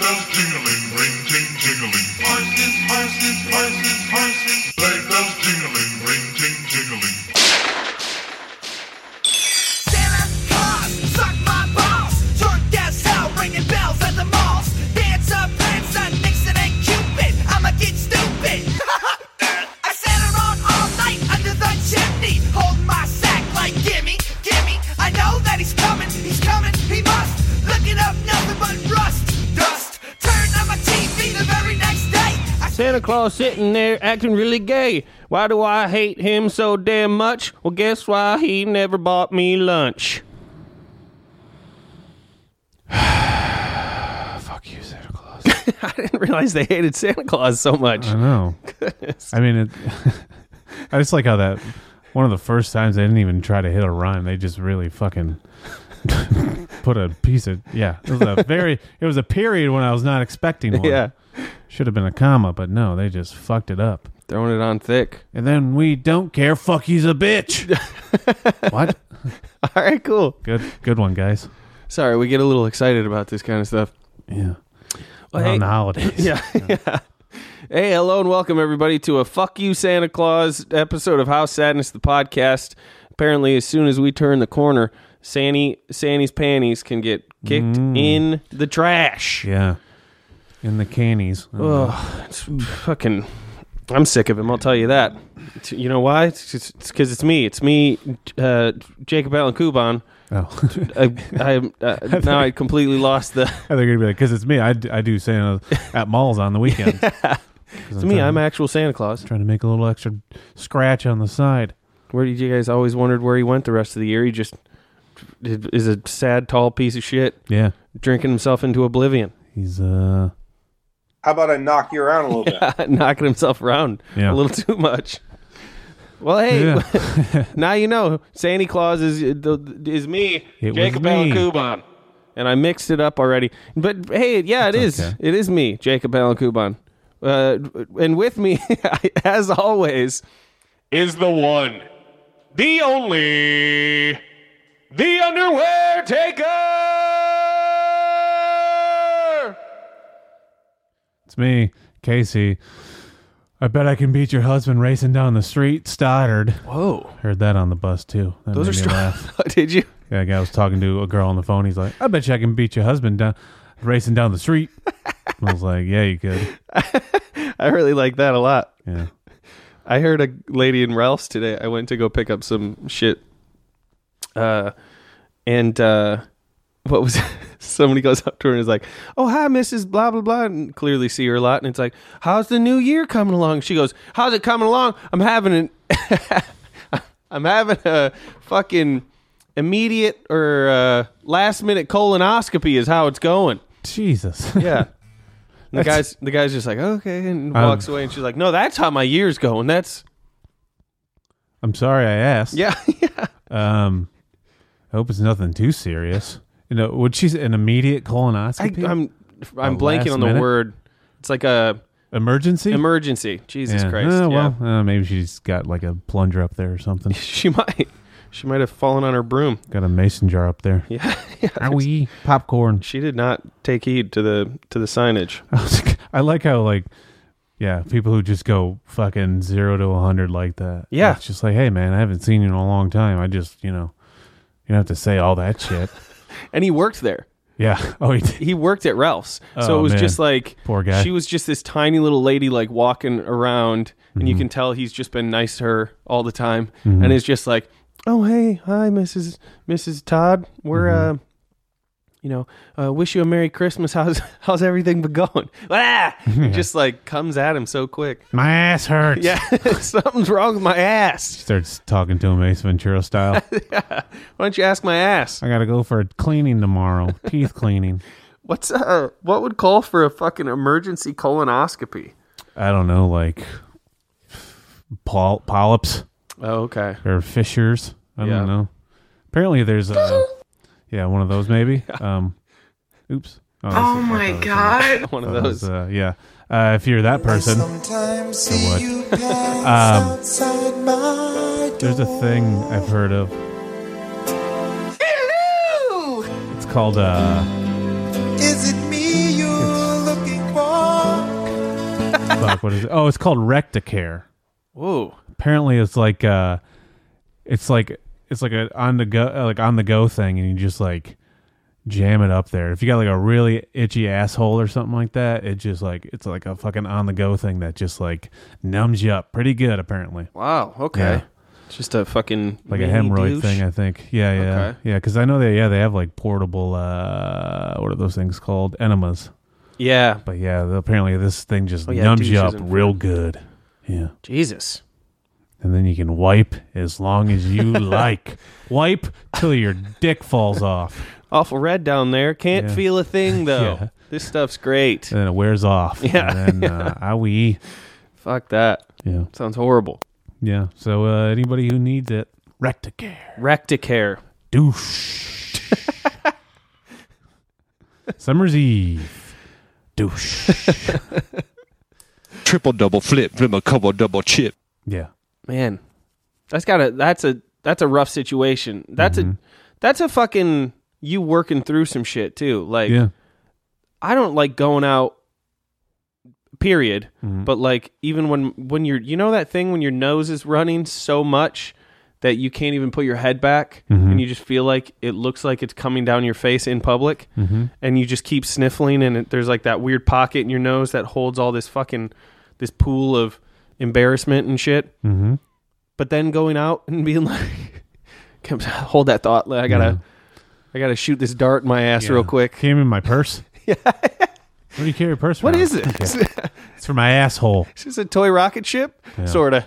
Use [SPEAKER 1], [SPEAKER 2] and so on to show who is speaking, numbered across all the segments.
[SPEAKER 1] jingling, ring ting jingling. Horses, horses, horses, horses. Sleigh bells jingling, ring ting jingling.
[SPEAKER 2] Santa's claws, suck my balls. Drunk as hell, ringing bells at the malls. Dancer, prancer, Nixon and Cupid. I'ma get stupid. I sat around all night under the chimney, holding my sack like gimme, gimme. I know that he's coming, he's coming, he must. Looking up nothing but rust, dust. Turn on my TV the very next day. I
[SPEAKER 3] Santa Claus sitting there acting really gay. Why do I hate him so damn much? Well, guess why he never bought me lunch.
[SPEAKER 4] Fuck you, Santa Claus.
[SPEAKER 3] I didn't realize they hated Santa Claus so much.
[SPEAKER 4] I know. I mean, it, I just like how that one of the first times they didn't even try to hit a rhyme. They just really fucking put a piece of yeah. It was a very. It was a period when I was not expecting one.
[SPEAKER 3] Yeah,
[SPEAKER 4] Should have been a comma, but no, they just fucked it up.
[SPEAKER 3] throwing it on thick.
[SPEAKER 4] And then we don't care. Fuck, he's a bitch. what?
[SPEAKER 3] All right, cool.
[SPEAKER 4] Good, good one, guys.
[SPEAKER 3] Sorry, we get a little excited about this kind of stuff.
[SPEAKER 4] Yeah.
[SPEAKER 3] Well,
[SPEAKER 4] We're
[SPEAKER 3] hey-
[SPEAKER 4] on the holidays.
[SPEAKER 3] Yeah. yeah. Hey, hello and welcome everybody to a "Fuck You, Santa Claus" episode of House Sadness, the podcast. Apparently, as soon as we turn the corner, Sandy Sandy's panties can get kicked in the trash.
[SPEAKER 4] Yeah. In the cannies.
[SPEAKER 3] Ugh, it's fucking. I'm sick of him. I'll tell you that. It's- You know why? It's because it's, 'cause it's me. It's me, uh, Jacob Allen Kuban.
[SPEAKER 4] Oh.
[SPEAKER 3] I, I, uh, now I completely lost the.
[SPEAKER 4] I think it'd be like, because it's me. I, d- I do Santa at malls on the weekend.
[SPEAKER 3] It's me. I'm actual Santa Claus.
[SPEAKER 4] trying to make a little extra scratch on the side.
[SPEAKER 3] Where did you guys always wondered where he went the rest of the year? He just is a sad, tall piece of shit,
[SPEAKER 4] Yeah.
[SPEAKER 3] drinking himself into oblivion,
[SPEAKER 4] He's, uh,
[SPEAKER 5] How about I knock you around a little bit?
[SPEAKER 3] knocking himself around
[SPEAKER 4] Yeah.
[SPEAKER 3] a little too much. Well, hey,
[SPEAKER 4] yeah.
[SPEAKER 3] now you know Santa Claus is uh, is me,
[SPEAKER 4] It was
[SPEAKER 3] Jacob
[SPEAKER 4] me.
[SPEAKER 3] Allen Kuban, and I mixed it up already. But hey, yeah, it is.
[SPEAKER 4] okay.
[SPEAKER 3] It is me, Jacob Allen Kuban, uh, and with me, as always, is the one, the only, the underwear taker.
[SPEAKER 4] it's me, Casey. I bet I can beat your husband racing down the street, Stoddard.
[SPEAKER 3] Whoa,
[SPEAKER 4] Heard that on the bus, too. That
[SPEAKER 3] those are
[SPEAKER 4] Oh, made me
[SPEAKER 3] strong.
[SPEAKER 4] laugh.
[SPEAKER 3] Did you?
[SPEAKER 4] Yeah, the guy was talking to a girl on the phone. He's like, I bet you I can beat your husband down racing down the street. And I was like, yeah, you could.
[SPEAKER 3] I really like that a lot.
[SPEAKER 4] Yeah.
[SPEAKER 3] I heard a lady in Ralph's today. I went to go pick up some shit. Uh, and uh, what was somebody goes up to her and is like, "Oh hi, Mrs. Blah blah blah," and clearly see her a lot. And it's like, "How's the new year coming along?" She goes, "How's it coming along? I'm having an, I'm having a fucking immediate or uh, last minute colonoscopy is how it's going."
[SPEAKER 4] Jesus.
[SPEAKER 3] Yeah. And the
[SPEAKER 4] That's-
[SPEAKER 3] guy's the guy's just like okay and
[SPEAKER 4] Um,
[SPEAKER 3] walks away and she's like no that's how my year's going that's
[SPEAKER 4] I'm sorry I asked.
[SPEAKER 3] yeah yeah
[SPEAKER 4] Um, I hope it's nothing too serious. You know, would she an immediate
[SPEAKER 3] I,
[SPEAKER 4] colonoscopy?
[SPEAKER 3] I'm I'm
[SPEAKER 4] A
[SPEAKER 3] blanking
[SPEAKER 4] Oh, last
[SPEAKER 3] on the
[SPEAKER 4] minute?
[SPEAKER 3] word. It's like a
[SPEAKER 4] emergency.
[SPEAKER 3] emergency. Jesus
[SPEAKER 4] Yeah.
[SPEAKER 3] Christ.
[SPEAKER 4] Oh,
[SPEAKER 3] yeah.
[SPEAKER 4] well, uh, maybe she's got like a plunger up there or something.
[SPEAKER 3] She might she might have fallen on her broom.
[SPEAKER 4] got a mason jar up there.
[SPEAKER 3] Yeah. yeah.
[SPEAKER 4] Are we popcorn?
[SPEAKER 3] She did not take heed to the to the signage.
[SPEAKER 4] I was like- I like how like yeah, people who just go fucking zero to a hundred like that.
[SPEAKER 3] Yeah.
[SPEAKER 4] it's just like hey man, I haven't seen you in a long time. I just you know you don't have to say all that shit.
[SPEAKER 3] And he worked there.
[SPEAKER 4] yeah. Oh, he did.
[SPEAKER 3] He worked at Ralph's. so
[SPEAKER 4] Oh,
[SPEAKER 3] it was
[SPEAKER 4] man.
[SPEAKER 3] just like
[SPEAKER 4] Poor guy.
[SPEAKER 3] she was just this tiny little lady like walking around and you can tell he's just been nice to her all the time and is just like, "Oh, hey, hi Mrs. Mrs. Todd. We're uh you know, uh, wish you a Merry Christmas. How's how's everything been going? Ah! It Just like comes at him so quick.
[SPEAKER 4] my ass hurts.
[SPEAKER 3] Yeah, something's wrong with my ass.
[SPEAKER 4] starts talking to him Ace Ventura style.
[SPEAKER 3] Why don't you ask my ass?
[SPEAKER 4] I gotta go for a cleaning tomorrow. Teeth cleaning.
[SPEAKER 3] What's uh, what would call for a fucking emergency colonoscopy?
[SPEAKER 4] I don't know, like pol- polyps
[SPEAKER 3] Oh, okay.
[SPEAKER 4] or fissures. I
[SPEAKER 3] Yeah.
[SPEAKER 4] don't know. Apparently, there's a yeah, one of those maybe. Um, oops. Oh, my god.
[SPEAKER 3] One of those.
[SPEAKER 4] uh, yeah. Uh, if you're that person,
[SPEAKER 6] Sometimes
[SPEAKER 4] So what?
[SPEAKER 6] see you pass
[SPEAKER 4] Um,
[SPEAKER 6] outside my door.
[SPEAKER 4] there's a thing I've heard of. It's called uh,
[SPEAKER 6] Is it me you're looking
[SPEAKER 4] fuck, what is it? Oh, it's called Rectacare.
[SPEAKER 3] Whoa.
[SPEAKER 4] Apparently, it's like uh, it's like it's like a on the go uh, like on the go thing, and you just like jam it up there. If you got like a really itchy asshole or something like that, it just like it's like a fucking on the go thing that just like numbs you up pretty good. Apparently,
[SPEAKER 3] Wow. Okay.
[SPEAKER 4] Yeah.
[SPEAKER 3] It's Just a fucking
[SPEAKER 4] like a
[SPEAKER 3] mini
[SPEAKER 4] hemorrhoid
[SPEAKER 3] douche.
[SPEAKER 4] thing, I think. Yeah, yeah, Yeah.
[SPEAKER 3] Okay.
[SPEAKER 4] 'Cause yeah. Because I know they yeah they have like portable uh what are those things called enemas.
[SPEAKER 3] Yeah.
[SPEAKER 4] But yeah, the- apparently this thing just
[SPEAKER 3] Oh, yeah,
[SPEAKER 4] numbs you up
[SPEAKER 3] douches and
[SPEAKER 4] real good. Yeah.
[SPEAKER 3] Jesus.
[SPEAKER 4] And then you can wipe as long as you like. Wipe till your dick falls off.
[SPEAKER 3] Awful red down there. Can't
[SPEAKER 4] Yeah.
[SPEAKER 3] feel a thing though.
[SPEAKER 4] Yeah.
[SPEAKER 3] This stuff's great.
[SPEAKER 4] And then it wears off.
[SPEAKER 3] Yeah.
[SPEAKER 4] And then uh, I wee.
[SPEAKER 3] Fuck that.
[SPEAKER 4] Yeah.
[SPEAKER 3] Sounds horrible.
[SPEAKER 4] Yeah. So uh, anybody who needs it, Rectacare.
[SPEAKER 3] Recticare.
[SPEAKER 4] Douche. Summer's Eve. Douche.
[SPEAKER 7] Triple double flip, flip a couple double chip.
[SPEAKER 4] yeah.
[SPEAKER 3] Man. That's gotta that's a that's a rough situation. That's a
[SPEAKER 4] Mm-hmm.
[SPEAKER 3] that's a fucking you working through some shit too. Like
[SPEAKER 4] Yeah.
[SPEAKER 3] I don't like going out period Mm-hmm. but like even when when you're you know that thing when your nose is running so much that you can't even put your head back and you just feel like it looks like it's coming down your face in public and you just keep sniffling and it, there's like that weird pocket in your nose that holds all this fucking this pool of embarrassment and shit
[SPEAKER 4] Mm-hmm.
[SPEAKER 3] but then going out and being like "Come- hold that thought like, i gotta
[SPEAKER 4] Mm-hmm.
[SPEAKER 3] i gotta shoot this dart in my ass real quick
[SPEAKER 4] Came in my purse. yeah. What do you carry a purse
[SPEAKER 3] what
[SPEAKER 4] around?
[SPEAKER 3] is it
[SPEAKER 4] Okay. It's for my asshole.
[SPEAKER 3] Is this a toy rocket ship? Sort of.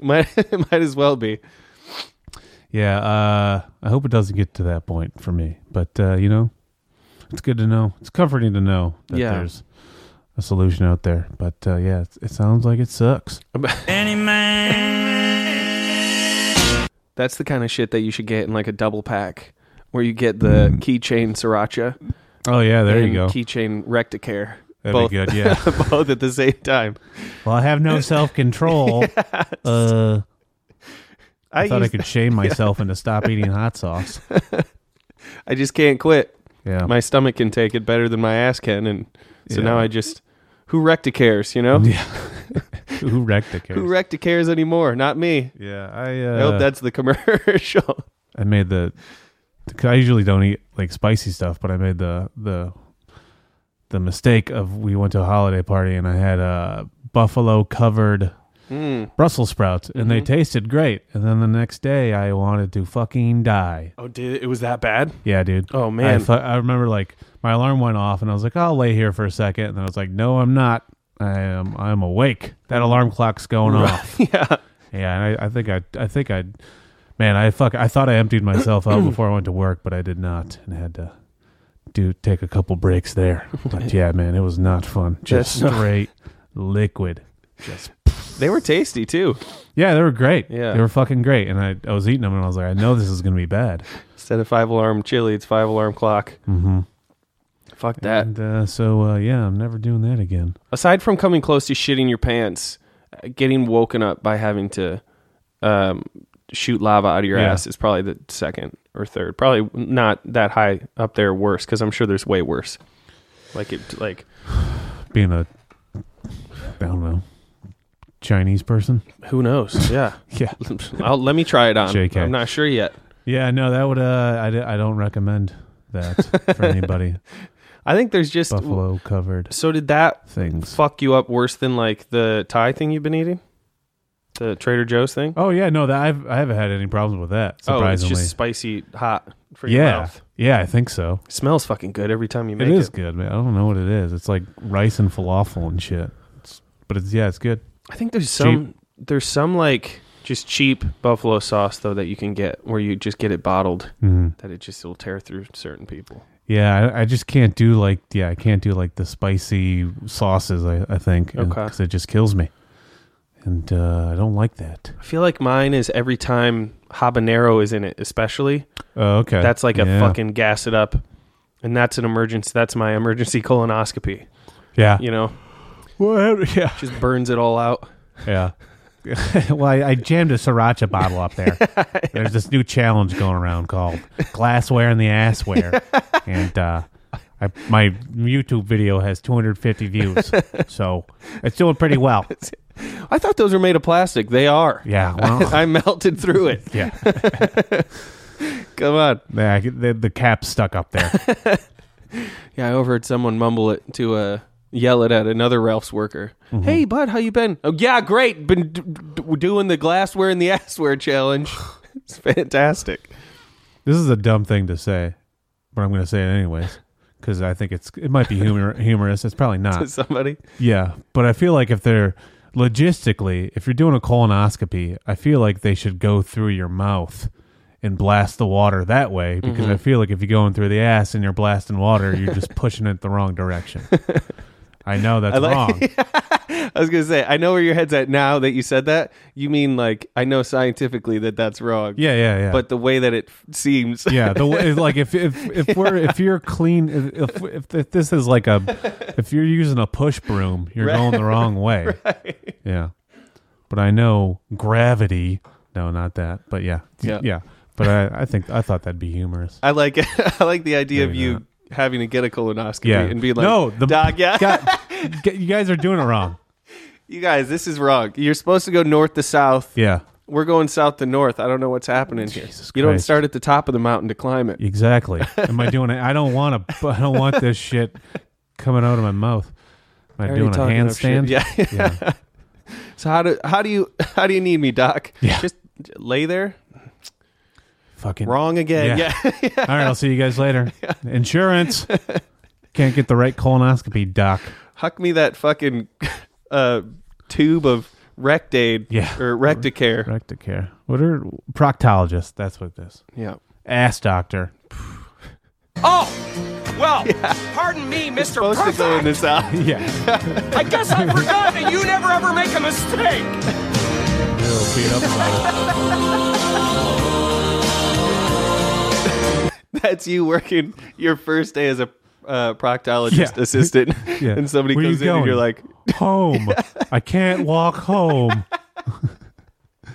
[SPEAKER 3] might might as well be.
[SPEAKER 4] Yeah, uh, I hope it doesn't get to that point for me. But uh, you know, it's good to know. It's comforting to know that
[SPEAKER 3] Yeah.
[SPEAKER 4] there's a solution out there. But uh, yeah, it, it sounds like it sucks.
[SPEAKER 3] That's the kind of shit that you should get in like a double pack, where you get the keychain sriracha.
[SPEAKER 4] Oh yeah, Hmm. there
[SPEAKER 3] and
[SPEAKER 4] you go.
[SPEAKER 3] Keychain Recticare.
[SPEAKER 4] That'd
[SPEAKER 3] both,
[SPEAKER 4] be good. Yeah.
[SPEAKER 3] both at the same time.
[SPEAKER 4] well, I have no self control. uh,
[SPEAKER 3] I,
[SPEAKER 4] I thought I
[SPEAKER 3] use-
[SPEAKER 4] could shame myself into stop eating hot sauce.
[SPEAKER 3] I just can't quit.
[SPEAKER 4] Yeah.
[SPEAKER 3] My stomach can take it better than my ass can, and so
[SPEAKER 4] Yeah.
[SPEAKER 3] now I just who Recticares, you know?
[SPEAKER 4] Who wrecked the case?
[SPEAKER 3] Who Recticares anymore? Not me.
[SPEAKER 4] yeah, I. Uh,
[SPEAKER 3] I hope that's the commercial.
[SPEAKER 4] I made the. I usually don't eat like spicy stuff, but I made the the the mistake of we went to a holiday party and I had uh, buffalo covered
[SPEAKER 3] Mm.
[SPEAKER 4] Brussels sprouts and
[SPEAKER 3] Mm-hmm.
[SPEAKER 4] they tasted great. And then the next day I wanted to fucking die.
[SPEAKER 3] oh, did it, it was that bad?
[SPEAKER 4] Yeah, dude.
[SPEAKER 3] Oh, man.
[SPEAKER 4] I, fu- I remember like my alarm went off and I was like, I'll lay here for a second, and I was like, No, I'm not. I am. I'm awake. That alarm clock's going off.
[SPEAKER 3] yeah.
[SPEAKER 4] Yeah, and I, I think I, I think I, man, I fuck, I thought I emptied myself out before I went to work, but I did not, and had to do take a couple breaks there. But yeah, man, it was not fun. Just
[SPEAKER 3] That's not-
[SPEAKER 4] straight liquid.
[SPEAKER 3] They were tasty too.
[SPEAKER 4] Yeah, they were great.
[SPEAKER 3] Yeah.
[SPEAKER 4] they were fucking great. And I, I was eating them, and I was like, I know this is gonna be bad.
[SPEAKER 3] Instead of five alarm chili, it's five alarm clock. Mm-hmm. Fuck that.
[SPEAKER 4] And uh, so uh, yeah, I'm never doing that again.
[SPEAKER 3] Aside from coming close to shitting your pants, uh, getting woken up by having to um, shoot lava out of your
[SPEAKER 4] Yeah.
[SPEAKER 3] ass is probably the second or third. Probably not that high up there. Worse because I'm sure there's way worse. Like it, like
[SPEAKER 4] Being a, I don't know, Chinese person.
[SPEAKER 3] who knows? Yeah,
[SPEAKER 4] Yeah,
[SPEAKER 3] I'll, let me try it on.
[SPEAKER 4] JK.
[SPEAKER 3] I'm not sure yet.
[SPEAKER 4] yeah. No, that would. Uh, I, d- I don't recommend that for anybody.
[SPEAKER 3] I think there's just.
[SPEAKER 4] Buffalo covered
[SPEAKER 3] So did that
[SPEAKER 4] things.
[SPEAKER 3] fuck you up worse than like the Thai thing you've been eating, the Trader Joe's thing?
[SPEAKER 4] Oh yeah, no, that I've I haven't had any problems with that. Surprisingly,
[SPEAKER 3] Oh, it's just spicy hot for your
[SPEAKER 4] yeah,
[SPEAKER 3] mouth.
[SPEAKER 4] yeah, I think so.
[SPEAKER 3] Smells fucking good every time you make
[SPEAKER 4] it
[SPEAKER 3] it.
[SPEAKER 4] is good, man. I don't know what it is. It's like rice and falafel and shit. It's, but it's yeah, it's good.
[SPEAKER 3] I think there's some there's some like just cheap buffalo sauce though that you can get where you just get it bottled
[SPEAKER 4] Mm-hmm.
[SPEAKER 3] that it just will tear through certain people.
[SPEAKER 4] Yeah, I, I just can't do like yeah, I can't do like the spicy sauces. I I think
[SPEAKER 3] Okay.
[SPEAKER 4] because it just kills me, and uh, I don't like that.
[SPEAKER 3] I feel like mine is every time habanero is in it, especially.
[SPEAKER 4] Oh, okay,
[SPEAKER 3] That's like a
[SPEAKER 4] Yeah.
[SPEAKER 3] fucking gas it up. And that's an emergency that's my emergency colonoscopy,
[SPEAKER 4] yeah.
[SPEAKER 3] you know.
[SPEAKER 4] What? Yeah,
[SPEAKER 3] Just burns it all out.
[SPEAKER 4] yeah. well, I, I jammed a sriracha bottle up there. There's this new challenge going around called glassware and the assware, and uh, I, my YouTube video has 250 views, so it's doing pretty well.
[SPEAKER 3] I thought those were made of plastic. They are.
[SPEAKER 4] Yeah, well,
[SPEAKER 3] I melted through it.
[SPEAKER 4] yeah.
[SPEAKER 3] Come on.
[SPEAKER 4] Yeah, I could- the, the cap's stuck up there.
[SPEAKER 3] Yeah, I overheard someone mumble it to uh, yell it at another Ralph's worker.
[SPEAKER 4] Mm-hmm.
[SPEAKER 3] Hey, bud, how you been? Oh, yeah, great. Been d- d- doing the glassware and the assware challenge. it's fantastic.
[SPEAKER 4] This is a dumb thing to say, but I'm going to say it anyways because I think it's it might be humor, humorous. It's probably not.
[SPEAKER 3] Somebody.
[SPEAKER 4] Yeah, but I feel like if they're logistically, if you're doing a colonoscopy, I feel like they should go through your mouth and blast the water that way because
[SPEAKER 3] Mm-hmm.
[SPEAKER 4] I feel like if you're going through the ass and you're blasting water, you're just pushing it the wrong direction. I know that's
[SPEAKER 3] I like-
[SPEAKER 4] wrong.
[SPEAKER 3] I was gonna say, I know where your head's at now that you said that. You mean like I know scientifically that that's wrong.
[SPEAKER 4] Yeah, yeah, yeah.
[SPEAKER 3] But the way that it f- seems,
[SPEAKER 4] Yeah, the way, like if if if we're if you're clean if, if if this is like a if you're using a push broom, you're going the wrong way. Yeah. But I know gravity. No, not that. But yeah.
[SPEAKER 3] Yeah.
[SPEAKER 4] But I I think I thought that'd be humorous.
[SPEAKER 3] I like I like the idea
[SPEAKER 4] Maybe
[SPEAKER 3] of you
[SPEAKER 4] not.
[SPEAKER 3] having to get a colonoscopy
[SPEAKER 4] Yeah.
[SPEAKER 3] and being like,
[SPEAKER 4] No, the-
[SPEAKER 3] dog, yeah,
[SPEAKER 4] God, g- you guys are doing it wrong.
[SPEAKER 3] you guys, this is wrong. You're supposed to go north to south.
[SPEAKER 4] Yeah.
[SPEAKER 3] We're going south to north. I don't know what's happening here.
[SPEAKER 4] Jesus
[SPEAKER 3] You don't
[SPEAKER 4] Christ.
[SPEAKER 3] start at the top of the mountain to climb it.
[SPEAKER 4] Exactly. Am I doing it? I don't want to. I don't want this shit coming out of my mouth. Am I
[SPEAKER 3] Already
[SPEAKER 4] doing a
[SPEAKER 3] talking enough shit.
[SPEAKER 4] handstand?
[SPEAKER 3] Yeah.
[SPEAKER 4] Yeah.
[SPEAKER 3] so how do how do you how do you need me, Doc?
[SPEAKER 4] Yeah.
[SPEAKER 3] Just j- lay there.
[SPEAKER 4] Fucking
[SPEAKER 3] Wrong again.
[SPEAKER 4] Yeah.
[SPEAKER 3] Yeah.
[SPEAKER 4] All right, I'll see you guys later. Insurance. Can't get the right colonoscopy doc.
[SPEAKER 3] Huck me that fucking uh, tube of Rectade
[SPEAKER 4] Yeah.
[SPEAKER 3] or Recticare.
[SPEAKER 4] Recticare. What are proctologist? That's what this.
[SPEAKER 3] Yeah.
[SPEAKER 4] Ass doctor.
[SPEAKER 8] Oh, well, pardon me, Mr.
[SPEAKER 3] Supposed to go
[SPEAKER 8] Perfect.
[SPEAKER 3] in this out.
[SPEAKER 4] Yeah.
[SPEAKER 8] I guess I forgot that you never ever make a mistake.
[SPEAKER 3] That's you working your first day as a uh, proctologist
[SPEAKER 4] Yeah.
[SPEAKER 3] assistant,
[SPEAKER 4] Yeah.
[SPEAKER 3] and somebody
[SPEAKER 4] Where
[SPEAKER 3] comes in
[SPEAKER 4] you
[SPEAKER 3] and you're
[SPEAKER 4] going?
[SPEAKER 3] like,
[SPEAKER 4] Home. I can't walk home.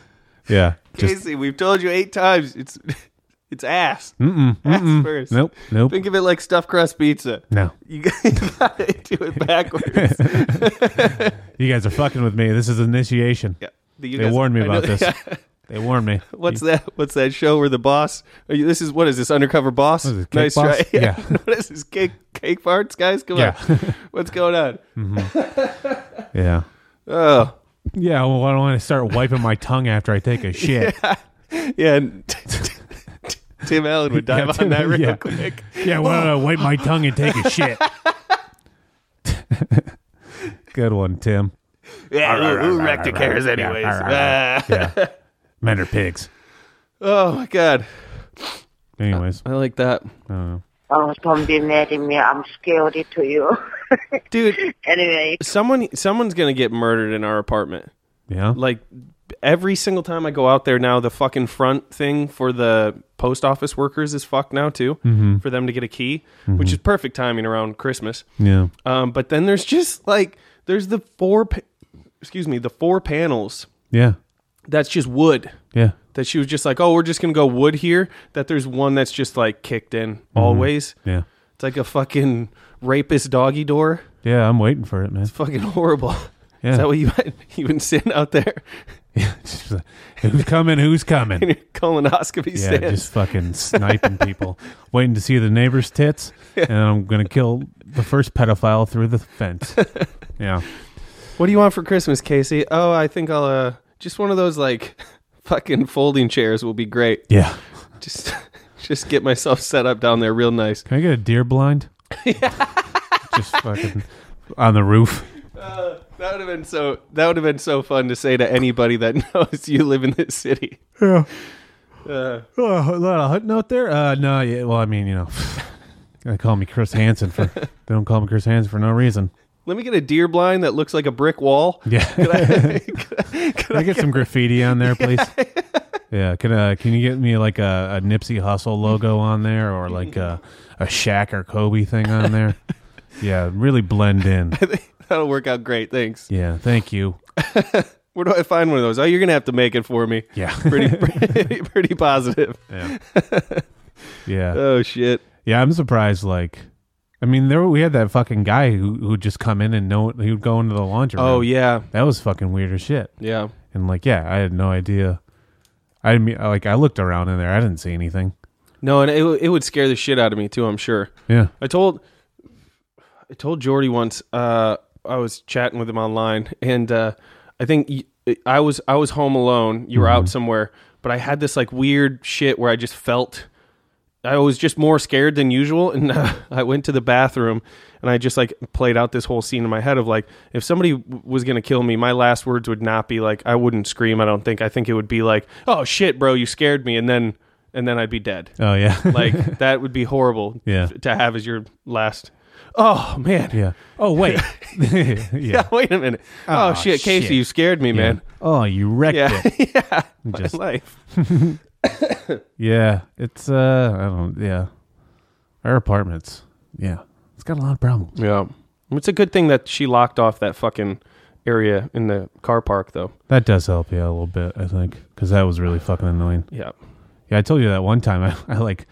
[SPEAKER 4] yeah. Just
[SPEAKER 3] "Casey, we've told you eight times. It's it's ass. ass first.
[SPEAKER 4] nope. Nope.
[SPEAKER 3] Think of it like stuffed crust pizza.
[SPEAKER 4] No.
[SPEAKER 3] You gotta do it backwards.
[SPEAKER 4] You guys are fucking with me. This is initiation.
[SPEAKER 3] Yeah. You
[SPEAKER 4] They
[SPEAKER 3] guys-
[SPEAKER 4] warned me
[SPEAKER 3] I know-
[SPEAKER 4] about this.
[SPEAKER 3] yeah.
[SPEAKER 4] They warned me.
[SPEAKER 3] What's that? What's that show where the boss? Are you, this is what is this undercover boss?
[SPEAKER 4] What is it, Cake Boss?
[SPEAKER 3] try.
[SPEAKER 4] Yeah.
[SPEAKER 3] what is this cake? Cake farts, guys. Come
[SPEAKER 4] Yeah. Hmm.
[SPEAKER 3] on. What's going on?
[SPEAKER 4] Yeah.
[SPEAKER 3] Oh,
[SPEAKER 4] Yeah. Well, why don't I start wiping my tongue after I take a shit?
[SPEAKER 3] yeah. And Tim Allen would dive
[SPEAKER 4] Yeah,
[SPEAKER 3] on
[SPEAKER 4] Tim-
[SPEAKER 3] that real
[SPEAKER 4] yeah.
[SPEAKER 3] quick.
[SPEAKER 4] Yeah, why don't I wipe my tongue and take a shit? Good one, Tim.
[SPEAKER 3] Yeah. Who, who recticares anyways? Ah.
[SPEAKER 4] Yeah. Men are pigs.
[SPEAKER 3] Oh my god.
[SPEAKER 4] Anyways,
[SPEAKER 3] I like that,
[SPEAKER 9] Oh, don't be mad at me. I'm scared to you.
[SPEAKER 3] dude.
[SPEAKER 9] anyway,
[SPEAKER 3] Someone, someone's gonna get murdered in our apartment.
[SPEAKER 4] yeah.
[SPEAKER 3] like every single time I go out there now, the fucking front thing for the post office workers is fucked now too,
[SPEAKER 4] Mm-hmm.
[SPEAKER 3] for them to get a key, which is perfect timing around Christmas.
[SPEAKER 4] Yeah.
[SPEAKER 3] Um, but then there's just like there's the four, pa- excuse me, the four panels
[SPEAKER 4] Yeah.
[SPEAKER 3] that's just wood.
[SPEAKER 4] Yeah.
[SPEAKER 3] That she was just like, oh, we're just gonna go wood here. That there's one that's just like kicked in
[SPEAKER 4] Mm-hmm.
[SPEAKER 3] always.
[SPEAKER 4] Yeah.
[SPEAKER 3] It's like a fucking rapist doggy door.
[SPEAKER 4] Yeah, I'm waiting for it, man.
[SPEAKER 3] Fucking horrible.
[SPEAKER 4] Yeah.
[SPEAKER 3] Is that what you you've been sitting out there?
[SPEAKER 4] who's coming? Who's coming?
[SPEAKER 3] Colonoscopy
[SPEAKER 4] Yeah,
[SPEAKER 3] stands.
[SPEAKER 4] just fucking sniping people, waiting to see the neighbor's tits, and I'm gonna kill the first pedophile through the fence. Yeah.
[SPEAKER 3] What do you want for Christmas, Casey? Oh, I think I'll uh just one of those like fucking folding chairs will be great.
[SPEAKER 4] Yeah.
[SPEAKER 3] Just just get myself set up down there real nice.
[SPEAKER 4] Can I get a deer blind? Just fucking on the roof.
[SPEAKER 3] That would have been so that would have been so fun to say to anybody that knows you live in this city.
[SPEAKER 4] Yeah.
[SPEAKER 3] Uh,
[SPEAKER 4] Oh, a lot of hood note there. Uh, no, yeah. Well, I mean, you know, they call me Chris Hansen for. They don't call me Chris Hansen for no reason.
[SPEAKER 3] let me get a deer blind that looks like a brick wall.
[SPEAKER 4] Yeah. can I get some graffiti on there, please? yeah. Can uh, Can you get me like a, a Nipsey Hustle logo on there, or like a a Shaq or Kobe thing on there? yeah. Really blend in.
[SPEAKER 3] That'll work out great. Thanks.
[SPEAKER 4] Yeah. Thank you.
[SPEAKER 3] Where do I find one of those? Oh, you're gonna have to make it for me.
[SPEAKER 4] Yeah.
[SPEAKER 3] Pretty pretty, pretty positive.
[SPEAKER 4] yeah. Yeah. uh,
[SPEAKER 3] Oh shit.
[SPEAKER 4] Yeah, I'm surprised. Like, I mean, there we had that fucking guy who who would just come in and know he would go into the laundry.
[SPEAKER 3] Oh yeah,
[SPEAKER 4] that was fucking weird as shit.
[SPEAKER 3] yeah.
[SPEAKER 4] And like, yeah, I had no idea. I mean, like, I looked around in there, I didn't see anything.
[SPEAKER 3] No, and it w- it would scare the shit out of me too. I'm sure.
[SPEAKER 4] Yeah,
[SPEAKER 3] I told I told Jordy once uh, I was chatting with him online and uh, I think y- I was I was home alone you were out somewhere but I had this like weird shit where I just felt I was just more scared than usual and uh, I went to the bathroom and I just like played out this whole scene in my head of like if somebody w- was going to kill me my last words would not be like I wouldn't scream I don't think I think it would be like oh shit bro you scared me and then and then I'd be dead
[SPEAKER 4] oh yeah,
[SPEAKER 3] like that would be horrible
[SPEAKER 4] Yeah.
[SPEAKER 3] f- to have as your last oh man
[SPEAKER 4] yeah. Oh wait, yeah.
[SPEAKER 3] Yeah, wait a minute oh,
[SPEAKER 4] Oh,
[SPEAKER 3] shit casey
[SPEAKER 4] shit.
[SPEAKER 3] you scared me man
[SPEAKER 4] Oh, you wrecked
[SPEAKER 3] yeah
[SPEAKER 4] it.
[SPEAKER 3] yeah
[SPEAKER 4] Just-
[SPEAKER 3] my life
[SPEAKER 4] Yeah, it's uh, I don't. Yeah, our apartments. Yeah, it's got a lot of problems.
[SPEAKER 3] yeah it's a good thing that she locked off that fucking area in the car park though
[SPEAKER 4] That does help, yeah, a little bit. I think because that was really fucking annoying.
[SPEAKER 3] yeah
[SPEAKER 4] Yeah, I told you that one time. I, I like,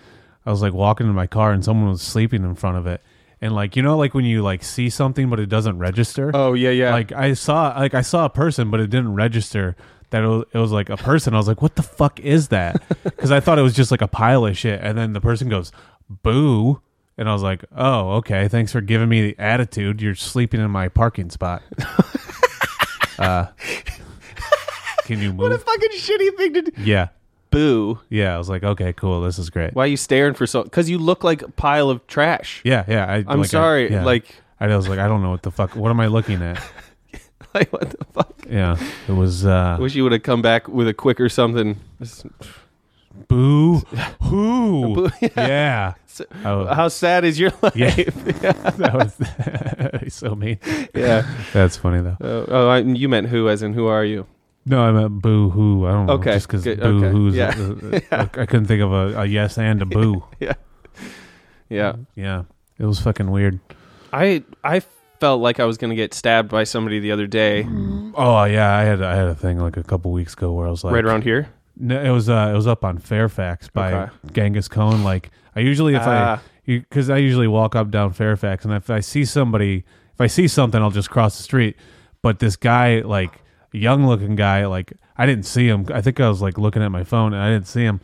[SPEAKER 4] I was like walking in my car and someone was sleeping in front of it, and like you know, like when you like see something but it doesn't register.
[SPEAKER 3] oh yeah yeah
[SPEAKER 4] Like I saw, like I saw a person, but it didn't register that it was, it was like a person. I was like, "What the fuck is that?" Because I thought it was just like a pile of shit. And then the person goes, "Boo," and I was like, "Oh, okay. Thanks for giving me the attitude. You're sleeping in my parking spot." uh, can you move?
[SPEAKER 3] fucking shitty thing to do
[SPEAKER 4] yeah,
[SPEAKER 3] boo
[SPEAKER 4] yeah. I was like, "Okay, cool. This is great."
[SPEAKER 3] why are you staring for so because you look like a pile of trash
[SPEAKER 4] Yeah, yeah. I,
[SPEAKER 3] i'm
[SPEAKER 4] like, I-
[SPEAKER 3] sorry
[SPEAKER 4] yeah.
[SPEAKER 3] like
[SPEAKER 4] I was like, I don't know what the fuck. What am I looking at?
[SPEAKER 3] like what the fuck
[SPEAKER 4] Yeah, it was. uh
[SPEAKER 3] wish you would have come back with a quick or something Just-
[SPEAKER 4] Boo hoo. yeah. Oh,
[SPEAKER 3] how sad is your life
[SPEAKER 4] yeah. that was he's so mean.
[SPEAKER 3] yeah.
[SPEAKER 4] That's funny though.
[SPEAKER 3] Oh, oh I, you meant who, as in who are you?
[SPEAKER 4] No, I meant boo hoo. I don't
[SPEAKER 3] Okay,
[SPEAKER 4] know. Just because
[SPEAKER 3] good,
[SPEAKER 4] boo
[SPEAKER 3] okay,
[SPEAKER 4] hoo's. uh,
[SPEAKER 3] yeah.
[SPEAKER 4] I couldn't think of a, a yes and a boo.
[SPEAKER 3] Yeah.
[SPEAKER 4] yeah. It was fucking weird.
[SPEAKER 3] I I felt like I was gonna get stabbed by somebody the other day,
[SPEAKER 4] Oh yeah, I had I had a thing like a couple weeks ago where I was like,
[SPEAKER 3] right around here.
[SPEAKER 4] No, it was uh, it was up on Fairfax by
[SPEAKER 3] Okay.
[SPEAKER 4] Genghis Cohen. Like I usually if
[SPEAKER 3] Ah.
[SPEAKER 4] I because I usually walk up down Fairfax, and if I see somebody, if I see something, I'll just cross the street. But this guy, like young looking guy, like I didn't see him. I think I was like looking at my phone, and I didn't see him.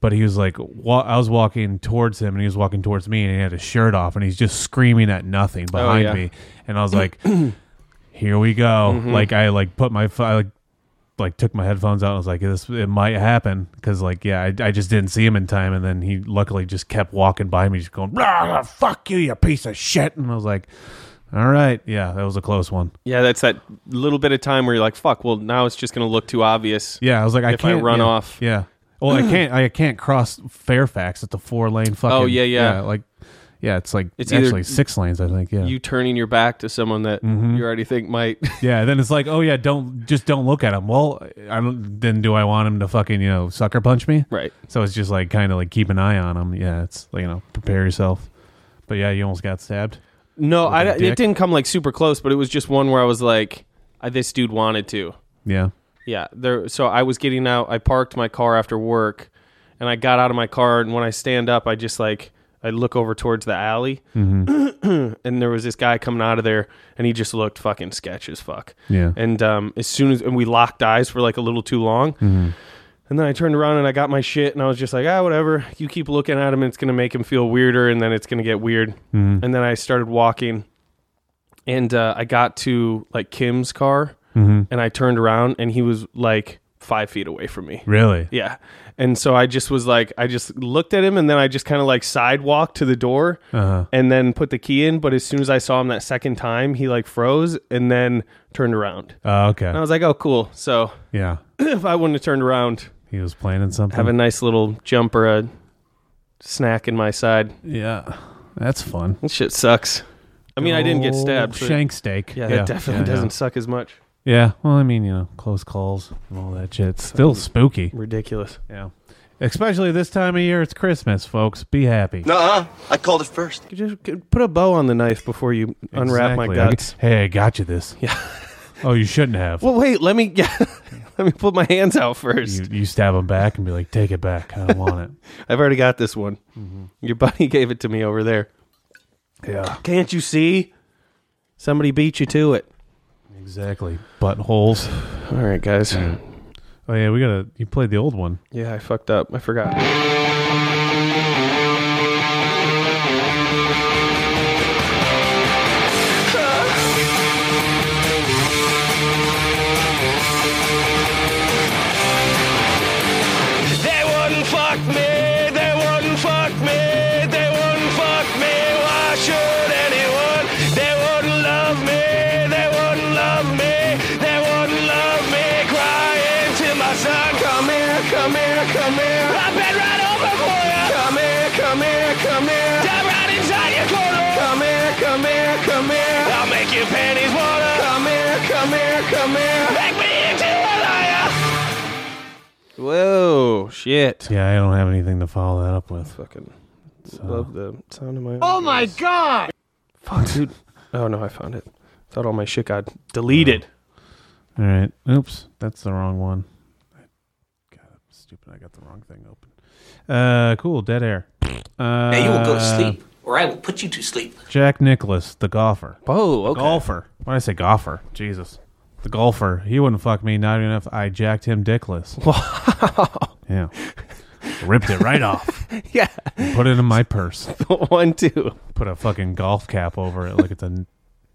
[SPEAKER 4] But he was like, wa- I was walking towards him, and he was walking towards me, and he had his shirt off, and he's just screaming at nothing behind
[SPEAKER 3] Oh, yeah. Mm-hmm.
[SPEAKER 4] me, and I was like, here we go. Like I like put my pho- I, like like took my headphones out and was like this it might happen because like yeah I, I just didn't see him in time and then he luckily just kept walking by me just going "Rah, fuck you you piece of shit and I was like all right yeah that was a close one
[SPEAKER 3] Yeah, that's that little bit of time where you're like, "Fuck." Well, now it's just gonna look too obvious.
[SPEAKER 4] yeah I was like I
[SPEAKER 3] If I
[SPEAKER 4] can't
[SPEAKER 3] run
[SPEAKER 4] yeah,
[SPEAKER 3] off.
[SPEAKER 4] yeah well I can't I can't cross Fairfax at the four lane fucking
[SPEAKER 3] Oh, yeah, yeah.
[SPEAKER 4] like yeah it's like
[SPEAKER 3] It's
[SPEAKER 4] it's
[SPEAKER 3] either-
[SPEAKER 4] actually six lanes I think yeah
[SPEAKER 3] You turning your back to someone that
[SPEAKER 4] Mm-hmm.
[SPEAKER 3] you already think might.
[SPEAKER 4] Yeah, then it's like, oh yeah, don't just don't look at him. Well, I don't. Then do I want him to fucking you know sucker punch me?
[SPEAKER 3] Right.
[SPEAKER 4] So it's just like kind of like keep an eye on him. Yeah, it's like, you know prepare yourself. But yeah, you almost got stabbed.
[SPEAKER 3] No, I,
[SPEAKER 4] a
[SPEAKER 3] it
[SPEAKER 4] dick.
[SPEAKER 3] didn't come like super close, but it was just one where I was like, I, "This dude wanted to."
[SPEAKER 4] Yeah,
[SPEAKER 3] Yeah, there. So I was getting out. I parked my car after work, and I got out of my car. And when I stand up, I just like I look over towards the alley, and there was this guy coming out of there, and he just looked fucking sketch as fuck.
[SPEAKER 4] Yeah.
[SPEAKER 3] And um, as soon as and we locked eyes for like a little too long, and then I turned around and I got my shit, and I was just like, ah, whatever. You keep looking at him, and it's gonna make him feel weirder, and then it's gonna get weird. And then I started walking, and uh, I got to like Kim's car and I turned around and he was like five feet away from me.
[SPEAKER 4] really.
[SPEAKER 3] Yeah. And so I just was like, I just looked at him and then I just kind of like sidewalked to the door
[SPEAKER 4] Uh-huh.
[SPEAKER 3] and then put the key in. But as soon as I saw him that second time, he like froze and then turned around.
[SPEAKER 4] Oh, okay.
[SPEAKER 3] And I was like, oh, cool. So
[SPEAKER 4] yeah,
[SPEAKER 3] if I wouldn't have turned around,
[SPEAKER 4] he was planning something.
[SPEAKER 3] have a nice little jump or a snack in my side.
[SPEAKER 4] yeah, that's fun. Oh,
[SPEAKER 3] This shit sucks. I mean, I didn't get stabbed. so-
[SPEAKER 4] Shank steak.
[SPEAKER 3] yeah, that definitely
[SPEAKER 4] yeah,
[SPEAKER 3] doesn't suck as much.
[SPEAKER 4] Yeah. yeah. Well, I mean, you know, close calls and all that shit. It's still spooky.
[SPEAKER 3] Ridiculous.
[SPEAKER 4] Yeah. Especially this time of year, it's Christmas, folks. Be happy.
[SPEAKER 10] Nuh-uh. I called it first.
[SPEAKER 3] You just could put a bow on the knife before you unwrap my
[SPEAKER 4] Exactly. I-
[SPEAKER 3] guts.
[SPEAKER 4] hey, I got you this. Yeah. oh, you shouldn't have.
[SPEAKER 3] Well, wait. Let me yeah, let me put my hands out first.
[SPEAKER 4] you, you stab him back and be like, take it back. I don't want it. Mm-hmm.
[SPEAKER 3] I've already got this one. Your buddy gave it to me over there.
[SPEAKER 4] Yeah.
[SPEAKER 3] Can't you see? Somebody beat you to it.
[SPEAKER 4] Exactly. Buttholes.
[SPEAKER 3] All right, guys.
[SPEAKER 4] Oh yeah, we gotta. You played the old one.
[SPEAKER 3] Yeah, I fucked up. I forgot.
[SPEAKER 8] They wouldn't fuck me. They wouldn't fuck me. They wouldn't fuck me. Why should anyone? They wouldn't love me. They wouldn't love me. They wouldn't love me. Crying to my son, come here, come here, come here. I've been right over for you. Come here, come here, come here. Dive right inside your corner. Come here, come here, come here. I'll make your panties water. Come here, come here, come here. Make me into a liar.
[SPEAKER 3] Whoa, shit.
[SPEAKER 4] Yeah, I don't have anything to follow that up with.
[SPEAKER 3] Fucking love the sound of my. own
[SPEAKER 8] Oh my god.
[SPEAKER 3] Fuck, dude. Oh no, I found it. Thought all my shit got deleted.
[SPEAKER 4] All right. Oops, that's the wrong one. God, I'm stupid. I got the wrong thing open. Uh, cool. Dead air. Uh,
[SPEAKER 10] Now you will go to sleep, or I will put you to sleep.
[SPEAKER 4] Jack Nicholas, the golfer.
[SPEAKER 3] Oh, okay.
[SPEAKER 4] Golfer. When I say golfer, Jesus, the golfer. He wouldn't fuck me. Not even if I jacked him dickless. yeah. Ripped it right off.
[SPEAKER 3] Yeah,
[SPEAKER 4] Put it in my purse.
[SPEAKER 3] one, two.
[SPEAKER 4] Put a fucking golf cap over it like it's a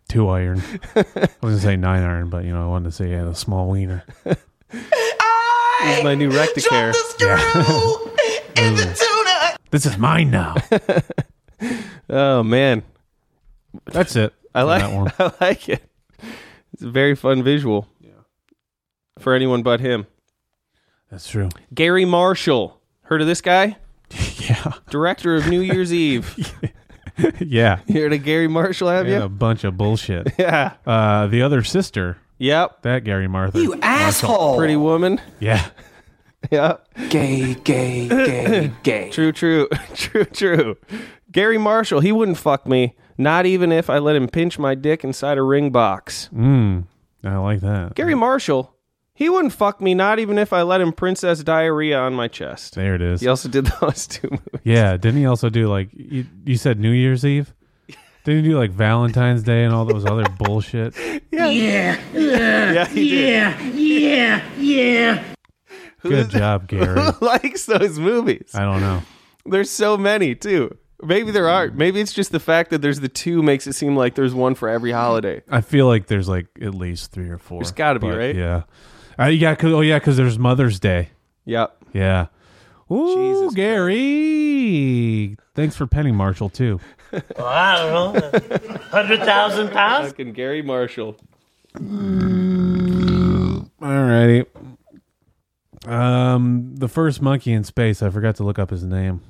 [SPEAKER 4] two iron. I was gonna say nine iron, but you know I wanted to say yeah, the small wiener.
[SPEAKER 3] This is my new Rectacare.
[SPEAKER 4] This is mine now.
[SPEAKER 3] Oh man,
[SPEAKER 4] That's it.
[SPEAKER 3] I
[SPEAKER 4] for
[SPEAKER 3] like.
[SPEAKER 4] that one.
[SPEAKER 3] I like it. It's a very fun visual. Yeah. For anyone but him,
[SPEAKER 4] That's true.
[SPEAKER 3] Gary Marshall. Heard of this guy?
[SPEAKER 4] Yeah.
[SPEAKER 3] Director of New Year's Eve.
[SPEAKER 4] yeah.
[SPEAKER 3] You heard of Gary Marshall? Have
[SPEAKER 4] And a
[SPEAKER 3] you?
[SPEAKER 4] bunch of bullshit.
[SPEAKER 3] Yeah.
[SPEAKER 4] Uh, the other sister,
[SPEAKER 3] Yep.
[SPEAKER 4] that Gary Martha.
[SPEAKER 10] You asshole!
[SPEAKER 3] Pretty Woman.
[SPEAKER 4] yeah.
[SPEAKER 3] Yeah.
[SPEAKER 10] Gay, gay, gay, gay.
[SPEAKER 3] True, true, true, true. Gary Marshall, he wouldn't fuck me, not even if I let him pinch my dick inside a ring box.
[SPEAKER 10] Mm-hmm.
[SPEAKER 4] Mm. I like that.
[SPEAKER 3] Gary Marshall, he wouldn't fuck me, not even if I let him princess diarrhea on my chest.
[SPEAKER 4] There it is.
[SPEAKER 3] He also did those two movies.
[SPEAKER 4] Yeah. Didn't he also do like you, you said New Year's Eve? Didn't he do like Valentine's Day and all those other bullshit?
[SPEAKER 3] Yeah, he did.
[SPEAKER 4] Good job, Gary.
[SPEAKER 3] Who likes those movies?
[SPEAKER 4] I don't know.
[SPEAKER 3] There's so many, too. Maybe there
[SPEAKER 10] Mm.
[SPEAKER 3] aren't. Maybe it's just the fact that there's the two makes it seem like there's one for every holiday.
[SPEAKER 4] I feel like there's like at least three or four.
[SPEAKER 3] There's gotta be,
[SPEAKER 4] but
[SPEAKER 3] right?
[SPEAKER 4] Yeah. Uh, yeah. 'cause- oh, yeah. Because there's Mother's Day.
[SPEAKER 3] Yep.
[SPEAKER 4] Yeah. Ooh,
[SPEAKER 3] Jesus
[SPEAKER 4] Gary. Thanks for penning Marshall too.
[SPEAKER 3] Fucking Gary Marshall.
[SPEAKER 4] Alrighty. Um, the first monkey in space. I forgot to look up his name.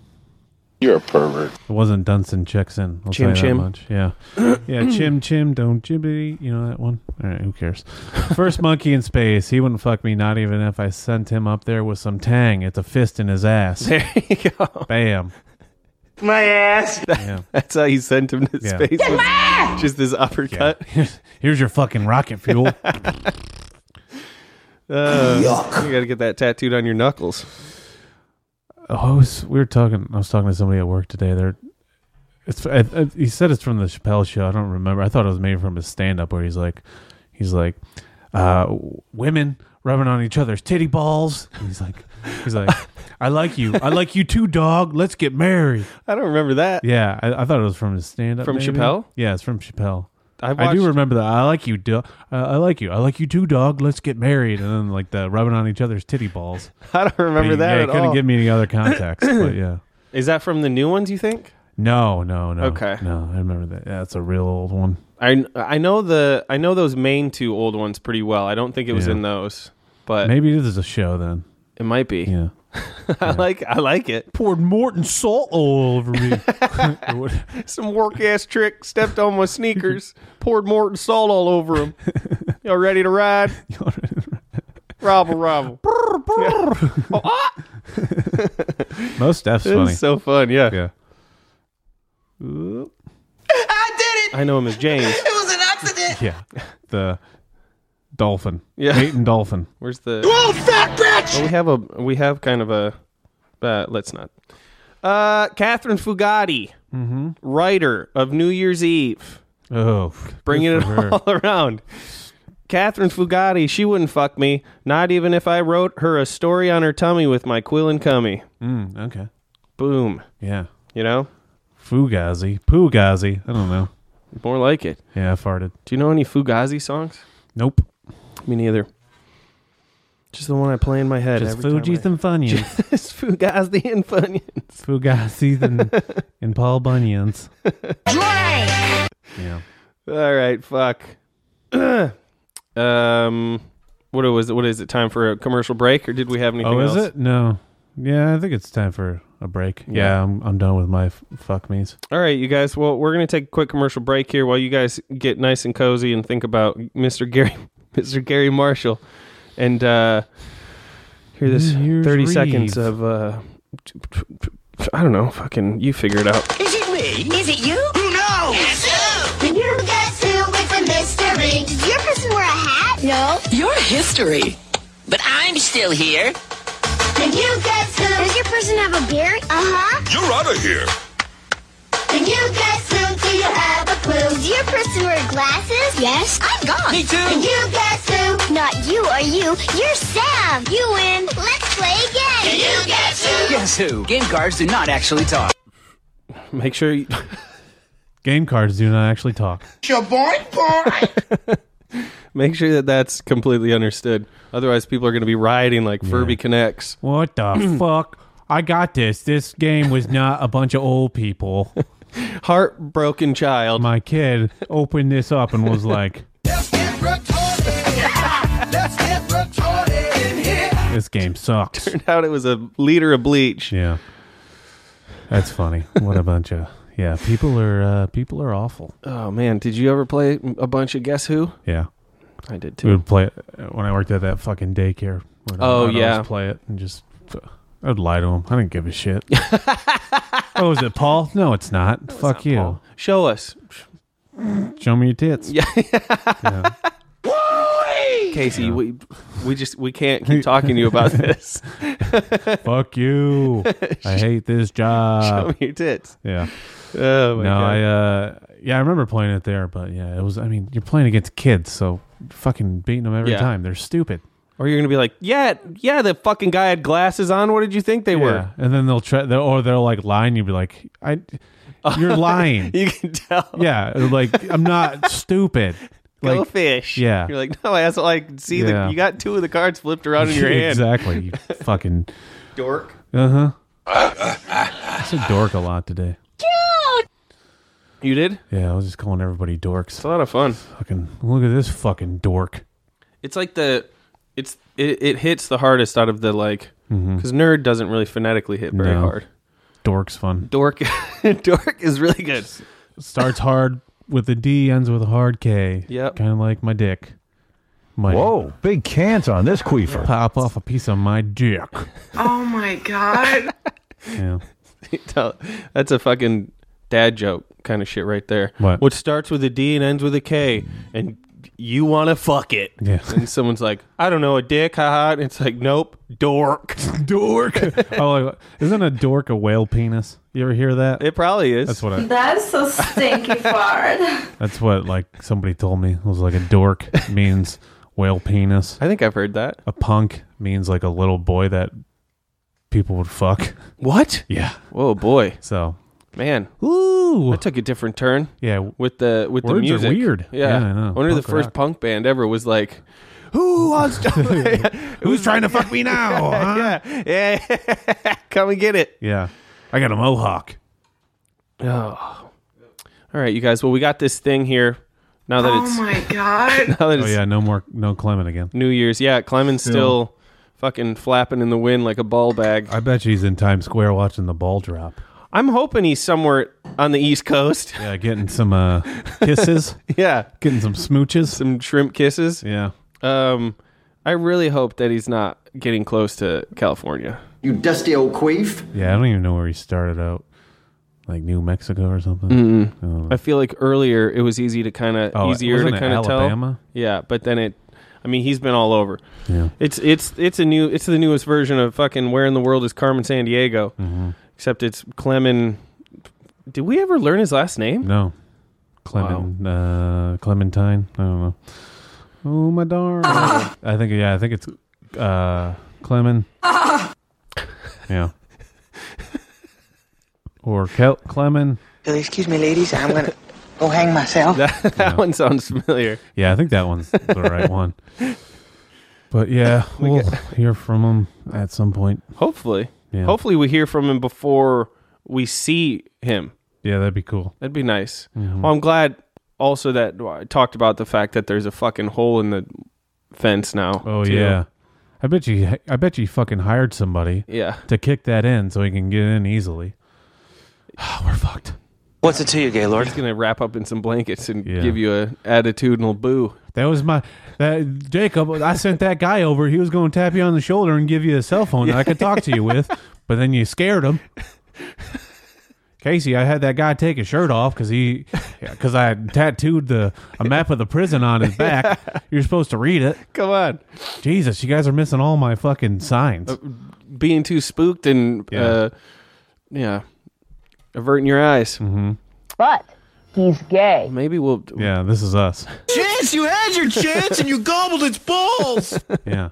[SPEAKER 5] You're a pervert.
[SPEAKER 4] It wasn't Dunson Chickson. I'll
[SPEAKER 3] Chim
[SPEAKER 4] say
[SPEAKER 3] Chim.
[SPEAKER 4] That much. Yeah, yeah. Chim Chim. Don't jibbity. You know that one. All right. Who cares? First monkey in space. He wouldn't fuck me. Not even if I sent him up there with some tang. It's a fist in his ass.
[SPEAKER 3] There you go.
[SPEAKER 4] Bam.
[SPEAKER 8] My ass.
[SPEAKER 4] Yeah.
[SPEAKER 3] That's how he sent him to
[SPEAKER 4] Yeah.
[SPEAKER 3] space. was Just this uppercut.
[SPEAKER 4] Here's, here's your fucking rocket fuel.
[SPEAKER 3] Uh, You gotta get that tattooed on your knuckles.
[SPEAKER 4] Oh, I was, we were talking. I was talking to somebody at work today. They're, it's. I, I, he said it's from the Chappelle show. I don't remember. I thought it was maybe from his stand up where he's like, he's like, uh, w- women rubbing on each other's titty balls. And he's like, he's like, I like you. I like you too, dog. Let's get married.
[SPEAKER 3] I don't remember that.
[SPEAKER 4] Yeah, I, I thought it was from his stand up.
[SPEAKER 3] From Chappelle?
[SPEAKER 4] Yeah, it's from Chappelle.
[SPEAKER 3] I,
[SPEAKER 4] I do
[SPEAKER 3] watched-
[SPEAKER 4] remember that. I like you, do- uh, I like you. I like you too, dog. Let's get married. And then like the rubbing on each other's titty balls.
[SPEAKER 3] I don't remember
[SPEAKER 4] He-
[SPEAKER 3] that
[SPEAKER 4] yeah, he
[SPEAKER 3] at
[SPEAKER 4] couldn't
[SPEAKER 3] all.
[SPEAKER 4] give me any other context, but yeah.
[SPEAKER 3] Is that from the new ones? You think?
[SPEAKER 4] No, no, no.
[SPEAKER 3] Okay.
[SPEAKER 4] No, I remember that. Yeah, that's a real old one.
[SPEAKER 3] I I know the I know those main two old ones pretty well. I don't think it was
[SPEAKER 4] Yeah.
[SPEAKER 3] in those, but
[SPEAKER 4] Maybe this is a show then.
[SPEAKER 3] it might be.
[SPEAKER 4] Yeah.
[SPEAKER 3] I like I like it.
[SPEAKER 4] Poured Morton salt all over me. Or what-
[SPEAKER 3] Some work ass trick stepped on my sneakers, poured Morton salt all over them. Y'all ready to ride? Robble, robble.
[SPEAKER 4] Most stuff's funny.
[SPEAKER 3] It's so fun. Yeah.
[SPEAKER 4] yeah.
[SPEAKER 3] I know him as James.
[SPEAKER 4] Yeah. The dolphin.
[SPEAKER 3] Yeah.
[SPEAKER 4] Peyton Dolphin.
[SPEAKER 3] Where's the? Well, we have a we have kind of a. Uh, let's not. Uh, Catherine Fugati,
[SPEAKER 4] Mm-hmm.
[SPEAKER 3] writer of New Year's Eve,
[SPEAKER 4] Oh,
[SPEAKER 3] bringing
[SPEAKER 4] good
[SPEAKER 3] it
[SPEAKER 4] for her.
[SPEAKER 3] all around. Catherine Fugati, she wouldn't fuck me, not even if I wrote her a story on her tummy with my quill and cummy.
[SPEAKER 4] Mm, okay.
[SPEAKER 3] Boom.
[SPEAKER 4] Yeah.
[SPEAKER 3] You know,
[SPEAKER 4] Fugazi. Pugazi. I don't know.
[SPEAKER 3] more like it.
[SPEAKER 4] Yeah, I farted.
[SPEAKER 3] Do you know any Fugazi songs?
[SPEAKER 4] Nope.
[SPEAKER 3] Me neither. Just the one I play in my head.
[SPEAKER 4] Just
[SPEAKER 3] every time
[SPEAKER 4] Fugees
[SPEAKER 3] I-
[SPEAKER 4] and Funyuns.
[SPEAKER 3] Just Fugazi and Funyuns.
[SPEAKER 4] Fugazis and, and Paul Bunyans. Yeah.
[SPEAKER 3] All right, fuck. um, what was it? What is it? Time for a commercial break, or did we have anything?
[SPEAKER 4] Oh, is
[SPEAKER 3] else?
[SPEAKER 4] it? No. Yeah, I think it's time for a break. Yeah, I'm, I'm done with my f- fuck me's.
[SPEAKER 3] All right, you guys. Well, we're gonna take a quick commercial break here while you guys get nice and cozy and think about Mr. Gary, Mr. Gary Marshall, and uh, hear this
[SPEAKER 4] New Year's
[SPEAKER 3] thirty
[SPEAKER 4] Eve.
[SPEAKER 3] seconds of uh, I don't know. Fucking, you figure it out.
[SPEAKER 2] Is it me? Is it you? Who knows? You guess who with the mystery? Did your person wear a hat? No.
[SPEAKER 11] Your history. But I'm still here.
[SPEAKER 2] Did you guess who? Does your person have a beard? Uh huh.
[SPEAKER 8] You're out of here.
[SPEAKER 2] Did you guess who? Do you have a clue? Does your person wear glasses? Yes. I'm gone.
[SPEAKER 11] Me too.
[SPEAKER 2] Did you guess who? Not you or you. You're Sam. You win. Let's play again. Did you guess who?
[SPEAKER 11] Guess who? Game cards do not actually talk.
[SPEAKER 3] Make sure you,
[SPEAKER 4] Game cards do not actually talk.
[SPEAKER 3] make sure that that's completely understood. Otherwise, people are gonna be rioting like Furby connects.
[SPEAKER 4] What the fuck? I got this. This game was not a bunch of old people.
[SPEAKER 3] Heartbroken child.
[SPEAKER 4] My kid opened this up and was like, this game sucks.
[SPEAKER 3] out it was a liter of bleach.
[SPEAKER 4] Yeah. That's funny. What a bunch of yeah. People are uh, people are awful.
[SPEAKER 3] Oh man, did you ever play a bunch of Guess Who?
[SPEAKER 4] Yeah,
[SPEAKER 3] I did
[SPEAKER 4] we
[SPEAKER 3] too.
[SPEAKER 4] would play it uh, when I worked at that fucking daycare. When I-
[SPEAKER 3] Oh,
[SPEAKER 4] I'd always
[SPEAKER 3] yeah.
[SPEAKER 4] play it and just uh, I'd lie to him. I didn't give a shit. oh, is it Paul? No, it's not. Fuck you.
[SPEAKER 3] Show us,
[SPEAKER 4] Show me your tits. Yeah.
[SPEAKER 3] Casey. We we just we can't keep talking to you about this.
[SPEAKER 4] Fuck you. I hate this
[SPEAKER 3] Show
[SPEAKER 4] job.
[SPEAKER 3] me your tits.
[SPEAKER 4] Yeah.
[SPEAKER 3] Oh my
[SPEAKER 4] no,
[SPEAKER 3] god.
[SPEAKER 4] I uh yeah, I remember playing it there, but yeah, it was I mean, you're playing against kids, so fucking beating them every
[SPEAKER 3] Yeah.
[SPEAKER 4] time. They're stupid.
[SPEAKER 3] or you're gonna be like, yeah, yeah, the fucking guy had glasses on. What did you think they were?
[SPEAKER 4] and then they'll try, they'll, or they'll like lie, and you'll be like, "I, you're lying."
[SPEAKER 3] You can tell.
[SPEAKER 4] yeah, or, like I'm not stupid.
[SPEAKER 3] Go
[SPEAKER 4] Like,
[SPEAKER 3] fish.
[SPEAKER 4] yeah.
[SPEAKER 3] You're like, no, I also like see
[SPEAKER 4] Yeah.
[SPEAKER 3] the you got two of the cards flipped around in your hand.
[SPEAKER 4] exactly. You fucking
[SPEAKER 3] Dork.
[SPEAKER 4] uh huh. I said dork a lot today.
[SPEAKER 3] You did?
[SPEAKER 4] Yeah, I was just calling everybody dorks.
[SPEAKER 3] It's a lot of fun.
[SPEAKER 4] Fucking look at this fucking dork.
[SPEAKER 3] It's like the it's it, it hits the hardest out of the like because nerd doesn't really phonetically hit very
[SPEAKER 4] Mm-hmm. No.
[SPEAKER 3] hard.
[SPEAKER 4] Dork's fun.
[SPEAKER 3] Dork Dork is really good.
[SPEAKER 4] Starts hard with a D, ends with a hard K.
[SPEAKER 3] Yep.
[SPEAKER 4] Kind of like my dick. Might
[SPEAKER 12] Whoa, big cans on this queefer.
[SPEAKER 4] Pop off a piece of my dick.
[SPEAKER 13] Oh my god.
[SPEAKER 4] Yeah.
[SPEAKER 3] Tell- That's a fucking dad joke kind of shit right there.
[SPEAKER 4] What?
[SPEAKER 3] Which starts with a D and ends with a K and you want to fuck it.
[SPEAKER 4] Yeah.
[SPEAKER 3] And someone's like, I don't know, a dick, haha. And it's like, nope, dork.
[SPEAKER 4] dork. oh, like, isn't a dork a whale penis? You ever hear that?
[SPEAKER 3] It probably is.
[SPEAKER 4] That's what I.
[SPEAKER 13] That's so stinky fart.
[SPEAKER 4] That's what like somebody told me. It was like a dork means whale penis.
[SPEAKER 3] I think I've heard that.
[SPEAKER 4] A punk means like a little boy that people would fuck.
[SPEAKER 3] What?
[SPEAKER 4] Yeah.
[SPEAKER 3] Whoa, boy.
[SPEAKER 4] So.
[SPEAKER 3] Man,
[SPEAKER 4] Ooh.
[SPEAKER 3] that took a different turn
[SPEAKER 4] Yeah. w-
[SPEAKER 3] with the with the
[SPEAKER 4] Words are
[SPEAKER 3] music.
[SPEAKER 4] weird.
[SPEAKER 3] Yeah.
[SPEAKER 4] Yeah, I know.
[SPEAKER 3] I wonder the
[SPEAKER 4] Punk
[SPEAKER 3] first
[SPEAKER 4] rock.
[SPEAKER 3] punk band ever was like, who wants to? It was
[SPEAKER 4] Who's trying to fuck me now? huh?
[SPEAKER 3] Yeah. Yeah. Come and get it.
[SPEAKER 4] Yeah. I got a mohawk.
[SPEAKER 3] Oh. All right, you guys. Well, we got this thing here. Now that
[SPEAKER 13] Oh
[SPEAKER 3] it's
[SPEAKER 13] my god.
[SPEAKER 3] now that
[SPEAKER 4] Oh
[SPEAKER 3] it's
[SPEAKER 4] yeah. No more. No Clement again.
[SPEAKER 3] New Year's. Yeah, Clement's still. fucking flapping in the wind like a ball bag.
[SPEAKER 4] I bet she's in Times Square watching the ball drop.
[SPEAKER 3] I'm hoping he's somewhere on the East Coast.
[SPEAKER 4] Yeah, getting some uh, kisses,
[SPEAKER 3] yeah,
[SPEAKER 4] getting some smooches.
[SPEAKER 3] some shrimp kisses.
[SPEAKER 4] Yeah.
[SPEAKER 3] Um, I really hope that he's not getting close to California.
[SPEAKER 14] You dusty old queef.
[SPEAKER 4] Yeah, I don't even know where he started out. Like New Mexico or something. I don't know.
[SPEAKER 3] I feel like earlier it was easy to kind of
[SPEAKER 4] Oh,
[SPEAKER 3] easier to
[SPEAKER 4] wasn't it
[SPEAKER 3] kind of tell.
[SPEAKER 4] Alabama?
[SPEAKER 3] Yeah, but then it. I mean, he's been all over.
[SPEAKER 4] Yeah. Mm-hmm.
[SPEAKER 3] It's it's it's a new it's the newest version of fucking where in the world is Carmen San Diego. except it's Clemen. Did we ever learn his last name?
[SPEAKER 4] No. Clement, uh, Clementine. I don't know. Oh my darn! I think yeah. I think it's uh, Clemen. yeah. Or Kel- Clemen.
[SPEAKER 15] Will you excuse me, ladies? I'm gonna go hang myself.
[SPEAKER 3] That, one sounds familiar.
[SPEAKER 4] Yeah, I think that one's the right one. But yeah, we'll hear from him at some point.
[SPEAKER 3] Hopefully.
[SPEAKER 4] Yeah.
[SPEAKER 3] Hopefully, we hear from him before we see him.
[SPEAKER 4] Yeah, that'd be cool.
[SPEAKER 3] That'd be nice.
[SPEAKER 4] Mm-hmm.
[SPEAKER 3] Well, I'm glad also that well, I talked about the fact that there's a fucking hole in the fence now.
[SPEAKER 4] Oh
[SPEAKER 3] too.
[SPEAKER 4] yeah. I bet you. I bet you fucking hired somebody.
[SPEAKER 3] Yeah.
[SPEAKER 4] To kick that in so he can get in easily.
[SPEAKER 3] What's it to you, Gaylord? He's gonna wrap up in some blankets and give you a attitudinal boo.
[SPEAKER 4] That was my that Jacob. I sent that guy over. He was going to tap you on the shoulder and give you a cell phone that I could talk to you with, but then you scared him. Casey, I had that guy take his shirt off because he because I had tattooed the a map of the prison on his back. You're supposed to read it.
[SPEAKER 3] Come on,
[SPEAKER 4] Jesus, you guys are missing all my fucking signs.
[SPEAKER 3] being too spooked and yeah, uh, yeah averting your eyes. Mm-hmm.
[SPEAKER 16] But he's gay.
[SPEAKER 3] Maybe we'll.
[SPEAKER 4] Yeah, this is us.
[SPEAKER 16] Chance, you had your chance and you gobbled its balls.
[SPEAKER 4] Yeah,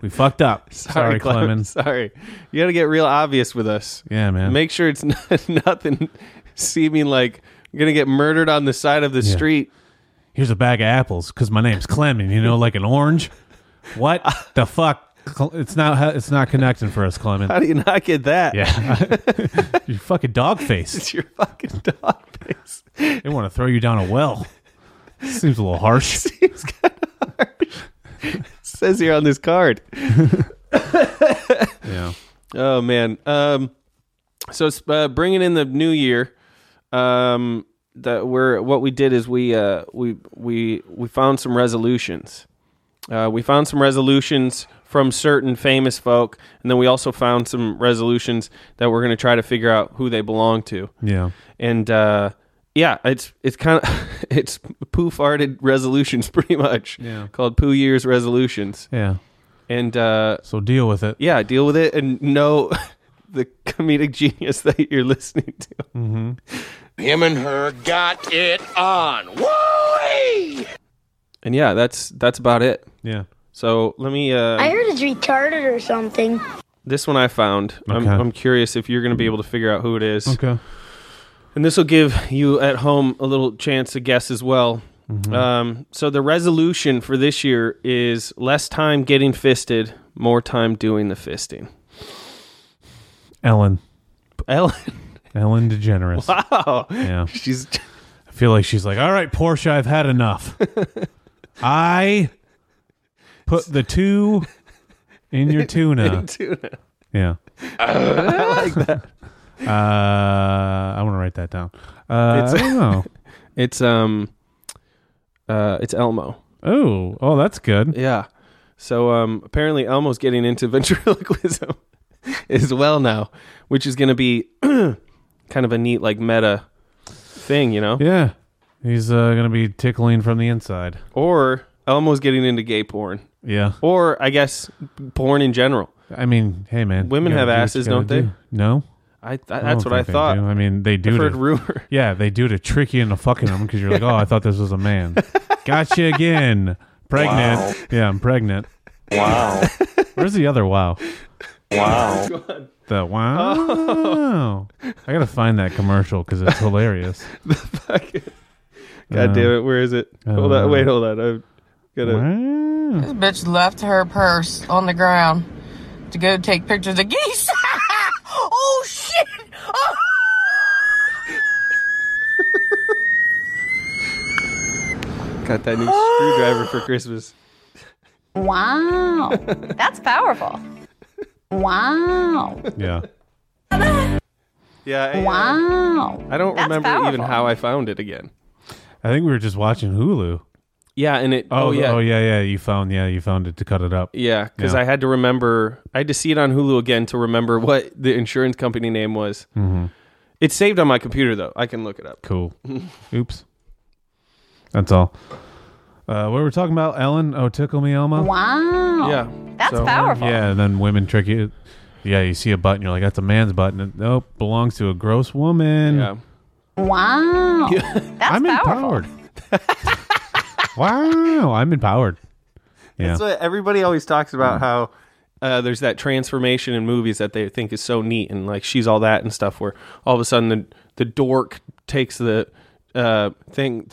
[SPEAKER 4] we fucked up. Sorry,
[SPEAKER 3] Clem-
[SPEAKER 4] Clemens.
[SPEAKER 3] Sorry, you got to get real obvious with us.
[SPEAKER 4] Yeah, man.
[SPEAKER 3] Make sure it's not, nothing seeming like I'm gonna get murdered on the side of the
[SPEAKER 4] Yeah.
[SPEAKER 3] street.
[SPEAKER 4] here's a bag of apples because my name's Clemen, you know, like an orange. What the fuck? Cle- It's not. It's not connecting for us, Clemen.
[SPEAKER 3] How do you not get that?
[SPEAKER 4] Yeah, your fucking dog face.
[SPEAKER 3] It's your fucking dog face.
[SPEAKER 4] They want to throw you down a well. Seems a little harsh.
[SPEAKER 3] says here on this card.
[SPEAKER 4] yeah.
[SPEAKER 3] Oh man. Um. So uh, bringing in the new year, um, that we're what we did is we uh we we we found some resolutions. Uh, we found some resolutions from certain famous folk, and then we also found some resolutions that we're going to try to figure out who they belong to.
[SPEAKER 4] Yeah.
[SPEAKER 3] and uh, yeah, it's it's kind of it's poo farted resolutions pretty much.
[SPEAKER 4] Yeah.
[SPEAKER 3] called poo years resolutions.
[SPEAKER 4] Yeah.
[SPEAKER 3] and uh,
[SPEAKER 4] so deal with it.
[SPEAKER 3] Yeah, deal with it, and know the comedic genius that you're listening to.
[SPEAKER 4] Mm-hmm.
[SPEAKER 8] Him and her got it on. Woo!
[SPEAKER 3] And yeah, that's that's about it.
[SPEAKER 4] Yeah.
[SPEAKER 3] So let me. Uh,
[SPEAKER 17] I heard it's retarded or something.
[SPEAKER 3] This one I found. I'm,
[SPEAKER 4] Okay.
[SPEAKER 3] I'm curious if you're going to be able to figure out who it is.
[SPEAKER 4] Okay.
[SPEAKER 3] And this will give you at home a little chance to guess as well.
[SPEAKER 4] Mm-hmm.
[SPEAKER 3] Um, so the resolution for this year is less time getting fisted, more time doing the fisting.
[SPEAKER 4] Ellen.
[SPEAKER 3] Ellen.
[SPEAKER 4] Ellen DeGeneres.
[SPEAKER 3] Wow.
[SPEAKER 4] Yeah.
[SPEAKER 3] She's.
[SPEAKER 4] I feel like she's like, all right, Portia, I've had enough. I put the two in your tuna.
[SPEAKER 3] Tuna.
[SPEAKER 4] Yeah.
[SPEAKER 3] I like that.
[SPEAKER 4] Uh, I want to write that down. Uh, I don't know.
[SPEAKER 3] It's um, uh, it's Elmo.
[SPEAKER 4] Oh, oh, that's good.
[SPEAKER 3] Yeah. So um, apparently Elmo's getting into ventriloquism as well now, which is going to be kind of a neat like meta thing, you know?
[SPEAKER 4] Yeah. He's uh, going to be tickling from the inside.
[SPEAKER 3] Or Elmo's getting into gay porn.
[SPEAKER 4] Yeah.
[SPEAKER 3] Or I guess porn in general.
[SPEAKER 4] I mean, hey, man.
[SPEAKER 3] Women
[SPEAKER 4] you gotta
[SPEAKER 3] have
[SPEAKER 4] do what
[SPEAKER 3] asses,
[SPEAKER 4] you gotta
[SPEAKER 3] don't they?
[SPEAKER 4] do. No.
[SPEAKER 3] I, th-
[SPEAKER 4] I
[SPEAKER 3] that's
[SPEAKER 4] don't
[SPEAKER 3] what I
[SPEAKER 4] think they
[SPEAKER 3] thought.
[SPEAKER 4] do. I mean, they do.
[SPEAKER 3] I've heard
[SPEAKER 4] to-
[SPEAKER 3] rumor.
[SPEAKER 4] Yeah, they do to trick you into fucking them because you're like, oh, I thought this was a man. Gotcha again. Pregnant.
[SPEAKER 3] Wow.
[SPEAKER 4] Yeah, I'm pregnant. Wow. Where's the other wow?
[SPEAKER 3] Wow. Oh.
[SPEAKER 4] The wow. I gotta find that commercial because it's hilarious. Um,
[SPEAKER 3] God damn it! Where is it? Hold
[SPEAKER 4] uh,
[SPEAKER 3] on. Wait, hold on. I've got
[SPEAKER 4] to.
[SPEAKER 18] This bitch left her purse on the ground to go take pictures of geese. oh shit! Oh.
[SPEAKER 3] Got that new screwdriver for Christmas.
[SPEAKER 19] Wow. That's powerful. Wow.
[SPEAKER 4] Yeah.
[SPEAKER 3] Yeah. I, uh,
[SPEAKER 19] Wow.
[SPEAKER 3] I don't
[SPEAKER 19] That's
[SPEAKER 3] remember even
[SPEAKER 19] powerful.
[SPEAKER 3] how I found it again.
[SPEAKER 4] I think we were just watching Hulu.
[SPEAKER 3] Yeah, and it.
[SPEAKER 4] Oh,
[SPEAKER 3] Oh,
[SPEAKER 4] the-
[SPEAKER 3] yeah.
[SPEAKER 4] Oh yeah. Yeah. You found. Yeah. You found it to cut it up.
[SPEAKER 3] Yeah, because
[SPEAKER 4] Yeah.
[SPEAKER 3] I had to remember. I had to see it on Hulu again to remember what the insurance company name was.
[SPEAKER 4] Mhm.
[SPEAKER 3] It's saved on my computer though. I can look it up.
[SPEAKER 4] Cool. Oops. That's all. Uh, what were we talking about? Ellen? Oh, tickle me, Elmo.
[SPEAKER 19] Wow.
[SPEAKER 3] Yeah.
[SPEAKER 19] That's powerful.
[SPEAKER 4] Yeah, and then women trick you. Yeah, you see a button, you're like, that's a man's button. And, nope, belongs to a gross woman. Yeah.
[SPEAKER 19] Wow. That's
[SPEAKER 4] I'm
[SPEAKER 19] powerful.
[SPEAKER 4] empowered. wow, I'm empowered. Yeah.
[SPEAKER 3] That's what everybody always talks about how uh, there's that transformation in movies that they think is so neat and like she's all that and stuff where all of a sudden the the dork takes the uh, thing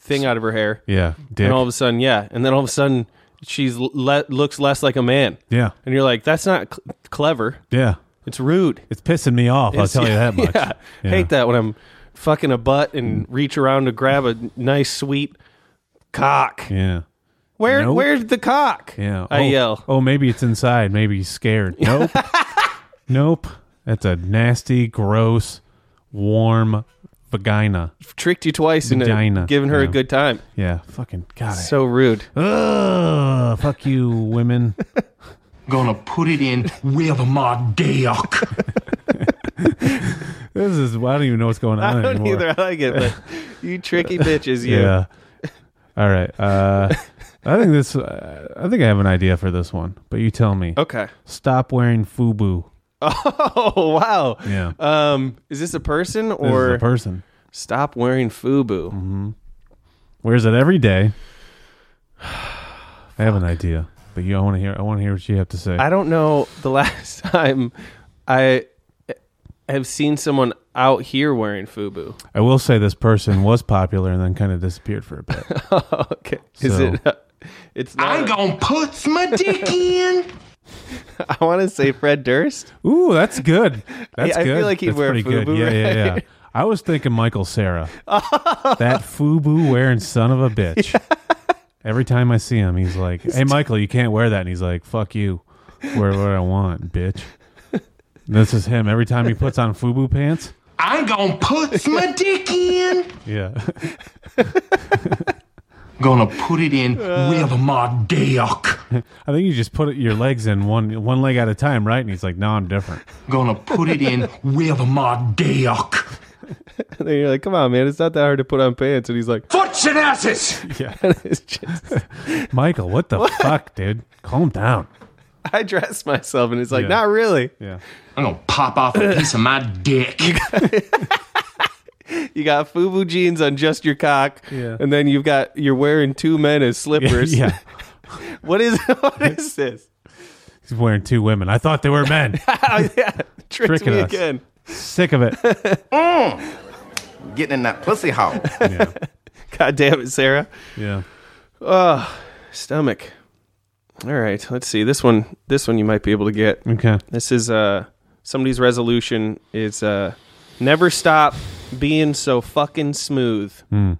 [SPEAKER 3] thing out of her hair.
[SPEAKER 4] Yeah, dick.
[SPEAKER 3] And all of a sudden, yeah, and then all of a sudden she's le- looks less like a man.
[SPEAKER 4] Yeah.
[SPEAKER 3] And you're like that's not cl- clever.
[SPEAKER 4] Yeah.
[SPEAKER 3] It's rude.
[SPEAKER 4] It's pissing me off, I'll
[SPEAKER 3] It's-
[SPEAKER 4] tell you that much.
[SPEAKER 3] yeah.
[SPEAKER 4] Yeah. Mm.
[SPEAKER 3] Hate that when I'm fucking a butt and reach around to grab a nice sweet cock.
[SPEAKER 4] Yeah.
[SPEAKER 3] Where
[SPEAKER 4] Nope.
[SPEAKER 3] where's the cock?
[SPEAKER 4] Yeah.
[SPEAKER 3] I
[SPEAKER 4] oh,
[SPEAKER 3] yell.
[SPEAKER 4] Oh, maybe it's inside. Maybe he's scared. Nope. nope. That's a nasty, gross, warm vagina.
[SPEAKER 3] Tricked you twice
[SPEAKER 4] Vagina.
[SPEAKER 3] into giving her
[SPEAKER 4] Yeah.
[SPEAKER 3] a good time.
[SPEAKER 4] Yeah. Fucking God. I-
[SPEAKER 3] So rude.
[SPEAKER 4] Ugh, fuck you, women.
[SPEAKER 20] Gonna put it in with my dick.
[SPEAKER 4] This is. I don't even know what's going on
[SPEAKER 3] I don't
[SPEAKER 4] anymore.
[SPEAKER 3] either. I like it, but you tricky bitches, you.
[SPEAKER 4] Yeah. All right. Uh, I think this. Uh, I think I have an idea for this one, but you tell me.
[SPEAKER 3] Okay.
[SPEAKER 4] Stop wearing FUBU.
[SPEAKER 3] Oh wow.
[SPEAKER 4] Yeah.
[SPEAKER 3] Um, is this a person
[SPEAKER 4] This is
[SPEAKER 3] or
[SPEAKER 4] a person
[SPEAKER 3] Stop wearing FUBU.
[SPEAKER 4] wears it every day. I have an idea, but you. I want to hear. I want to hear what you have to say.
[SPEAKER 3] I don't know the last time I have seen someone out here wearing FUBU.
[SPEAKER 4] I will say this person was popular and then kind of disappeared for a bit.
[SPEAKER 3] okay. Is
[SPEAKER 4] So-
[SPEAKER 3] it? uh, It's not.
[SPEAKER 20] I'm gonna put my dick in.
[SPEAKER 3] I want to say Fred Durst.
[SPEAKER 4] Ooh, that's good. That's
[SPEAKER 3] I
[SPEAKER 4] good.
[SPEAKER 3] feel like he'd
[SPEAKER 4] That's
[SPEAKER 3] wear
[SPEAKER 4] pretty good.
[SPEAKER 3] FUBU,
[SPEAKER 4] Yeah, yeah, yeah.
[SPEAKER 3] right?
[SPEAKER 4] I was thinking Michael Sarah. that FUBU wearing son of a bitch. Every time I see him, he's like, "Hey, Michael, you can't wear that," and he's like, "Fuck you, wear what I want, bitch." This is him. Every time he puts on FUBU pants,
[SPEAKER 20] I'm gonna put my dick in.
[SPEAKER 4] yeah,
[SPEAKER 20] Gonna put it in with my dick.
[SPEAKER 4] I think you just put your legs in one one leg at a time, right? And he's like, "No, I'm different."
[SPEAKER 20] Gonna put it in with my dick.
[SPEAKER 3] And then you're like, come on, man, it's not that hard to put on pants. And he's like,
[SPEAKER 20] Butts and asses.
[SPEAKER 4] Yeah.
[SPEAKER 3] it's just,
[SPEAKER 4] Michael, what the fuck, dude? Calm down.
[SPEAKER 3] I dress myself, and it's like,
[SPEAKER 4] Yeah.
[SPEAKER 3] not really.
[SPEAKER 4] Yeah.
[SPEAKER 20] I'm gonna pop off a piece of my dick.
[SPEAKER 3] You got FUBU jeans on just your cock,
[SPEAKER 4] Yeah.
[SPEAKER 3] and then you've got you're wearing two men as slippers.
[SPEAKER 4] Yeah.
[SPEAKER 3] what is what is this?
[SPEAKER 4] He's wearing two women. I thought they were men.
[SPEAKER 3] Oh, yeah, tricks
[SPEAKER 4] Tricking
[SPEAKER 3] me
[SPEAKER 4] us.
[SPEAKER 3] again.
[SPEAKER 4] Sick of it.
[SPEAKER 21] Getting in that pussy hole.
[SPEAKER 3] God damn it, Sarah.
[SPEAKER 4] Yeah.
[SPEAKER 3] Oh, stomach. All right, let's see. This one this one you might be able to get.
[SPEAKER 4] Okay.
[SPEAKER 3] This is uh somebody's resolution is uh never stop being so fucking smooth.
[SPEAKER 4] Hmm.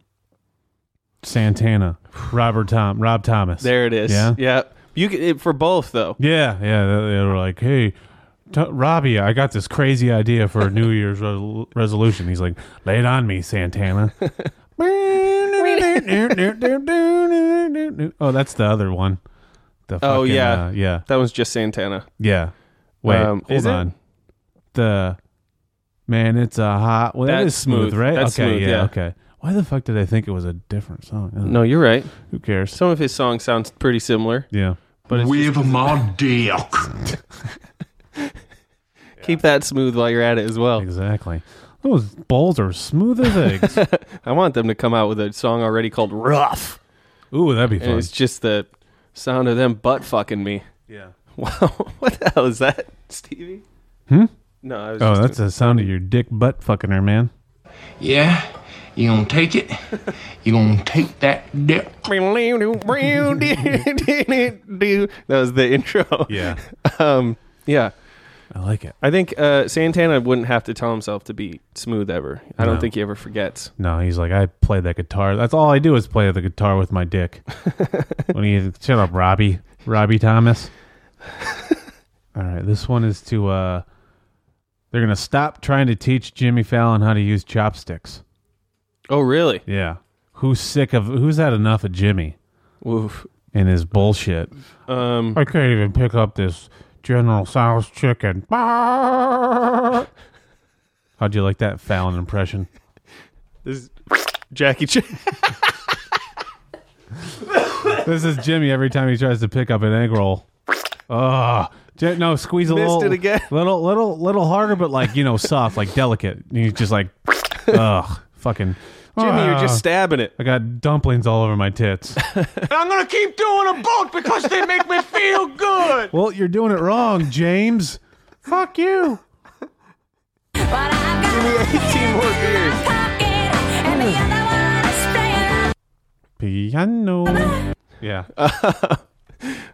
[SPEAKER 4] Santana, Robert Tom, Rob Thomas.
[SPEAKER 3] There it is.
[SPEAKER 4] Yeah,
[SPEAKER 3] Yeah. You can, it, for both though.
[SPEAKER 4] yeah, yeah. They, they were like, "Hey, T- Robbie, I got this crazy idea for a New Year's resol- resolution." He's like, "Lay it on me, Santana." oh, that's the other one. The
[SPEAKER 3] Oh
[SPEAKER 4] fucking,
[SPEAKER 3] yeah.
[SPEAKER 4] uh, yeah,
[SPEAKER 3] That one's just Santana.
[SPEAKER 4] yeah. Wait,
[SPEAKER 3] Um,
[SPEAKER 4] hold
[SPEAKER 3] is it?
[SPEAKER 4] on. The man, it's a hot. Well, that
[SPEAKER 3] That's
[SPEAKER 4] is smooth,
[SPEAKER 3] smooth.
[SPEAKER 4] right?
[SPEAKER 3] That's
[SPEAKER 4] okay,
[SPEAKER 3] smooth,
[SPEAKER 4] yeah,
[SPEAKER 3] yeah.
[SPEAKER 4] okay. Why the fuck did I think it was a different song? I don't
[SPEAKER 3] No, you're right.
[SPEAKER 4] Who cares?
[SPEAKER 3] Some of his songs sound pretty similar.
[SPEAKER 4] Yeah.
[SPEAKER 3] But it's
[SPEAKER 20] with my dick.
[SPEAKER 3] keep that smooth while you're at it as well.
[SPEAKER 4] Exactly. Those balls are smooth as eggs.
[SPEAKER 3] I want them to come out with a song already called Rough.
[SPEAKER 4] Ooh, that'd be
[SPEAKER 3] And
[SPEAKER 4] fun.
[SPEAKER 3] it's just the sound of them butt fucking me.
[SPEAKER 4] Yeah.
[SPEAKER 3] Wow. What the hell is that, Stevie?
[SPEAKER 4] Hmm?
[SPEAKER 3] No, I was
[SPEAKER 4] Oh,
[SPEAKER 3] just
[SPEAKER 4] that's the sound of your dick butt fucking her, man.
[SPEAKER 20] Yeah, you gonna take it? You gonna take that dick?
[SPEAKER 3] that was the intro.
[SPEAKER 4] Yeah.
[SPEAKER 3] Um, yeah.
[SPEAKER 4] I like it.
[SPEAKER 3] I think uh, Santana wouldn't have to tell himself to be smooth ever. I don't
[SPEAKER 4] No.
[SPEAKER 3] think he ever forgets.
[SPEAKER 4] No, he's like, I play that guitar. That's all I do is play the guitar with my dick. when he shut up, Robbie, Robbie Thomas. all right, this one is to. uh They're gonna stop trying to teach Jimmy Fallon how to use chopsticks.
[SPEAKER 3] Oh, really?
[SPEAKER 4] Yeah. Who's sick of? Who's had enough of Jimmy
[SPEAKER 3] Oof.
[SPEAKER 4] and his bullshit?
[SPEAKER 3] Um,
[SPEAKER 4] I can't even pick up this General Tso's chicken. How'd you like that Fallon impression?
[SPEAKER 3] this is Jackie Chan.
[SPEAKER 4] This is Jimmy every time he tries to pick up an egg roll. Ugh, Ju- No, squeeze a
[SPEAKER 3] Missed
[SPEAKER 4] little,
[SPEAKER 3] it again.
[SPEAKER 4] little, little, little harder, but like you know, soft, like delicate. And you just like, ugh, fucking.
[SPEAKER 3] Jimmy, you're just
[SPEAKER 4] Ah.
[SPEAKER 3] stabbing it.
[SPEAKER 4] I got dumplings all over my tits.
[SPEAKER 16] I'm gonna keep doing them both because they make me feel good.
[SPEAKER 4] well, you're doing it wrong, James. Fuck you.
[SPEAKER 3] Give me 18 more beers.
[SPEAKER 4] Piano. Yeah.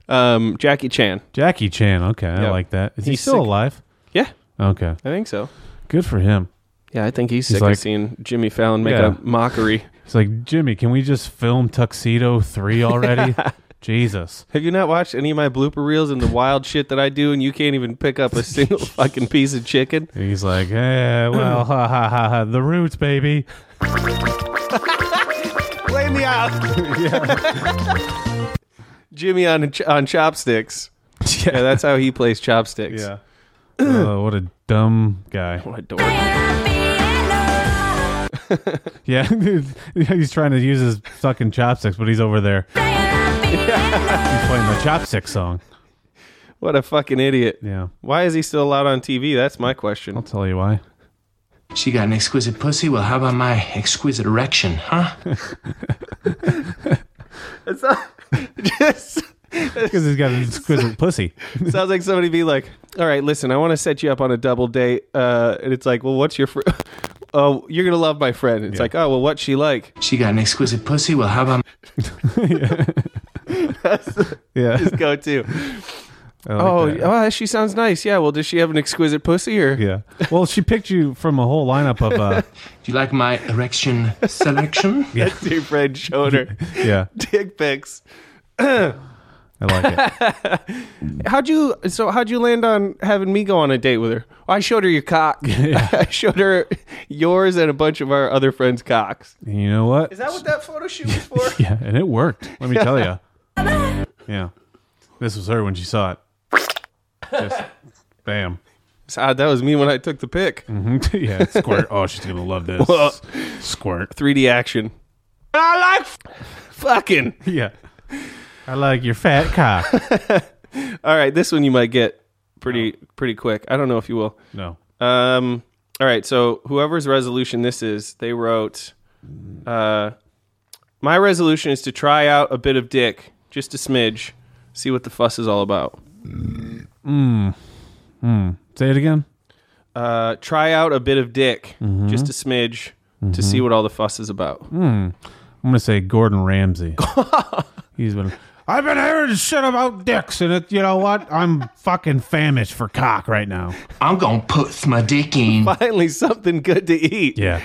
[SPEAKER 3] um, Jackie Chan.
[SPEAKER 4] Jackie Chan. Okay, I
[SPEAKER 3] Yep.
[SPEAKER 4] like that. Is he
[SPEAKER 3] He's
[SPEAKER 4] still
[SPEAKER 3] sick.
[SPEAKER 4] alive?
[SPEAKER 3] Yeah,
[SPEAKER 4] Okay.
[SPEAKER 3] I think so.
[SPEAKER 4] Good for him.
[SPEAKER 3] Yeah, I think he's,
[SPEAKER 4] He's
[SPEAKER 3] sick
[SPEAKER 4] like-
[SPEAKER 3] of seeing Jimmy Fallon make
[SPEAKER 4] Yeah.
[SPEAKER 3] a mockery.
[SPEAKER 4] He's like, Jimmy, can we just film Tuxedo 3 already? Jesus.
[SPEAKER 3] Have you not watched any of my blooper reels and the wild shit that I do, and you can't even pick up a single fucking piece of chicken?
[SPEAKER 4] And he's like, eh, well, ha ha ha ha, the roots, baby.
[SPEAKER 3] Blame the Jimmy on on chopsticks. Yeah. that's how he plays chopsticks.
[SPEAKER 4] Yeah. Uh, what a dumb guy.
[SPEAKER 3] What a dork.
[SPEAKER 4] Yeah, he's trying to use his fucking chopsticks, but he's over there. he's playing the chopstick song.
[SPEAKER 3] What a fucking idiot.
[SPEAKER 4] Yeah.
[SPEAKER 3] Why is he still allowed on TV? That's my question. I'll
[SPEAKER 4] tell you why.
[SPEAKER 20] She got an exquisite pussy. Well, how about my exquisite erection, huh?
[SPEAKER 3] It's not, just
[SPEAKER 4] Because he's got an exquisite pussy.
[SPEAKER 3] sounds like somebody be like, "All right, listen, I want to set you up on a double date," uh, and it's like, "Well, what's your fr- oh, you're gonna love my friend." It's like, "Oh, well, what's she like?"
[SPEAKER 20] She got an exquisite pussy. Well, how about
[SPEAKER 4] Yeah.
[SPEAKER 3] Just go to.
[SPEAKER 4] I like
[SPEAKER 3] oh,
[SPEAKER 4] that.
[SPEAKER 3] oh, she sounds nice. Yeah. Well, does she have an exquisite pussy or?
[SPEAKER 4] Yeah. Well, she picked you from a whole lineup of. Uh,
[SPEAKER 20] Do you like my erection selection?
[SPEAKER 4] yeah,
[SPEAKER 3] That's your friend showing her
[SPEAKER 4] yeah,
[SPEAKER 3] dick pics. I
[SPEAKER 4] I like it.
[SPEAKER 3] how'd you? So how'd you land on having me go on a date with her? I showed her your cock. I showed her yours and a bunch of our other friends' cocks.
[SPEAKER 4] And you know what?
[SPEAKER 3] Is that what that photo shoot was for?
[SPEAKER 4] Yeah, and it worked. Let me tell you. Yeah, this was her when she saw it. Just bam.
[SPEAKER 3] Ah, that was me when I took the pic.
[SPEAKER 4] Mm-hmm. Yeah, squirt. Oh, she's gonna love this.
[SPEAKER 3] Well-
[SPEAKER 4] Squirt.
[SPEAKER 3] 3D action.
[SPEAKER 16] I like f-
[SPEAKER 3] fucking.
[SPEAKER 4] Yeah. I like your fat cock.
[SPEAKER 3] All right, this one you might get pretty pretty quick. I don't know if you will.
[SPEAKER 4] No.
[SPEAKER 3] Um. All right. So whoever's resolution this is, they wrote, uh, "My resolution is to try out a bit of dick, just a smidge, see what the fuss is all about.
[SPEAKER 4] Mm. Mm. Say it again.
[SPEAKER 3] Uh, try out a bit of dick,
[SPEAKER 4] Mhm.
[SPEAKER 3] just a smidge,
[SPEAKER 4] Mhm.
[SPEAKER 3] to see what all the fuss is about."
[SPEAKER 4] Mm. I'm gonna say Gordon Ramsay. He's been. I've been hearing shit about dicks, and it, you know what? I'm fucking famished for cock right now.
[SPEAKER 20] I'm gonna put my dick in.
[SPEAKER 3] Finally, something good to eat.
[SPEAKER 4] Yeah.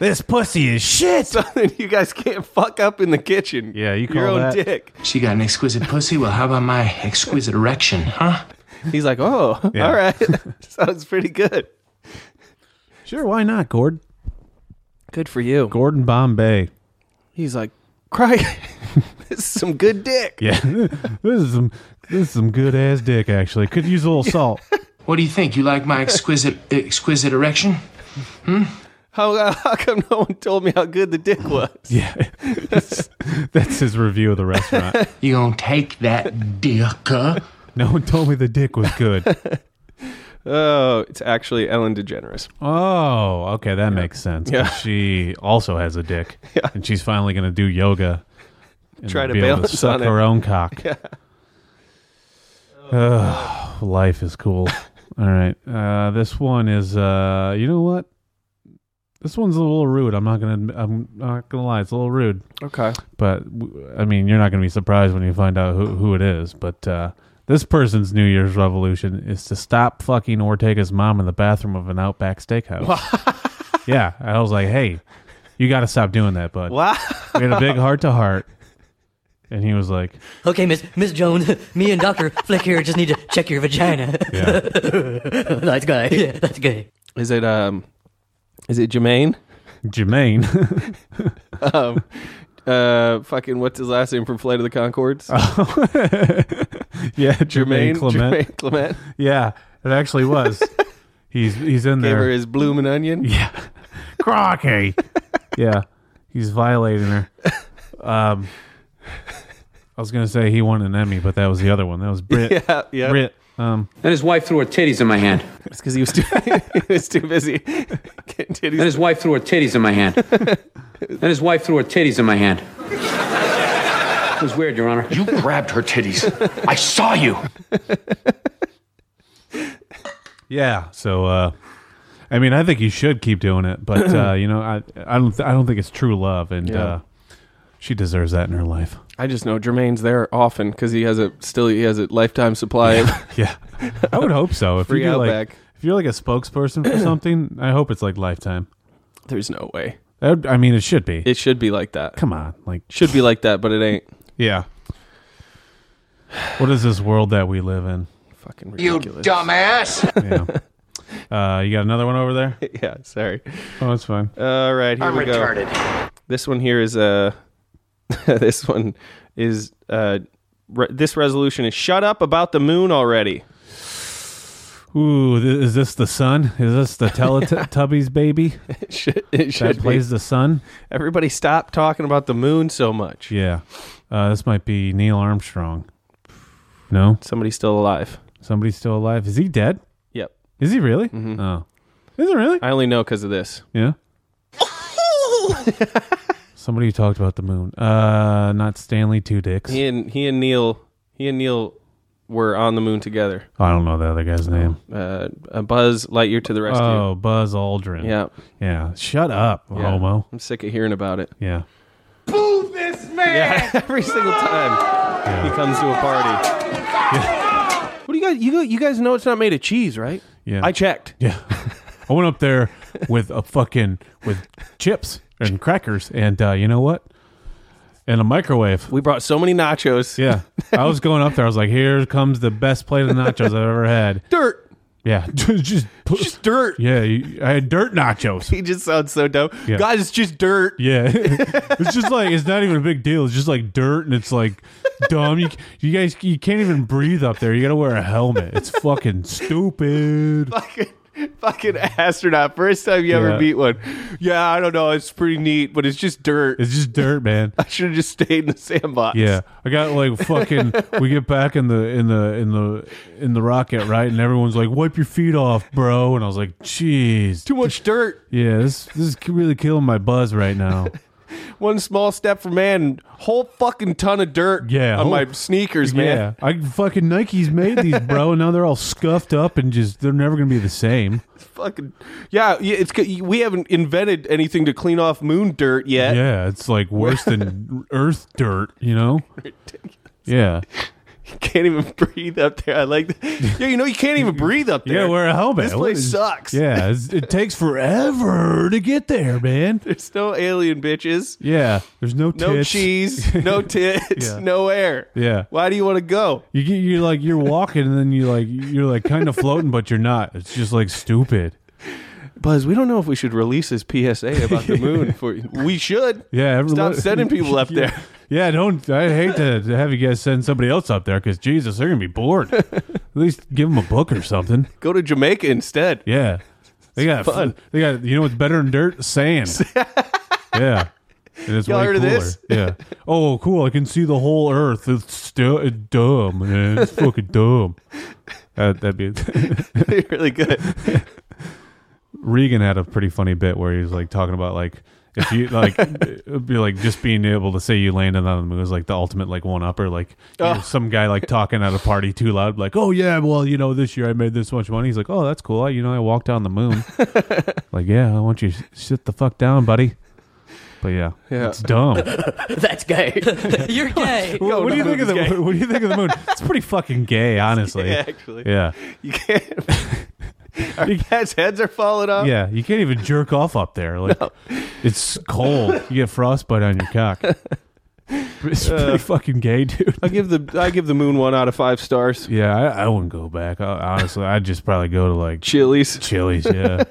[SPEAKER 4] This pussy is shit.
[SPEAKER 3] Something you guys can't fuck up in the kitchen.
[SPEAKER 4] Yeah, you
[SPEAKER 3] your own dick.
[SPEAKER 20] She got an exquisite pussy. Well, how about my exquisite erection, huh?
[SPEAKER 3] He's like, oh,
[SPEAKER 20] Yeah.
[SPEAKER 3] all right. Sounds pretty good.
[SPEAKER 4] Sure, why not, Gord?
[SPEAKER 3] Good for you.
[SPEAKER 4] Gordon Bombay.
[SPEAKER 3] He's like, cry. this is some good dick.
[SPEAKER 4] Yeah. this is some this is some good ass dick actually. Could use a little salt.
[SPEAKER 20] What do you think? You like my exquisite exquisite erection?
[SPEAKER 3] How, uh, how come no one told me how good the dick was?
[SPEAKER 4] Yeah. That's, that's his review of the restaurant.
[SPEAKER 20] You gonna take that dick? Huh?
[SPEAKER 4] No one told me the dick was good.
[SPEAKER 3] Oh, it's actually Ellen DeGeneres.
[SPEAKER 4] Oh, okay, that makes sense. 'cause
[SPEAKER 3] Yeah.
[SPEAKER 4] She also has a dick. And she's finally gonna do yoga. and
[SPEAKER 3] Try to
[SPEAKER 4] be able
[SPEAKER 3] balance
[SPEAKER 4] suck
[SPEAKER 3] on it.
[SPEAKER 4] her own cock.
[SPEAKER 3] Yeah.
[SPEAKER 4] Ugh, life is cool. All right. Uh, this one is uh, you know what? This one's a little rude. I'm not gonna. I'm not gonna lie. It's a little rude.
[SPEAKER 3] Okay.
[SPEAKER 4] But w- I mean, you're not gonna be surprised when you find out who who it is. But uh, this person's New Year's revolution is to stop fucking Ortega's mom in the bathroom of an Outback Steakhouse. yeah, I was like, hey, you got to stop doing that, bud.
[SPEAKER 21] Wow.
[SPEAKER 4] We had a big heart to heart, and he was like,
[SPEAKER 21] Okay, Miss Miss Jones, me and Doctor Flick here just need to check your vagina.
[SPEAKER 4] Yeah.
[SPEAKER 21] that's good. Yeah, that's good.
[SPEAKER 3] Is it, um, is it Jermaine?
[SPEAKER 4] Jermaine.
[SPEAKER 3] um, uh, fucking, what's his last name from Flight of the Concords?
[SPEAKER 4] yeah, Jermaine,
[SPEAKER 3] Jermaine-
[SPEAKER 4] Clement.
[SPEAKER 3] Jermaine Clement.
[SPEAKER 4] Yeah, it actually was. he's he's in
[SPEAKER 3] Gave
[SPEAKER 4] there.
[SPEAKER 3] her his bloomin' onion.
[SPEAKER 4] Yeah. Crocky. yeah, he's violating her. Um, I was gonna say he won an Emmy, but that was the other one. That was Brit.
[SPEAKER 3] Yeah, yeah.
[SPEAKER 4] Brit. Um,
[SPEAKER 1] Then his wife threw her titties in my hand.
[SPEAKER 3] It's because he was too he was too busy. Getting titties.
[SPEAKER 1] Then his wife threw her titties in my hand. then his wife threw her titties in my hand. It was weird, Your Honor. You grabbed her titties. I saw you.
[SPEAKER 4] Yeah. So, uh, I mean, I think you should keep doing it, but uh, you know, I I don't I don't think it's true love, and
[SPEAKER 3] Yeah.
[SPEAKER 4] uh, she deserves that in her life.
[SPEAKER 3] I just know Jermaine's there often because he has a still he has a lifetime supply. of
[SPEAKER 4] Yeah, I would hope so. If
[SPEAKER 3] Free
[SPEAKER 4] you do, like,
[SPEAKER 3] Outback.
[SPEAKER 4] if you're like a spokesperson for something, I hope it's like lifetime.
[SPEAKER 3] There's no way.
[SPEAKER 4] That would- I mean, it should be.
[SPEAKER 3] It should be like that.
[SPEAKER 4] Come on, like
[SPEAKER 3] should be like that, but it ain't.
[SPEAKER 4] Yeah. What is this world that we live in?
[SPEAKER 3] Fucking
[SPEAKER 8] ridiculous. dumbass.
[SPEAKER 4] Yeah. Uh, you got another one over there?
[SPEAKER 3] yeah. Sorry.
[SPEAKER 4] Oh, it's fine.
[SPEAKER 3] All right, here
[SPEAKER 4] I'm
[SPEAKER 3] we go.
[SPEAKER 4] retarded.
[SPEAKER 3] This one here is uh this one is uh re- this resolution is shut up about the moon already.
[SPEAKER 4] Ooh, th- is this the sun? Is this the Teletubbies baby?
[SPEAKER 3] It should, it should
[SPEAKER 4] that
[SPEAKER 3] be.
[SPEAKER 4] plays the sun.
[SPEAKER 3] Everybody stop talking about the moon so much.
[SPEAKER 4] Yeah, uh, this might be Neil Armstrong. No,
[SPEAKER 3] somebody's still alive.
[SPEAKER 4] Somebody's still alive. Is he dead?
[SPEAKER 3] Yep.
[SPEAKER 4] Is he really? Oh, is it really?
[SPEAKER 3] Mm-hmm. I only know because of this.
[SPEAKER 4] Yeah. Somebody who talked about the moon. Uh, not Stanley Two Dicks.
[SPEAKER 3] He and he and Neil he and Neil were on the moon together.
[SPEAKER 4] I don't know the other guy's name.
[SPEAKER 3] Uh, uh, Buzz Lightyear to the rescue.
[SPEAKER 4] Oh, Buzz Aldrin.
[SPEAKER 3] Yeah.
[SPEAKER 4] Yeah. Shut up,
[SPEAKER 3] Yeah.
[SPEAKER 4] homo.
[SPEAKER 3] I'm sick of hearing about it.
[SPEAKER 4] Yeah.
[SPEAKER 8] Boo this man!
[SPEAKER 3] Yeah, every single time he comes to a party. What do you guys? You go- you guys know it's not made of cheese, right?
[SPEAKER 4] Yeah.
[SPEAKER 3] I checked.
[SPEAKER 4] Yeah. I went up there with a fucking with chips and crackers and uh, you know what? And a microwave.
[SPEAKER 3] We brought so many nachos.
[SPEAKER 4] Yeah. I was going up there. I was like, here comes the best plate of nachos I've ever had.
[SPEAKER 3] Dirt.
[SPEAKER 4] Yeah. just, just
[SPEAKER 3] dirt.
[SPEAKER 4] Yeah. you- I had dirt nachos.
[SPEAKER 3] He just sounds so dumb.
[SPEAKER 4] Yeah.
[SPEAKER 3] Guys, it's just dirt.
[SPEAKER 4] Yeah. it's just like it's not even a big deal. It's just like dirt and it's like dumb. You, you guys you can't even breathe up there. You got to wear a helmet. It's fucking stupid.
[SPEAKER 3] Fucking astronaut. First time you
[SPEAKER 4] Yeah.
[SPEAKER 3] ever meet one. Yeah, I don't know. It's pretty neat, but it's just dirt.
[SPEAKER 4] It's just dirt, man.
[SPEAKER 3] I should have just stayed in the sandbox.
[SPEAKER 4] Yeah, I got like fucking. we get back in the in the in the in the rocket, right? And everyone's like, "Wipe your feet off, bro." And I was like, "Jeez,
[SPEAKER 3] too much dirt."
[SPEAKER 4] Yeah, this this is really killing my buzz right now.
[SPEAKER 3] One small step for man, whole fucking ton of dirt
[SPEAKER 4] Yeah,
[SPEAKER 3] on
[SPEAKER 4] whole-
[SPEAKER 3] my sneakers, man.
[SPEAKER 4] Yeah, I fucking Nikes made these, bro, and now they're all scuffed up and just they're never gonna be the same.
[SPEAKER 3] Fucking yeah, yeah, it's c- we haven't invented anything to clean off moon dirt yet.
[SPEAKER 4] Yeah, it's like worse than Earth dirt, you know? Yeah,
[SPEAKER 3] Can't even breathe up there. I like that. Yeah, you know you can't even breathe up
[SPEAKER 4] you
[SPEAKER 3] there.
[SPEAKER 4] gotta wear a helmet.
[SPEAKER 3] This
[SPEAKER 4] What
[SPEAKER 3] place
[SPEAKER 4] is-
[SPEAKER 3] sucks.
[SPEAKER 4] Yeah, it's- it takes forever to get there, man.
[SPEAKER 3] There's no alien bitches.
[SPEAKER 4] Yeah, there's no
[SPEAKER 3] No
[SPEAKER 4] tits.
[SPEAKER 3] cheese, no tits,
[SPEAKER 4] Yeah.
[SPEAKER 3] no air.
[SPEAKER 4] Yeah.
[SPEAKER 3] Why do you want to go?
[SPEAKER 4] You get you're like you're walking and then you like you're like kind of floating but you're not. It's just like stupid.
[SPEAKER 3] Buzz, we don't know if we should release his PSA about the moon for you. We should.
[SPEAKER 4] Yeah,
[SPEAKER 3] Stop
[SPEAKER 4] everyone-
[SPEAKER 3] sending people up
[SPEAKER 4] Yeah.
[SPEAKER 3] there.
[SPEAKER 4] Yeah, don't. I hate to, to have you guys send somebody else up there because Jesus, they're gonna be bored. At least give them a book or something.
[SPEAKER 3] Go to Jamaica instead.
[SPEAKER 4] Yeah, they got
[SPEAKER 3] fun.
[SPEAKER 4] They got you know what's better than dirt? Sand. yeah, and it's
[SPEAKER 3] Y'all
[SPEAKER 4] way
[SPEAKER 3] heard of
[SPEAKER 4] cooler.
[SPEAKER 3] this?
[SPEAKER 4] Yeah. Oh, cool! I can see the whole Earth. It's still it's dumb, man. It's fucking dumb. Uh, that'd be
[SPEAKER 3] really good.
[SPEAKER 4] Regan had a pretty funny bit where he was like talking about like if you like it would be like just being able to say you landed on the moon is like the ultimate like one upper like you know,
[SPEAKER 3] Oh.
[SPEAKER 4] some guy like talking at a party too loud like oh yeah well you know this year I made this much money he's like oh that's cool I, you know I walked on the moon like yeah I want you to sit the fuck down buddy but yeah,
[SPEAKER 3] Yeah.
[SPEAKER 4] it's dumb
[SPEAKER 21] That's gay. You're gay.
[SPEAKER 4] what, do you think of the what do you think of the moon it's pretty fucking gay honestly
[SPEAKER 3] Yeah, actually.
[SPEAKER 4] yeah
[SPEAKER 3] You can't. Our cats' heads are falling off.
[SPEAKER 4] Yeah, you can't even jerk off up there. Like it's cold. You get frostbite on your cock. It's pretty
[SPEAKER 3] Uh,
[SPEAKER 4] fucking gay, dude.
[SPEAKER 3] I give the I give the moon one out of five stars.
[SPEAKER 4] Yeah, I, I wouldn't go back. I, honestly, I'd just probably go to like
[SPEAKER 3] Chili's.
[SPEAKER 4] Chili's, yeah.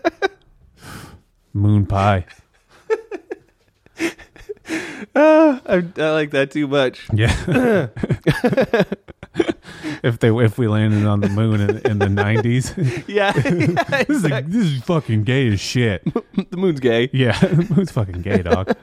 [SPEAKER 4] Moon pie.
[SPEAKER 3] Ah, I, I like that too much.
[SPEAKER 4] Yeah. if they if we landed on the moon in, in the nineties,
[SPEAKER 3] yeah.
[SPEAKER 4] this is like, this is fucking gay as shit.
[SPEAKER 3] the moon's gay.
[SPEAKER 4] Yeah, the moon's fucking gay, dog.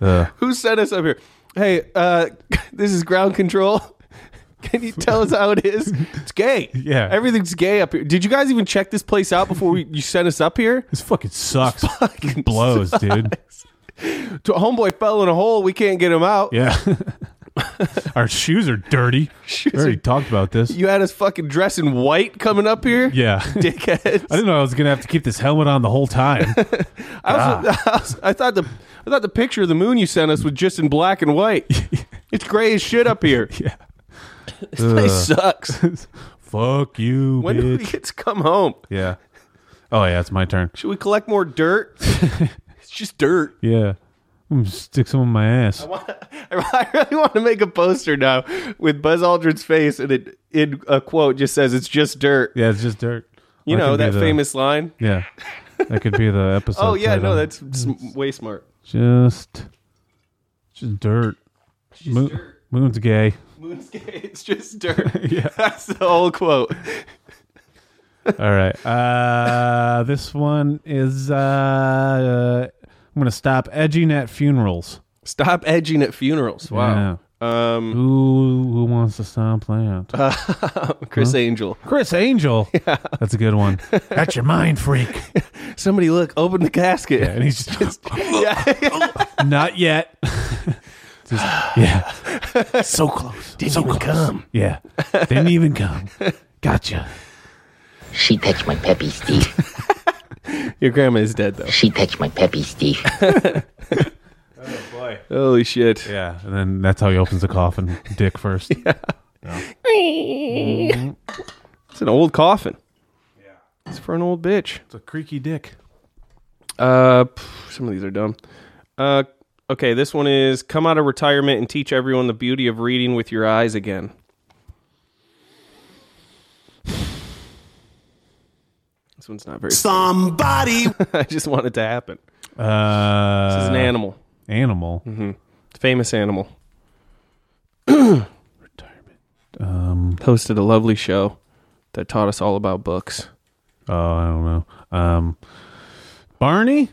[SPEAKER 4] Uh,
[SPEAKER 3] Who sent us up here? Hey, uh, this is ground control. Can you tell us how it is? It's gay.
[SPEAKER 4] Yeah.
[SPEAKER 3] Everything's gay up here. Did you guys even check this place out before we, you sent us up here?
[SPEAKER 4] This fucking sucks. Fucking blows, dude.
[SPEAKER 3] To homeboy fell in a hole. We can't get him out.
[SPEAKER 4] Yeah. Our shoes are dirty. we already talked about this.
[SPEAKER 3] You had us fucking dressed in white coming up here?
[SPEAKER 4] Yeah.
[SPEAKER 3] Dickhead.
[SPEAKER 4] I didn't know I was gonna have to keep this helmet on the whole time.
[SPEAKER 3] I, was,
[SPEAKER 4] Ah.
[SPEAKER 3] I, was- I thought the I thought the picture of the moon you sent us was just in black and white. it's gray as shit up here.
[SPEAKER 4] Yeah.
[SPEAKER 3] This place
[SPEAKER 4] Ugh.
[SPEAKER 3] sucks.
[SPEAKER 4] Fuck you,
[SPEAKER 3] When do we
[SPEAKER 4] bitch.
[SPEAKER 3] get to come home?
[SPEAKER 4] Yeah. Oh yeah, it's my turn.
[SPEAKER 3] Should we collect more dirt? it's just dirt.
[SPEAKER 4] Yeah. I'm gonna stick some in my ass.
[SPEAKER 3] I really want to make a poster now with Buzz Aldrin's face, and it in a quote just says, "It's just dirt."
[SPEAKER 4] Yeah, it's just dirt.
[SPEAKER 3] You know
[SPEAKER 4] could be
[SPEAKER 3] that
[SPEAKER 4] the-
[SPEAKER 3] famous line.
[SPEAKER 4] Yeah. That could be the episode.
[SPEAKER 3] oh yeah, no,
[SPEAKER 4] title.
[SPEAKER 3] that's sm- way smart.
[SPEAKER 4] just just dirt. Moon, Moon's gay.
[SPEAKER 3] Moon's gay. It's just dirt.
[SPEAKER 4] Yeah.
[SPEAKER 3] that's the whole quote.
[SPEAKER 4] All right. Uh, this one is uh, uh, I'm gonna stop edging at funerals.
[SPEAKER 3] Stop edging at funerals. Wow. Um,
[SPEAKER 4] who who wants to stop that?
[SPEAKER 3] Chris
[SPEAKER 4] Huh?
[SPEAKER 3] Angel.
[SPEAKER 4] Chris Angel. That's a good one. That's your mind freak.
[SPEAKER 3] Somebody look, open the casket.
[SPEAKER 4] Yeah, and he's just
[SPEAKER 3] yeah.
[SPEAKER 4] not yet. Just, yeah. So close.
[SPEAKER 3] Didn't
[SPEAKER 4] so
[SPEAKER 3] even
[SPEAKER 4] close.
[SPEAKER 3] come.
[SPEAKER 4] Yeah. Didn't even come. Gotcha.
[SPEAKER 6] She touched my peppy, Steve.
[SPEAKER 3] Your grandma is dead though.
[SPEAKER 6] She touched my peppy, Steve.
[SPEAKER 4] Boy.
[SPEAKER 3] Holy shit.
[SPEAKER 4] Yeah. And then that's how he opens the coffin. Dick first.
[SPEAKER 3] It's an old coffin. Yeah. It's for an old bitch.
[SPEAKER 4] It's a creaky dick.
[SPEAKER 3] Uh, pff, some of these are dumb. Uh, okay, this one is come out of retirement and teach everyone the beauty of reading with your eyes again. This one's not very.
[SPEAKER 16] Somebody.
[SPEAKER 3] I just want it to happen.
[SPEAKER 4] Uh,
[SPEAKER 3] This is an animal.
[SPEAKER 4] Animal.
[SPEAKER 3] Mm-hmm. Famous animal.
[SPEAKER 4] Um,
[SPEAKER 3] Hosted a lovely show that taught us all about books.
[SPEAKER 4] oh, I don't know. Um, Barney?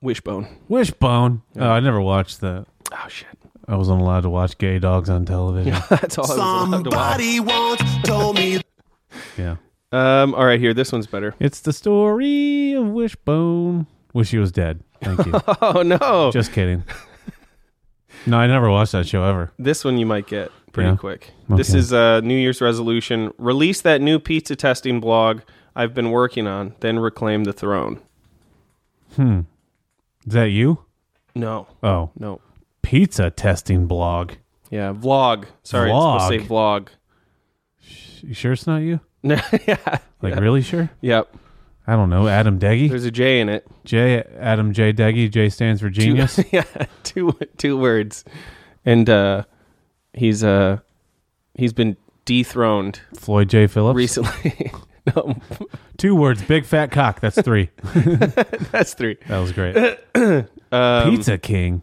[SPEAKER 3] Wishbone.
[SPEAKER 4] Wishbone. Oh, I never watched that.
[SPEAKER 3] Oh, shit.
[SPEAKER 4] I wasn't allowed to watch gay dogs on television.
[SPEAKER 3] That's all I was allowed to watch.
[SPEAKER 16] Somebody once told me.
[SPEAKER 4] yeah.
[SPEAKER 3] Um, all right, here. This one's better.
[SPEAKER 4] It's the story of Wishbone. Wish he was dead. Thank you.
[SPEAKER 3] Oh, no.
[SPEAKER 4] Just kidding. No, I never watched that show ever.
[SPEAKER 3] This one you might get pretty
[SPEAKER 4] Yeah?
[SPEAKER 3] quick. This
[SPEAKER 4] Okay.
[SPEAKER 3] is a New Year's resolution. Release that new pizza testing blog I've been working on, then reclaim the throne.
[SPEAKER 4] Hmm. Is that you?
[SPEAKER 3] No.
[SPEAKER 4] Oh.
[SPEAKER 3] No.
[SPEAKER 4] Pizza testing blog.
[SPEAKER 3] Yeah, vlog. Sorry, it's supposed to say vlog.
[SPEAKER 4] You sure it's not you?
[SPEAKER 3] No, yeah.
[SPEAKER 4] Like, really sure?
[SPEAKER 3] Yep.
[SPEAKER 4] I don't know. Adam Deggy?
[SPEAKER 3] There's a J in it.
[SPEAKER 4] J. Adam J. Deggy. J stands for
[SPEAKER 3] Two-
[SPEAKER 4] genius.
[SPEAKER 3] yeah, two two words. And uh he's uh he's been dethroned
[SPEAKER 4] Floyd J. Phillips.
[SPEAKER 3] recently. no,
[SPEAKER 4] Two words. Big fat cock. That's three.
[SPEAKER 3] that's three.
[SPEAKER 4] that was great.
[SPEAKER 3] Um,
[SPEAKER 4] Pizza King.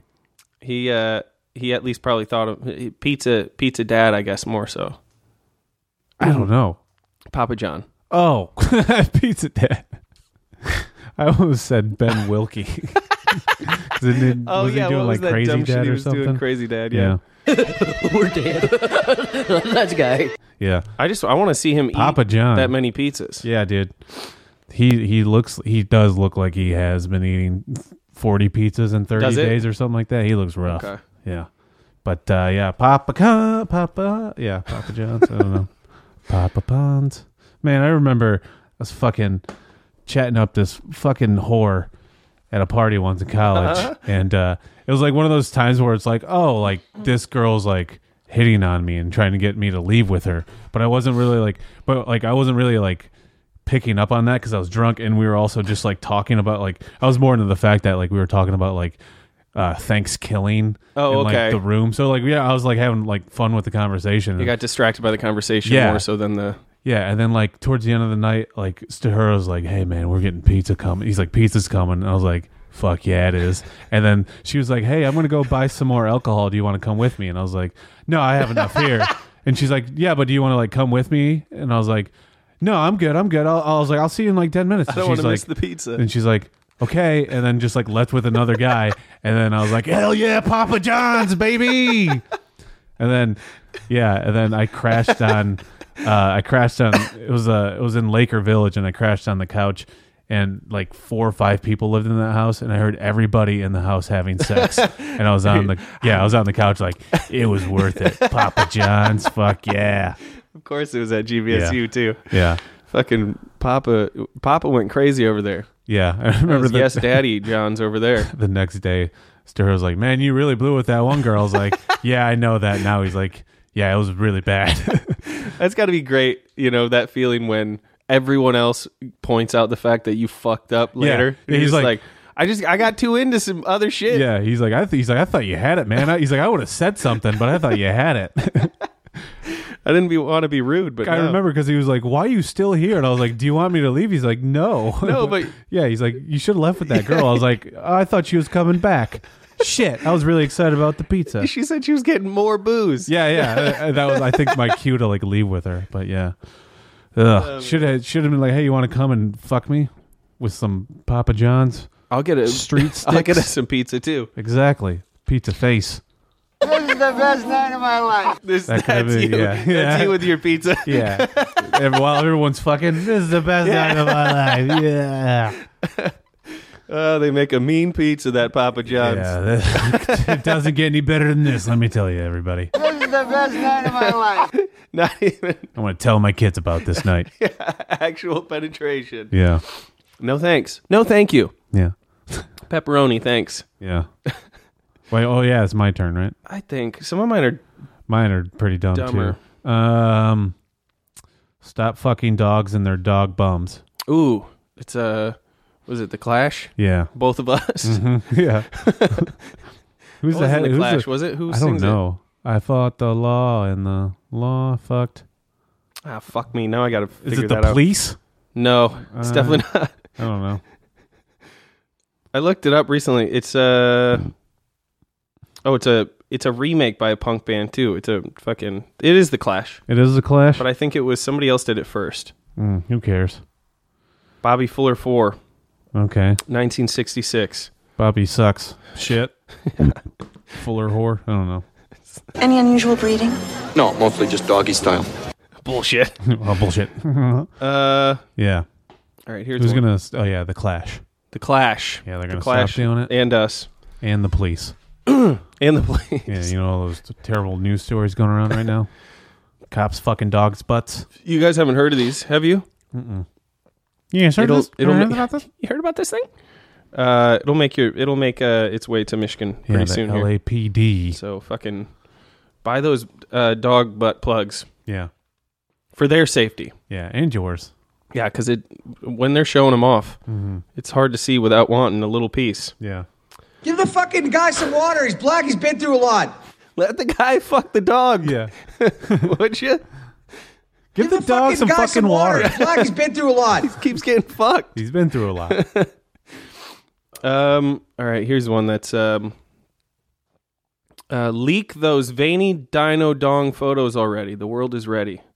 [SPEAKER 3] He uh he at least probably thought of pizza pizza dad, I guess more so.
[SPEAKER 4] I don't know.
[SPEAKER 3] Papa John.
[SPEAKER 4] Oh, Pizza Dad. I almost said Ben Wilkie. 'Cause it didn't-
[SPEAKER 3] Oh,
[SPEAKER 4] was
[SPEAKER 3] yeah,
[SPEAKER 4] he doing
[SPEAKER 3] what was
[SPEAKER 4] like
[SPEAKER 3] that
[SPEAKER 4] Crazy
[SPEAKER 3] dumb shit
[SPEAKER 4] Dad
[SPEAKER 3] he
[SPEAKER 4] or
[SPEAKER 3] was doing?
[SPEAKER 4] something?
[SPEAKER 3] Crazy Dad, yeah.
[SPEAKER 21] We're dead. That's guy.
[SPEAKER 4] yeah,
[SPEAKER 3] I just I want to see him
[SPEAKER 4] Papa
[SPEAKER 3] eat
[SPEAKER 4] John.
[SPEAKER 3] that many pizzas.
[SPEAKER 4] yeah, dude. He he looks he does look like he has been eating forty pizzas in thirty
[SPEAKER 3] Does it?
[SPEAKER 4] days or something like that. He looks rough.
[SPEAKER 3] Okay.
[SPEAKER 4] Yeah, but uh, yeah, Papa Con, Papa, yeah, Papa John's. I don't know, Papa Pons. Man, I remember I was fucking chatting up this fucking whore at a party once in
[SPEAKER 3] Uh-huh.
[SPEAKER 4] college, and uh, it was like one of those times where it's like, oh, like this girl's like hitting on me and trying to get me to leave with her, but I wasn't really like, but like I wasn't really like picking up on that because I was drunk and we were also just like talking about like I was more into the fact that like we were talking about like uh Thanksgiving
[SPEAKER 3] Oh,
[SPEAKER 4] and,
[SPEAKER 3] okay.
[SPEAKER 4] like the room. So like yeah, I was like having like fun with the conversation.
[SPEAKER 3] You got distracted by the conversation
[SPEAKER 4] Yeah.
[SPEAKER 3] more so than the
[SPEAKER 4] yeah, and then like towards the end of the night, like Stahura was like, "Hey man, we're getting pizza coming." He's like, "Pizza's coming." And I was like, "Fuck yeah, it is." And then she was like, "Hey, I'm gonna go buy some more alcohol. Do you want to come with me?" And I was like, "No, I have enough here." and she's like, "Yeah, but do you want to like come with me?" And I was like, "No, I'm good. I'm good." I'll, I was like, "I'll see you in like ten minutes."
[SPEAKER 3] I don't
[SPEAKER 4] and
[SPEAKER 3] want
[SPEAKER 4] she's
[SPEAKER 3] to miss
[SPEAKER 4] like,
[SPEAKER 3] the pizza.
[SPEAKER 4] and she's like, okay. And then just like left with another guy. and then I was like, hell yeah, Papa John's, baby. and then yeah, and then I crashed on. Uh, I crashed on. It was uh, it was in Laker Village, and I crashed on the couch. And like four or five people lived in that house, and I heard everybody in the house having sex. And I was on the yeah, I was on the couch like it was worth it. Papa John's, fuck yeah.
[SPEAKER 3] Of course, it was at GBSU
[SPEAKER 4] Yeah.
[SPEAKER 3] too.
[SPEAKER 4] Yeah.
[SPEAKER 3] Fucking Papa, Papa went crazy over there.
[SPEAKER 4] Yeah, I remember
[SPEAKER 3] That was
[SPEAKER 4] the-
[SPEAKER 3] yes, Daddy John's over there.
[SPEAKER 4] the next day, Sterho was like, "Man, you really blew with that one girl." I was like, "Yeah, I know that now." He's like, "Yeah, it was really bad."
[SPEAKER 3] That's got to be great. You know that feeling when everyone else points out the fact that you fucked up
[SPEAKER 4] Yeah.
[SPEAKER 3] later.
[SPEAKER 4] Yeah,
[SPEAKER 3] You're
[SPEAKER 4] he's
[SPEAKER 3] just
[SPEAKER 4] like-
[SPEAKER 3] I just I got too into some other shit.
[SPEAKER 4] yeah, he's like, "I th- he's like, I thought you had it, man." I, he's like, "I would have said something, but I thought you had it."
[SPEAKER 3] I didn't be, want to be rude, but
[SPEAKER 4] I
[SPEAKER 3] no.
[SPEAKER 4] remember because he was like, "Why are you still here?" And I was like, "Do you want me to leave?" He's like, "No,
[SPEAKER 3] No, but-
[SPEAKER 4] yeah." He's like, "You should have left with that girl." I was like, oh, "I thought she was coming back." Shit, I was really excited about the pizza.
[SPEAKER 3] She said she was getting more booze.
[SPEAKER 4] Yeah, yeah. Uh, that was, I think, my cue to like leave with her. But yeah, Ugh. should have should have been like, hey, you want to come and fuck me with some Papa John's?
[SPEAKER 3] I'll get a
[SPEAKER 4] street.
[SPEAKER 3] I'll get
[SPEAKER 4] sticks.
[SPEAKER 3] us some pizza too.
[SPEAKER 4] Exactly, pizza face.
[SPEAKER 7] This is the best night of my life.
[SPEAKER 3] This,
[SPEAKER 4] That could have
[SPEAKER 3] that's
[SPEAKER 4] been-
[SPEAKER 3] you.
[SPEAKER 4] yeah.
[SPEAKER 3] That's you with your pizza.
[SPEAKER 4] Yeah. and while everyone's fucking, this is the best night of my life. Yeah.
[SPEAKER 3] Oh, they make a mean pizza that Papa John's.
[SPEAKER 4] Yeah, that- it doesn't get any better than this. Let me tell you, everybody.
[SPEAKER 7] This is the best night of my life.
[SPEAKER 3] Not even
[SPEAKER 4] I want to tell my kids about this night.
[SPEAKER 3] actual penetration.
[SPEAKER 4] Yeah.
[SPEAKER 3] No thanks. No thank you.
[SPEAKER 4] Yeah.
[SPEAKER 3] Pepperoni, thanks.
[SPEAKER 4] Yeah. Wait. Oh yeah, it's my turn, right?
[SPEAKER 3] I think some of mine are
[SPEAKER 4] Mine are pretty dumb
[SPEAKER 3] Dumber.
[SPEAKER 4] too. Um, stop fucking dogs and their dog bums.
[SPEAKER 3] ooh. It's uh was it the Clash?
[SPEAKER 4] Yeah.
[SPEAKER 3] Both of us.
[SPEAKER 4] Mhm. Yeah. Who's
[SPEAKER 3] It
[SPEAKER 4] the
[SPEAKER 3] wasn't
[SPEAKER 4] head?
[SPEAKER 3] The
[SPEAKER 4] who's
[SPEAKER 3] Clash, Mm-hmm. was it? Who
[SPEAKER 4] I don't
[SPEAKER 3] sings it?
[SPEAKER 4] know. I fought the law and the law fucked.
[SPEAKER 3] Ah, fuck me. Now I gotta figure
[SPEAKER 4] Is it the
[SPEAKER 3] that out.
[SPEAKER 4] police?
[SPEAKER 3] No, it's
[SPEAKER 4] Uh,
[SPEAKER 3] definitely not.
[SPEAKER 4] I don't know.
[SPEAKER 3] I looked it up recently. It's uh oh, it's a it's a remake by a punk band too. It's a fucking it is the Clash,
[SPEAKER 4] It is the Clash.
[SPEAKER 3] but I think it was somebody else did it first.
[SPEAKER 4] Mm, who cares?
[SPEAKER 3] Bobby Fuller Four,
[SPEAKER 4] Okay.
[SPEAKER 3] 1966.
[SPEAKER 4] Bobby sucks. Shit. Fuller whore. I don't know.
[SPEAKER 22] Any unusual breeding?
[SPEAKER 23] No, mostly just doggy style.
[SPEAKER 3] Bullshit.
[SPEAKER 4] oh bullshit.
[SPEAKER 3] Uh,
[SPEAKER 4] yeah.
[SPEAKER 3] All right, here's
[SPEAKER 4] who's
[SPEAKER 3] one.
[SPEAKER 4] gonna. Oh yeah, the Clash
[SPEAKER 3] the Clash.
[SPEAKER 4] Yeah, they're
[SPEAKER 3] The
[SPEAKER 4] gonna
[SPEAKER 3] Clash
[SPEAKER 4] stop doing it.
[SPEAKER 3] and us
[SPEAKER 4] and the police.
[SPEAKER 3] and the police.
[SPEAKER 4] Yeah, you know all those terrible news stories going around right now. Cops fucking dogs' butts.
[SPEAKER 3] You guys haven't heard of these, have you?
[SPEAKER 4] Mm-mm. You guys heard
[SPEAKER 3] It'll-
[SPEAKER 4] this? You
[SPEAKER 3] it'll
[SPEAKER 4] heard
[SPEAKER 3] ma-
[SPEAKER 4] about this?
[SPEAKER 3] You heard about this thing? Uh, it'll make your it'll make uh its way to Michigan
[SPEAKER 4] Yeah,
[SPEAKER 3] pretty
[SPEAKER 4] the
[SPEAKER 3] soon.
[SPEAKER 4] LAPD.
[SPEAKER 3] Here. So fucking buy those uh, dog butt plugs.
[SPEAKER 4] Yeah.
[SPEAKER 3] for their safety.
[SPEAKER 4] Yeah, and yours.
[SPEAKER 3] Yeah, because it when they're showing them off,
[SPEAKER 4] Mhm.
[SPEAKER 3] it's hard to see without wanting a little piece.
[SPEAKER 4] Yeah.
[SPEAKER 16] Give the fucking guy some water. He's black. He's been through a lot.
[SPEAKER 3] Let the guy fuck the dog.
[SPEAKER 4] Yeah.
[SPEAKER 3] Would you?
[SPEAKER 4] Give, the, dog some
[SPEAKER 16] guy
[SPEAKER 4] fucking
[SPEAKER 16] some water.
[SPEAKER 4] water.
[SPEAKER 16] He's black. He's been through a lot. he
[SPEAKER 3] keeps getting fucked.
[SPEAKER 4] He's been through a lot.
[SPEAKER 3] Um. All right. Here's one that's um. Uh, leak those veiny dino dong photos already. The world is ready.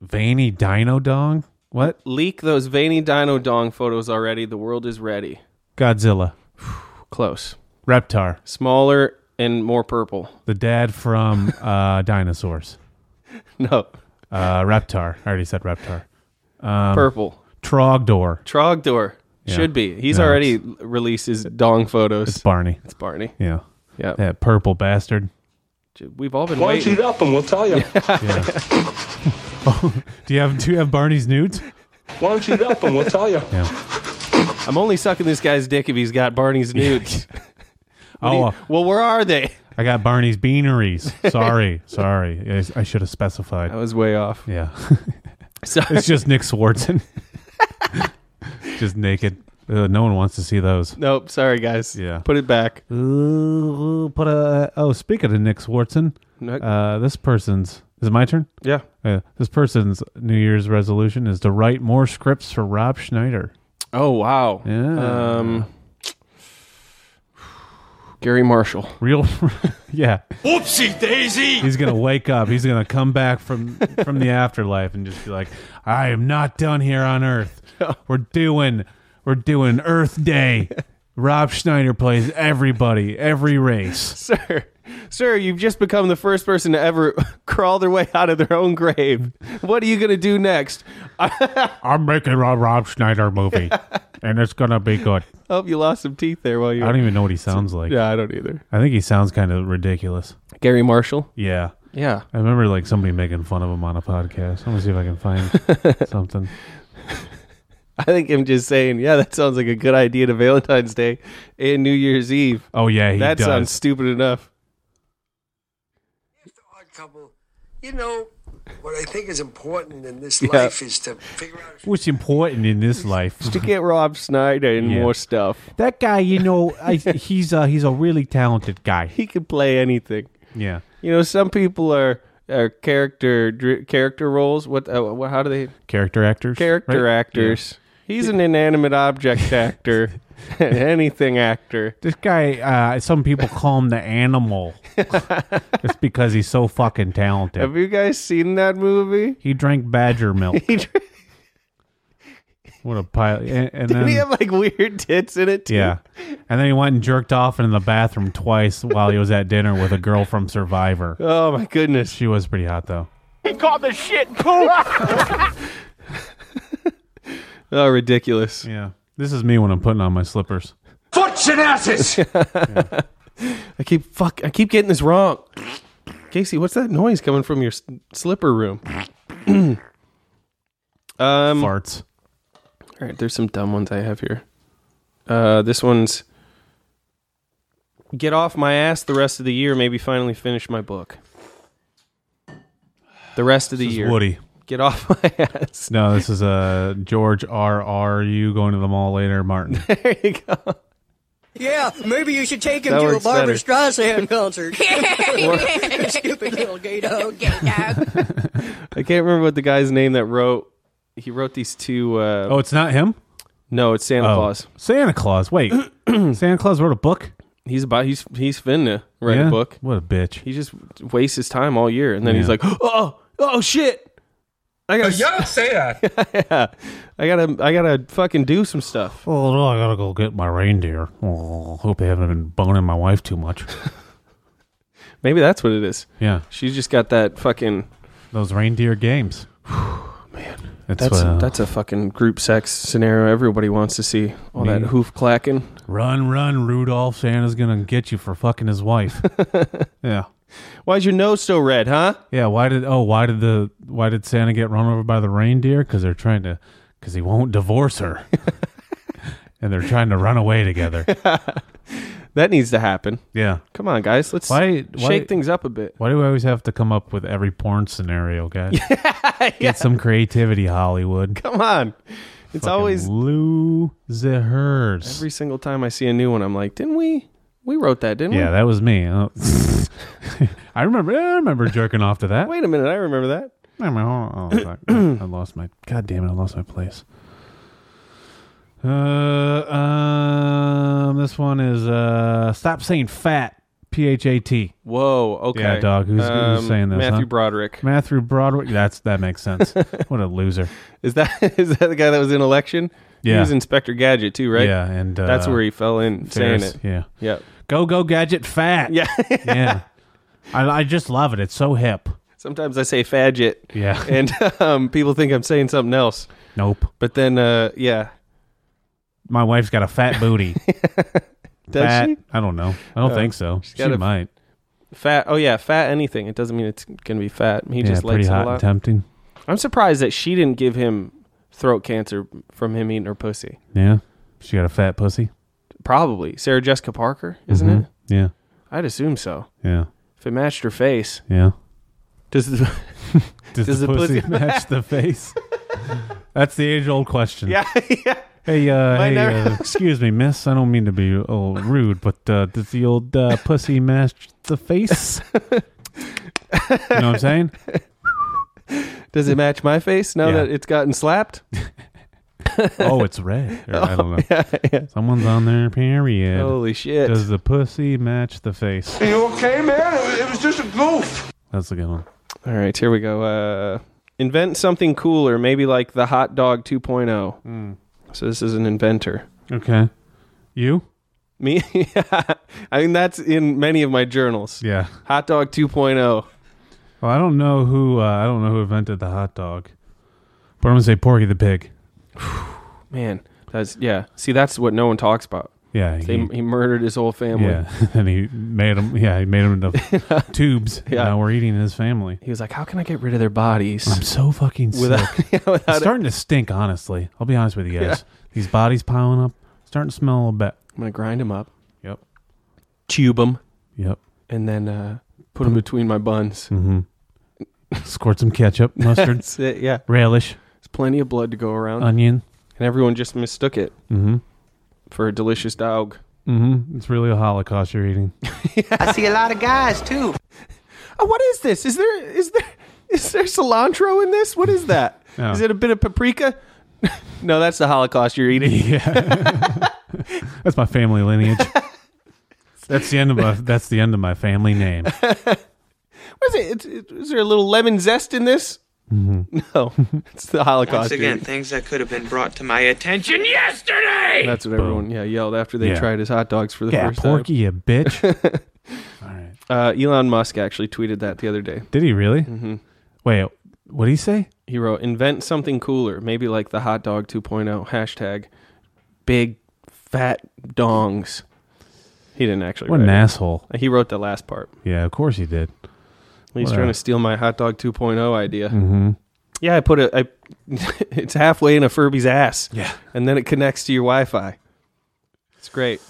[SPEAKER 4] Veiny Dino Dong? What?
[SPEAKER 3] Leak those veiny dino dong photos already. The world is ready.
[SPEAKER 4] Godzilla.
[SPEAKER 3] Close.
[SPEAKER 4] Reptar.
[SPEAKER 3] Smaller and more purple.
[SPEAKER 4] The dad from uh, Dinosaurs.
[SPEAKER 3] No.
[SPEAKER 4] Uh, Reptar. I already said Reptar. Um,
[SPEAKER 3] Purple.
[SPEAKER 4] Trogdor.
[SPEAKER 3] Trogdor
[SPEAKER 4] Yeah.
[SPEAKER 3] should be. He's
[SPEAKER 4] No,
[SPEAKER 3] already released his dong photos. It's
[SPEAKER 4] Barney.
[SPEAKER 3] It's Barney.
[SPEAKER 4] Yeah.
[SPEAKER 3] Yeah.
[SPEAKER 4] That purple bastard.
[SPEAKER 3] We've all been
[SPEAKER 23] Punch
[SPEAKER 3] waiting.
[SPEAKER 23] it up and we'll tell you.
[SPEAKER 4] Do you have do you have Barney's nudes?
[SPEAKER 23] Punch it up and we'll tell you.
[SPEAKER 3] I'm only sucking this guy's dick if he's got Barney's nudes. What do you-
[SPEAKER 4] Oh.
[SPEAKER 3] well, where are they?
[SPEAKER 4] I got Barney's beaneries. Sorry. Sorry. I, I should have specified.
[SPEAKER 3] I was way off.
[SPEAKER 4] Yeah.
[SPEAKER 3] Sorry.
[SPEAKER 4] It's just Nick Swartzen. just naked. Uh, no one wants to see those.
[SPEAKER 3] Nope. Sorry, guys.
[SPEAKER 4] Yeah. Uh,
[SPEAKER 3] Put it back.
[SPEAKER 4] Ooh, put a oh. Speaking of Nick Swartzen,
[SPEAKER 3] No-
[SPEAKER 4] uh, this person's is it my turn?
[SPEAKER 3] Yeah.
[SPEAKER 4] Uh, this person's New Year's resolution is to write more scripts for Rob Schneider.
[SPEAKER 3] Oh wow.
[SPEAKER 4] Yeah.
[SPEAKER 3] Um. Gary Marshall.
[SPEAKER 4] Real, yeah.
[SPEAKER 16] Whoopsie daisy.
[SPEAKER 4] He's gonna wake up. He's gonna come back from from the afterlife and just be like, "I am not done here on Earth. We're doing we're doing Earth Day. Rob Schneider plays everybody, every race."
[SPEAKER 3] Sir, Sir, you've just become the first person to ever crawl their way out of their own grave. What are you going to do next?
[SPEAKER 4] I'm making a Rob Schneider movie, and it's gonna be good.
[SPEAKER 3] I hope Oh, you lost some teeth there while you
[SPEAKER 4] I don't even know what he sounds like.
[SPEAKER 3] Yeah, I don't either.
[SPEAKER 4] I think he sounds kind of ridiculous.
[SPEAKER 3] Gary Marshall?
[SPEAKER 4] Yeah.
[SPEAKER 3] Yeah.
[SPEAKER 4] I remember like somebody making fun of him on a podcast. Let me see if I can find something.
[SPEAKER 3] I think him just saying, yeah, that sounds like a good idea to Valentine's Day and New Year's Eve.
[SPEAKER 4] Oh yeah, he
[SPEAKER 3] that
[SPEAKER 4] does.
[SPEAKER 3] sounds stupid enough.
[SPEAKER 5] You know, what I think is important in this
[SPEAKER 4] Yeah.
[SPEAKER 5] life is to figure out.
[SPEAKER 4] What's important in this life?
[SPEAKER 3] To get Rob Snyder and
[SPEAKER 4] Yeah.
[SPEAKER 3] more stuff.
[SPEAKER 4] That guy, you know, I, he's uh, he's a really talented guy.
[SPEAKER 3] He could play anything.
[SPEAKER 4] Yeah.
[SPEAKER 3] You know, some people are are character dri- character roles. What? Uh, wha- how do they?
[SPEAKER 4] Character actors.
[SPEAKER 3] Character
[SPEAKER 4] right?
[SPEAKER 3] actors. He's an inanimate object actor, and anything actor.
[SPEAKER 4] This guy, uh, some people call him the animal. It's because he's so fucking talented.
[SPEAKER 3] Have you guys seen that movie?
[SPEAKER 4] He drank badger milk.
[SPEAKER 3] He dr-
[SPEAKER 4] What a pile! And, and
[SPEAKER 3] Didn't
[SPEAKER 4] then,
[SPEAKER 3] he have like weird tits in it? Too?
[SPEAKER 4] Um, yeah, and then he went and jerked off in the bathroom twice while he was at dinner with a girl from Survivor.
[SPEAKER 3] Oh my goodness,
[SPEAKER 4] she was pretty hot though.
[SPEAKER 16] He called the shit poop.
[SPEAKER 3] Oh, ridiculous.
[SPEAKER 4] Yeah. This is me when I'm putting on my slippers.
[SPEAKER 16] Foots and asses.
[SPEAKER 3] I keep fuck. I keep getting this wrong. Casey, what's that noise coming from your s- slipper room? um,
[SPEAKER 4] farts.
[SPEAKER 3] All right, there's some dumb ones I have here. Uh, this one's get off my ass the rest of the year. Maybe finally finish my book. The rest of the
[SPEAKER 4] This is
[SPEAKER 3] year,
[SPEAKER 4] Woody.
[SPEAKER 3] Get off my ass.
[SPEAKER 4] No, this is uh, George R. R. U. Going to the mall later, Martin.
[SPEAKER 9] Yeah, maybe you should take him
[SPEAKER 4] That
[SPEAKER 9] to a
[SPEAKER 4] works
[SPEAKER 9] Barbara
[SPEAKER 4] better.
[SPEAKER 9] Streisand concert.
[SPEAKER 4] What?
[SPEAKER 9] Stupid little gay dog, gay dog.
[SPEAKER 3] I can't remember what the guy's name that wrote. He wrote these two. Uh,
[SPEAKER 4] oh, it's not him.
[SPEAKER 3] No, it's Santa
[SPEAKER 4] Oh,
[SPEAKER 3] Claus.
[SPEAKER 4] Santa Claus. Wait, Santa Claus wrote a book.
[SPEAKER 3] He's about. He's he's finna write
[SPEAKER 4] Yeah?
[SPEAKER 3] a book.
[SPEAKER 4] What a bitch.
[SPEAKER 3] He just wastes his time all year, and then he's
[SPEAKER 4] Yeah.
[SPEAKER 3] like, oh, oh shit. I gotta.
[SPEAKER 16] you don't Oh, say that.
[SPEAKER 3] yeah, I gotta, I gotta fucking do some stuff.
[SPEAKER 4] Oh no, I gotta go get my reindeer. Oh, hope they haven't been boning my wife too much.
[SPEAKER 3] Maybe that's what it is.
[SPEAKER 4] Yeah.
[SPEAKER 3] she's just got that fucking.
[SPEAKER 4] Those reindeer games. Man, it's,
[SPEAKER 3] that's
[SPEAKER 4] uh,
[SPEAKER 3] that's a fucking group sex scenario everybody wants to see. All
[SPEAKER 4] Me-
[SPEAKER 3] that hoof clacking.
[SPEAKER 4] run, run, Rudolph. Santa's gonna get you for fucking his wife. yeah.
[SPEAKER 3] Why's your nose so red, huh?
[SPEAKER 4] Yeah. Why did? Oh, why did the? Why did Santa get run over by the reindeer? Because they're trying to. Because he won't divorce her. and they're trying to run away together.
[SPEAKER 3] That needs to happen.
[SPEAKER 4] Yeah.
[SPEAKER 3] Come on, guys. Let's
[SPEAKER 4] Why-
[SPEAKER 3] shake
[SPEAKER 4] why-
[SPEAKER 3] things up a bit.
[SPEAKER 4] Why do we always have to come up with every porn scenario, guys? Get some creativity, Hollywood.
[SPEAKER 3] Come on. It's always
[SPEAKER 4] losers.
[SPEAKER 3] Every single time I see a new one, I'm like, didn't we? We wrote that, didn't we?
[SPEAKER 4] Yeah, that was me. Oh. I remember. I remember jerking off to that.
[SPEAKER 3] Wait a minute, I remember that.
[SPEAKER 4] I, mean, hold on, hold on. I lost my. God damn it! I lost my place. Uh, um, this one is uh, stop saying fat. P H A T.
[SPEAKER 3] Whoa. Okay.
[SPEAKER 4] Yeah, dog. Who's, who's
[SPEAKER 3] Um,
[SPEAKER 4] saying this?
[SPEAKER 3] Matthew
[SPEAKER 4] huh?
[SPEAKER 3] Broderick.
[SPEAKER 4] Matthew Broderick. That's that makes sense. what a loser.
[SPEAKER 3] Is that is that the guy that was in election? He
[SPEAKER 4] Yeah.
[SPEAKER 3] was Inspector Gadget too, right?
[SPEAKER 4] Yeah, and, uh,
[SPEAKER 3] that's where he fell in
[SPEAKER 4] Ferris,
[SPEAKER 3] saying it.
[SPEAKER 4] yeah.
[SPEAKER 3] Yep.
[SPEAKER 4] Go go gadget fat.
[SPEAKER 3] Yeah.
[SPEAKER 4] yeah. I, I just love it. It's so hip.
[SPEAKER 3] Sometimes I say fadget.
[SPEAKER 4] Yeah.
[SPEAKER 3] And um, people think I'm saying something else.
[SPEAKER 4] Nope.
[SPEAKER 3] But then uh, yeah.
[SPEAKER 4] My wife's got a fat booty.
[SPEAKER 3] Does
[SPEAKER 4] fat,
[SPEAKER 3] she?
[SPEAKER 4] I don't know. I don't
[SPEAKER 3] Uh,
[SPEAKER 4] think so.
[SPEAKER 3] she's
[SPEAKER 4] She
[SPEAKER 3] got a-
[SPEAKER 4] might.
[SPEAKER 3] Fat oh yeah, fat anything. It doesn't mean it's gonna be fat. He
[SPEAKER 4] yeah,
[SPEAKER 3] just
[SPEAKER 4] pretty
[SPEAKER 3] likes it a
[SPEAKER 4] hot
[SPEAKER 3] lot.
[SPEAKER 4] and tempting.
[SPEAKER 3] I'm surprised that she didn't give him throat cancer from him eating her pussy.
[SPEAKER 4] Yeah. She got a fat pussy.
[SPEAKER 3] Probably. Sarah Jessica Parker, isn't
[SPEAKER 4] Mhm.
[SPEAKER 3] it?
[SPEAKER 4] Yeah.
[SPEAKER 3] I'd assume so.
[SPEAKER 4] Yeah.
[SPEAKER 3] If it matched her face.
[SPEAKER 4] Yeah.
[SPEAKER 3] Does the
[SPEAKER 4] Does, the, pussy, match the face? That's the age old question.
[SPEAKER 3] Yeah, yeah.
[SPEAKER 4] Hey, uh,
[SPEAKER 3] Mine
[SPEAKER 4] hey
[SPEAKER 3] never-
[SPEAKER 4] uh, excuse me, miss. I don't mean to be a little rude, but uh, does the old uh, pussy match the face? you know what I'm saying?
[SPEAKER 3] Does it match my face now
[SPEAKER 4] Yeah.
[SPEAKER 3] that it's gotten slapped?
[SPEAKER 4] Oh, it's red. Or, I
[SPEAKER 3] Oh,
[SPEAKER 4] don't know. Someone's on their period.
[SPEAKER 3] Holy Oh, shit.
[SPEAKER 4] Does the pussy match the face?
[SPEAKER 16] you okay, man? It was, it was just a goof.
[SPEAKER 4] That's a good one.
[SPEAKER 3] All right, here we go. Uh, invent something cooler, maybe like the oh.
[SPEAKER 4] Hmm.
[SPEAKER 3] hot dog 2.0. So this is an inventor.
[SPEAKER 4] Okay. You?
[SPEAKER 3] Me? yeah. I mean, that's in many of my journals.
[SPEAKER 4] Yeah.
[SPEAKER 3] Hot dog oh. 2.0.
[SPEAKER 4] Well, I don't know who uh, I don't know who invented the hot dog, but I'm gonna say Porky the Pig.
[SPEAKER 3] Man, that's, yeah. See, that's what no one talks about.
[SPEAKER 4] Yeah,
[SPEAKER 3] They,
[SPEAKER 4] he-
[SPEAKER 3] he murdered his whole family.
[SPEAKER 4] Yeah, and he made him. Yeah, he made him into tubes. Yeah, now we're eating his family.
[SPEAKER 3] He was like, "How can I get rid of their bodies?"
[SPEAKER 4] I'm so fucking
[SPEAKER 3] Without-
[SPEAKER 4] sick.
[SPEAKER 3] yeah, without
[SPEAKER 4] it's
[SPEAKER 3] it.
[SPEAKER 4] starting to stink. Honestly, I'll be honest with you guys.
[SPEAKER 3] Yeah.
[SPEAKER 4] These bodies piling up, starting to smell a little bit.
[SPEAKER 3] I'm gonna grind them up.
[SPEAKER 4] Yep.
[SPEAKER 3] Tube them.
[SPEAKER 4] Yep.
[SPEAKER 3] And then uh, put them between my buns.
[SPEAKER 4] Mm-hmm. Squirt some ketchup, mustard,
[SPEAKER 3] That's it. Yeah.
[SPEAKER 4] relish.
[SPEAKER 3] There's plenty of blood to go around.
[SPEAKER 4] Onion.
[SPEAKER 3] And everyone just mistook it
[SPEAKER 4] Mhm.
[SPEAKER 3] for a delicious dog.
[SPEAKER 4] Mm-hmm. It's really a holocaust you're eating.
[SPEAKER 15] I see a lot of guys too.
[SPEAKER 3] Oh, what is this? Is there is there is there cilantro in this? What is that? Is
[SPEAKER 4] No.
[SPEAKER 3] it a bit of paprika? no, that's the Holocaust you're eating.
[SPEAKER 4] That's my family lineage. that's the end of my. That's the end of my family name.
[SPEAKER 3] What is it? It's, it? Is there a little lemon zest in this? No, it's the Holocaust.
[SPEAKER 13] Once again,
[SPEAKER 3] you're eating.
[SPEAKER 13] things that could have been brought to my attention yesterday.
[SPEAKER 3] that's what everyone yeah yelled after they
[SPEAKER 4] Yeah.
[SPEAKER 3] tried his hot dogs for the
[SPEAKER 4] Yeah,
[SPEAKER 3] first
[SPEAKER 4] Porky, you bitch.
[SPEAKER 3] time. Uh, Elon Musk actually tweeted that the other day.
[SPEAKER 4] Did he really?
[SPEAKER 3] Mhm.
[SPEAKER 4] Wait, what did he say?
[SPEAKER 3] He wrote, "Invent something cooler, maybe like the hot dog 2.0." Hashtag big fat dongs. He didn't actually.
[SPEAKER 4] What an
[SPEAKER 3] write it.
[SPEAKER 4] asshole.
[SPEAKER 3] He wrote the last part.
[SPEAKER 4] Yeah, of course he did.
[SPEAKER 3] He's
[SPEAKER 4] What
[SPEAKER 3] trying
[SPEAKER 4] a-
[SPEAKER 3] to steal my hot dog 2.0 idea.
[SPEAKER 4] Mm-hmm.
[SPEAKER 3] Yeah, I put it. I it's halfway in a Furby's ass. Yeah, and then it connects to your Wi-Fi. It's great.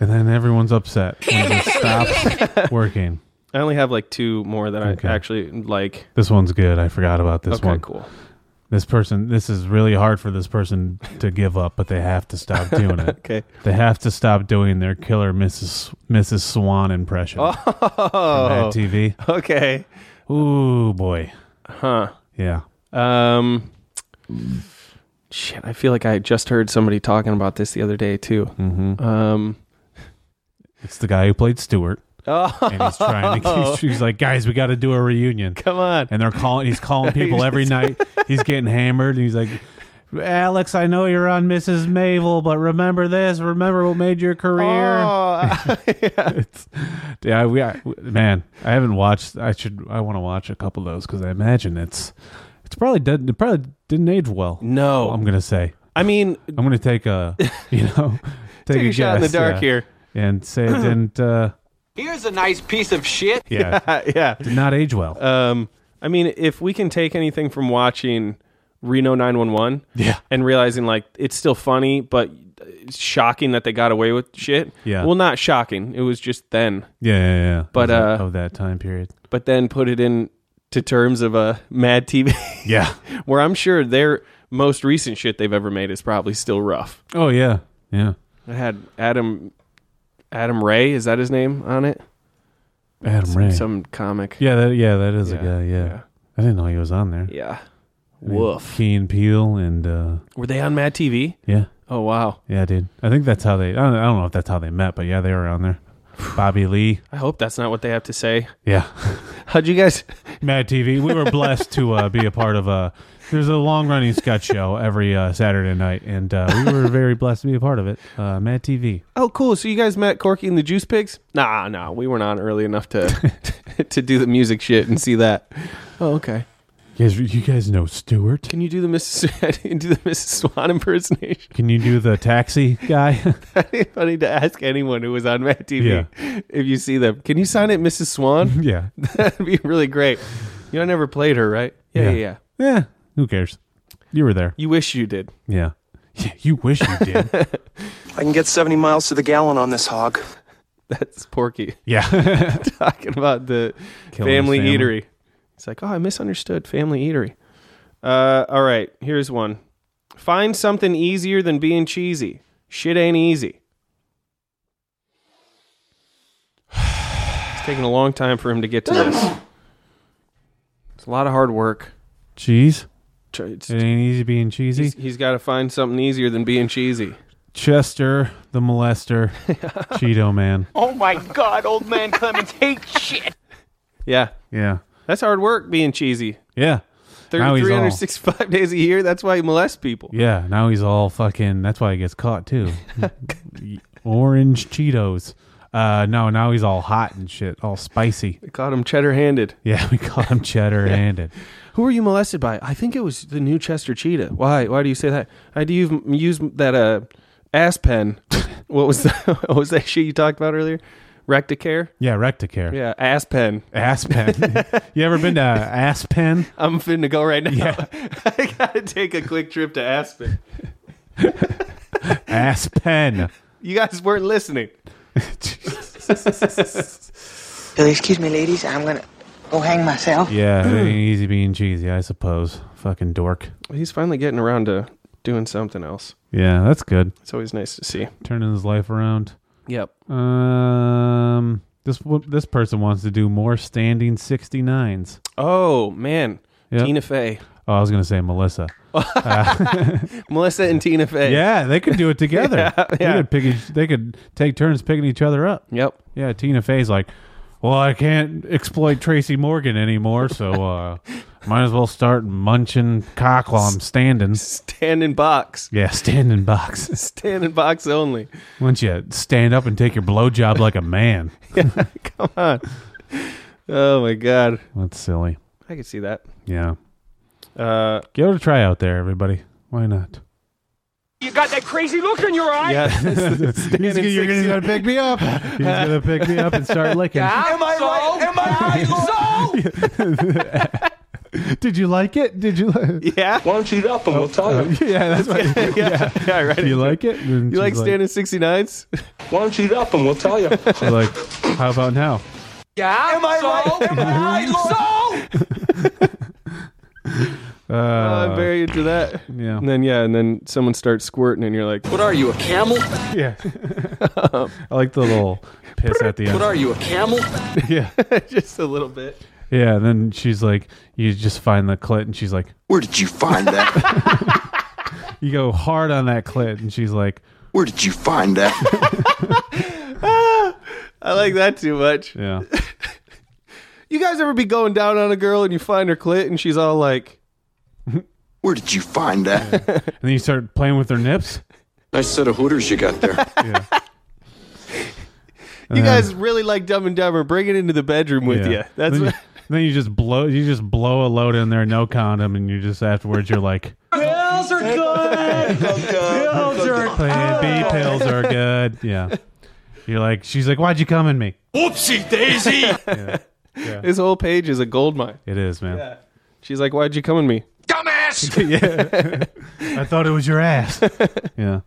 [SPEAKER 4] And then everyone's upset. And it stops working.
[SPEAKER 3] I only have like two more that
[SPEAKER 4] Okay.
[SPEAKER 3] I actually like.
[SPEAKER 4] This one's good. I forgot about this
[SPEAKER 3] Okay,
[SPEAKER 4] one.
[SPEAKER 3] cool.
[SPEAKER 4] This person, this is really hard for this person to give up, but they have to stop doing it.
[SPEAKER 3] Okay.
[SPEAKER 4] They have to stop doing their killer Mrs. Mrs. Swan impression. Oh.
[SPEAKER 3] Oh,
[SPEAKER 4] TV.
[SPEAKER 3] okay.
[SPEAKER 4] Ooh, boy.
[SPEAKER 3] Huh.
[SPEAKER 4] Yeah.
[SPEAKER 3] Um. Shit, I feel like I just heard somebody talking about this the other day too.
[SPEAKER 4] Mhm.
[SPEAKER 3] Um.
[SPEAKER 4] It's the guy who played Stewart.
[SPEAKER 3] Oh.
[SPEAKER 4] And he's trying to, he's, he's like, guys, we got to do a reunion.
[SPEAKER 3] Come on.
[SPEAKER 4] And they're calling, he's calling people every night. He's getting hammered. And he's like, Alex, I know you're on Mrs. Mavel, but remember this. Remember what made your career.
[SPEAKER 3] Oh,
[SPEAKER 4] It's- yeah, we, I, man, I haven't watched. I should. I want to watch a couple of those because I imagine it's, it's probably did, it probably didn't age well.
[SPEAKER 3] No.
[SPEAKER 4] I'm gonna say.
[SPEAKER 3] I mean,
[SPEAKER 4] I'm gonna take a, you know, take,
[SPEAKER 3] Take a shot in the
[SPEAKER 4] guess,
[SPEAKER 3] dark
[SPEAKER 4] yeah,
[SPEAKER 3] here.
[SPEAKER 4] and say it didn't. Uh,
[SPEAKER 16] Here's a nice piece of shit.
[SPEAKER 4] yeah,
[SPEAKER 3] yeah.
[SPEAKER 4] did not age well.
[SPEAKER 3] Um, I mean, if we can take anything from watching Reno 911
[SPEAKER 4] Yeah.
[SPEAKER 3] and realizing like it's still funny, but it's shocking that they got away with shit.
[SPEAKER 4] Yeah.
[SPEAKER 3] Well, not shocking. It was just then.
[SPEAKER 4] Yeah, yeah, yeah.
[SPEAKER 3] But,
[SPEAKER 4] Of that-
[SPEAKER 3] uh,
[SPEAKER 4] of that time period.
[SPEAKER 3] But then put it in to terms of a Mad TV.
[SPEAKER 4] Yeah.
[SPEAKER 3] where I'm sure their most recent shit they've ever made is probably still rough.
[SPEAKER 4] Oh yeah, yeah.
[SPEAKER 3] I had Adam Adam Ray, is that his name on it?
[SPEAKER 4] Adam Ray.
[SPEAKER 3] Some comic.
[SPEAKER 4] yeah, that yeah, that is a
[SPEAKER 3] Yeah,
[SPEAKER 4] guy. Yeah.
[SPEAKER 3] yeah.
[SPEAKER 4] I didn't know he was on there.
[SPEAKER 3] Yeah.
[SPEAKER 4] I mean,
[SPEAKER 3] Woof.
[SPEAKER 4] Keen Peel and uh,
[SPEAKER 3] Were they on Mad TV?
[SPEAKER 4] yeah.
[SPEAKER 3] Oh wow.
[SPEAKER 4] Yeah, dude. I think that's how they. I don't, I don't know if that's how they met, but yeah, they were on there. Bobby Lee.
[SPEAKER 3] I hope that's not what they have to say.
[SPEAKER 4] Yeah,
[SPEAKER 3] How'd you guys?
[SPEAKER 4] Mad TV. We were blessed to uh, be a part of a. There's a long running sketch show every uh, Saturday night, and uh, we were very blessed to be a part of it. Uh, Mad TV.
[SPEAKER 3] Oh, cool. So you guys met Corky and the Juice Pigs? Nah, nah. We weren't on early enough to to do the music shit and see that. Oh, okay.
[SPEAKER 4] You guys, you guys know Stewart.
[SPEAKER 3] Can you do the Mrs. I didn't do the Mrs. Swan impersonation?
[SPEAKER 4] Can you do the taxi guy?
[SPEAKER 3] I need to ask anyone who was on Mad TV if you see them. Can you sign it, Mrs. Swan?
[SPEAKER 4] yeah.
[SPEAKER 3] That'd be really great. You know, I never played her, right? Yeah, yeah.
[SPEAKER 4] Yeah.
[SPEAKER 3] yeah,
[SPEAKER 4] Yeah. Who cares? You were there.
[SPEAKER 3] You wish you did.
[SPEAKER 4] Yeah. Yeah, you wish you did.
[SPEAKER 16] I can get 70 miles to the gallon on this hog.
[SPEAKER 3] That's Porky
[SPEAKER 4] yeah.
[SPEAKER 3] talking about the
[SPEAKER 4] Killing his
[SPEAKER 3] family,
[SPEAKER 4] family.
[SPEAKER 3] eatery. It's like, oh, I misunderstood family eatery. Uh, all right, here's one. Find something easier than being cheesy. Shit ain't easy. It's taking a long time for him to get to this. It's a lot of hard work.
[SPEAKER 4] Cheese.
[SPEAKER 3] Tr- it's-
[SPEAKER 4] It ain't easy being cheesy.
[SPEAKER 3] he's- he's got to find something easier than being cheesy.
[SPEAKER 4] Chester the molester, Cheeto man.
[SPEAKER 16] Oh my god, old man Clemens hates shit.
[SPEAKER 3] Yeah,
[SPEAKER 4] Yeah,
[SPEAKER 3] that's hard work being cheesy.
[SPEAKER 4] yeah,
[SPEAKER 3] Thir-
[SPEAKER 4] Now he's all-
[SPEAKER 3] 365 days a year. That's why he molests people.
[SPEAKER 4] yeah. Now he's all fucking. That's why he gets caught too. Orange Cheetos. Uh, no, now he's all hot and shit, all spicy.
[SPEAKER 3] We caught him cheddar handed.
[SPEAKER 4] Yeah, we caught him cheddar handed.
[SPEAKER 3] Who were you molested by? I think it was the new Chester Cheetah. Why? Why do you say that? I do you use that uh, ass pen? what was that? what was that shit you talked about earlier? Recticare.
[SPEAKER 4] Yeah, Recticare.
[SPEAKER 3] Yeah, ass pen.
[SPEAKER 4] Aspen. you ever been to Aspen?
[SPEAKER 3] I'm finna go right now. I gotta take a quick trip to Aspen.
[SPEAKER 4] Aspen.
[SPEAKER 3] You guys weren't listening.
[SPEAKER 15] Will you excuse me, ladies? I'm gonna go hang myself.
[SPEAKER 4] Yeah, it ain't easy being cheesy, I suppose. Fucking dork.
[SPEAKER 3] He's finally getting around to doing something else.
[SPEAKER 4] Yeah, that's good.
[SPEAKER 3] It's always nice to see.
[SPEAKER 4] Turning his life around.
[SPEAKER 3] Yep.
[SPEAKER 4] Um, this w- this person wants to do more standing 69s.
[SPEAKER 3] Oh man,
[SPEAKER 4] Yep.
[SPEAKER 3] Tina Fey.
[SPEAKER 4] Oh, I was going to say Melissa. Uh,
[SPEAKER 3] Melissa and Tina Fey.
[SPEAKER 4] yeah, they could do it together.
[SPEAKER 3] Yeah, yeah.
[SPEAKER 4] They, could pick each, they could take turns picking each other up.
[SPEAKER 3] Yep.
[SPEAKER 4] Yeah, Tina Fey's like, well, I can't exploit Tracy Morgan anymore, so uh, might as well start munching cock while I'm standing.
[SPEAKER 3] Stand in box.
[SPEAKER 4] Yeah, standing box.
[SPEAKER 3] Stand in box only.
[SPEAKER 4] Why don't you stand up and take your blowjob like a man?
[SPEAKER 3] Come on. Oh my god.
[SPEAKER 4] That's silly.
[SPEAKER 3] I can see that.
[SPEAKER 4] Yeah.
[SPEAKER 3] Uh,
[SPEAKER 4] Give it a try out there, everybody. Why not?
[SPEAKER 8] You got that crazy look in your eye.
[SPEAKER 3] Yeah.
[SPEAKER 4] He's gonna- you're going to pick me up. He's going to pick me up and start licking.
[SPEAKER 8] Am I right? Am I right?
[SPEAKER 4] Did you like it? Did you? Li-
[SPEAKER 3] Yeah.
[SPEAKER 23] Why don't you eat up and we'll tell you?
[SPEAKER 4] yeah, that's what.
[SPEAKER 3] yeah, yeah, yeah, right.
[SPEAKER 4] Do you like uh, it? And
[SPEAKER 3] You like
[SPEAKER 4] she's
[SPEAKER 3] standing 69s?
[SPEAKER 23] Why don't you eat up and we'll tell you?
[SPEAKER 4] she's like, how about now?
[SPEAKER 8] Yeah. Am I right? Am I right? So.
[SPEAKER 4] Uh,
[SPEAKER 3] Oh, I'm very into that.
[SPEAKER 4] yeah.
[SPEAKER 3] And then yeah, and then someone starts squirting and you're like,
[SPEAKER 8] What are you, a camel?
[SPEAKER 4] Yeah. I like the little piss at the
[SPEAKER 8] What
[SPEAKER 4] end.
[SPEAKER 8] are you, a camel?
[SPEAKER 4] Yeah.
[SPEAKER 3] just a little bit.
[SPEAKER 4] Yeah. And then she's like, you just find the clit, and she's like,
[SPEAKER 23] Where did you find that?
[SPEAKER 4] you go hard on that clit, and she's like,
[SPEAKER 23] Where did you find that?
[SPEAKER 3] I like that too much.
[SPEAKER 4] yeah.
[SPEAKER 3] You guys ever be going down on a girl and you find her clit and she's all like,
[SPEAKER 23] Where did you find that?
[SPEAKER 4] And then you start playing with her nips.
[SPEAKER 23] Nice set of hooters you got there.
[SPEAKER 4] Yeah.
[SPEAKER 3] "You guys really like Dumb and Dumber. Bring it into the bedroom with
[SPEAKER 4] Uh-huh. Yeah.
[SPEAKER 3] you." That's
[SPEAKER 4] then,
[SPEAKER 3] what,
[SPEAKER 4] you, then you just blow you just blow a load in there, no condom, and you just afterwards you're like
[SPEAKER 8] Pills are good. Pills are
[SPEAKER 4] Plan
[SPEAKER 3] Oh.
[SPEAKER 4] B pills are good. Yeah. You're like she's like, Why'd you come in me?
[SPEAKER 8] Oopsie daisy.
[SPEAKER 3] this whole page is a gold mine.
[SPEAKER 4] It is, man.
[SPEAKER 3] She's like, "Why'd you come at me?"
[SPEAKER 8] Dumbass.
[SPEAKER 4] I thought it was your ass. yeah.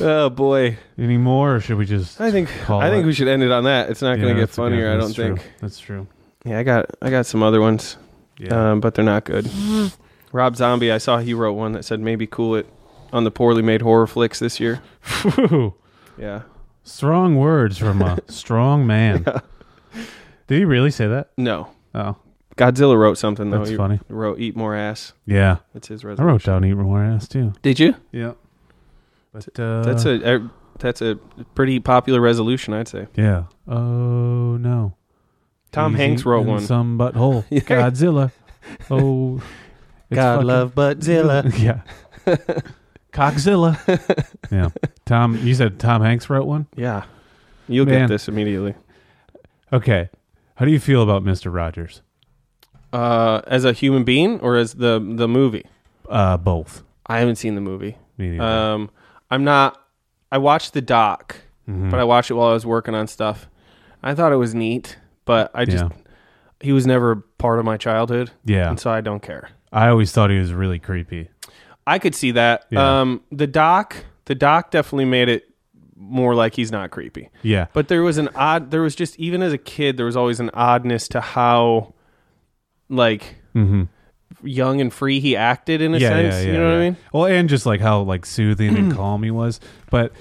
[SPEAKER 3] Oh boy,
[SPEAKER 4] Any more or should we just
[SPEAKER 3] I think
[SPEAKER 4] call
[SPEAKER 3] I think
[SPEAKER 4] it?
[SPEAKER 3] we should end it on that. It's not
[SPEAKER 4] Yeah,
[SPEAKER 3] going to get
[SPEAKER 4] that's a good-
[SPEAKER 3] funnier, I don't
[SPEAKER 4] that's true.
[SPEAKER 3] think.
[SPEAKER 4] That's true.
[SPEAKER 3] Yeah, I got I got some other ones,
[SPEAKER 4] Yeah.
[SPEAKER 3] um, but they're not good. Rob Zombie, I saw he wrote one that said maybe cool it on the poorly made horror flicks this year.
[SPEAKER 4] Phew.
[SPEAKER 3] Yeah,
[SPEAKER 4] strong words from a strong man. Did he really say that?
[SPEAKER 3] no,
[SPEAKER 4] Oh.
[SPEAKER 3] Godzilla wrote something though.
[SPEAKER 4] That's
[SPEAKER 3] He
[SPEAKER 4] funny.
[SPEAKER 3] Wrote eat more ass.
[SPEAKER 4] Yeah.
[SPEAKER 3] That's his
[SPEAKER 4] I
[SPEAKER 3] resolution.
[SPEAKER 4] wrote down eat more ass too.
[SPEAKER 3] Did you?
[SPEAKER 4] Yeah. But uh,
[SPEAKER 3] That's a, a that's a pretty popular resolution, I'd say.
[SPEAKER 4] Yeah. Oh no.
[SPEAKER 3] Tom
[SPEAKER 4] Easy
[SPEAKER 3] Hanks wrote
[SPEAKER 4] in
[SPEAKER 3] one.
[SPEAKER 4] Some butthole.
[SPEAKER 3] Yeah.
[SPEAKER 4] Godzilla. Oh. it's fucking-
[SPEAKER 3] Buttzilla.
[SPEAKER 4] Yeah. Cockzilla. yeah. Tom, you said Tom Hanks wrote one.
[SPEAKER 3] yeah, you'll
[SPEAKER 4] Man.
[SPEAKER 3] get this immediately.
[SPEAKER 4] Okay. How do you feel about Mister Rogers?
[SPEAKER 3] Uh, as a human being or as the the movie?
[SPEAKER 4] Uh, both.
[SPEAKER 3] I haven't seen the movie.
[SPEAKER 4] Me neither.
[SPEAKER 3] Um, I'm not. I watched the doc,
[SPEAKER 4] Mm-hmm.
[SPEAKER 3] but I watched it while I was working on stuff. I thought it was neat, but I just
[SPEAKER 4] yeah.
[SPEAKER 3] he was never part of my childhood,
[SPEAKER 4] Yeah.
[SPEAKER 3] and so I don't care.
[SPEAKER 4] I always thought he was really creepy.
[SPEAKER 3] I could see that.
[SPEAKER 4] Yeah.
[SPEAKER 3] Um, the doc, the doc definitely made it more like he's not creepy.
[SPEAKER 4] Yeah.
[SPEAKER 3] But there was an odd. There was just even as a kid, there was always an oddness to how, like,
[SPEAKER 4] Mm-hmm.
[SPEAKER 3] young and free he acted in a sense. you know what I mean?
[SPEAKER 4] Well, and just like how like soothing and calm he was. But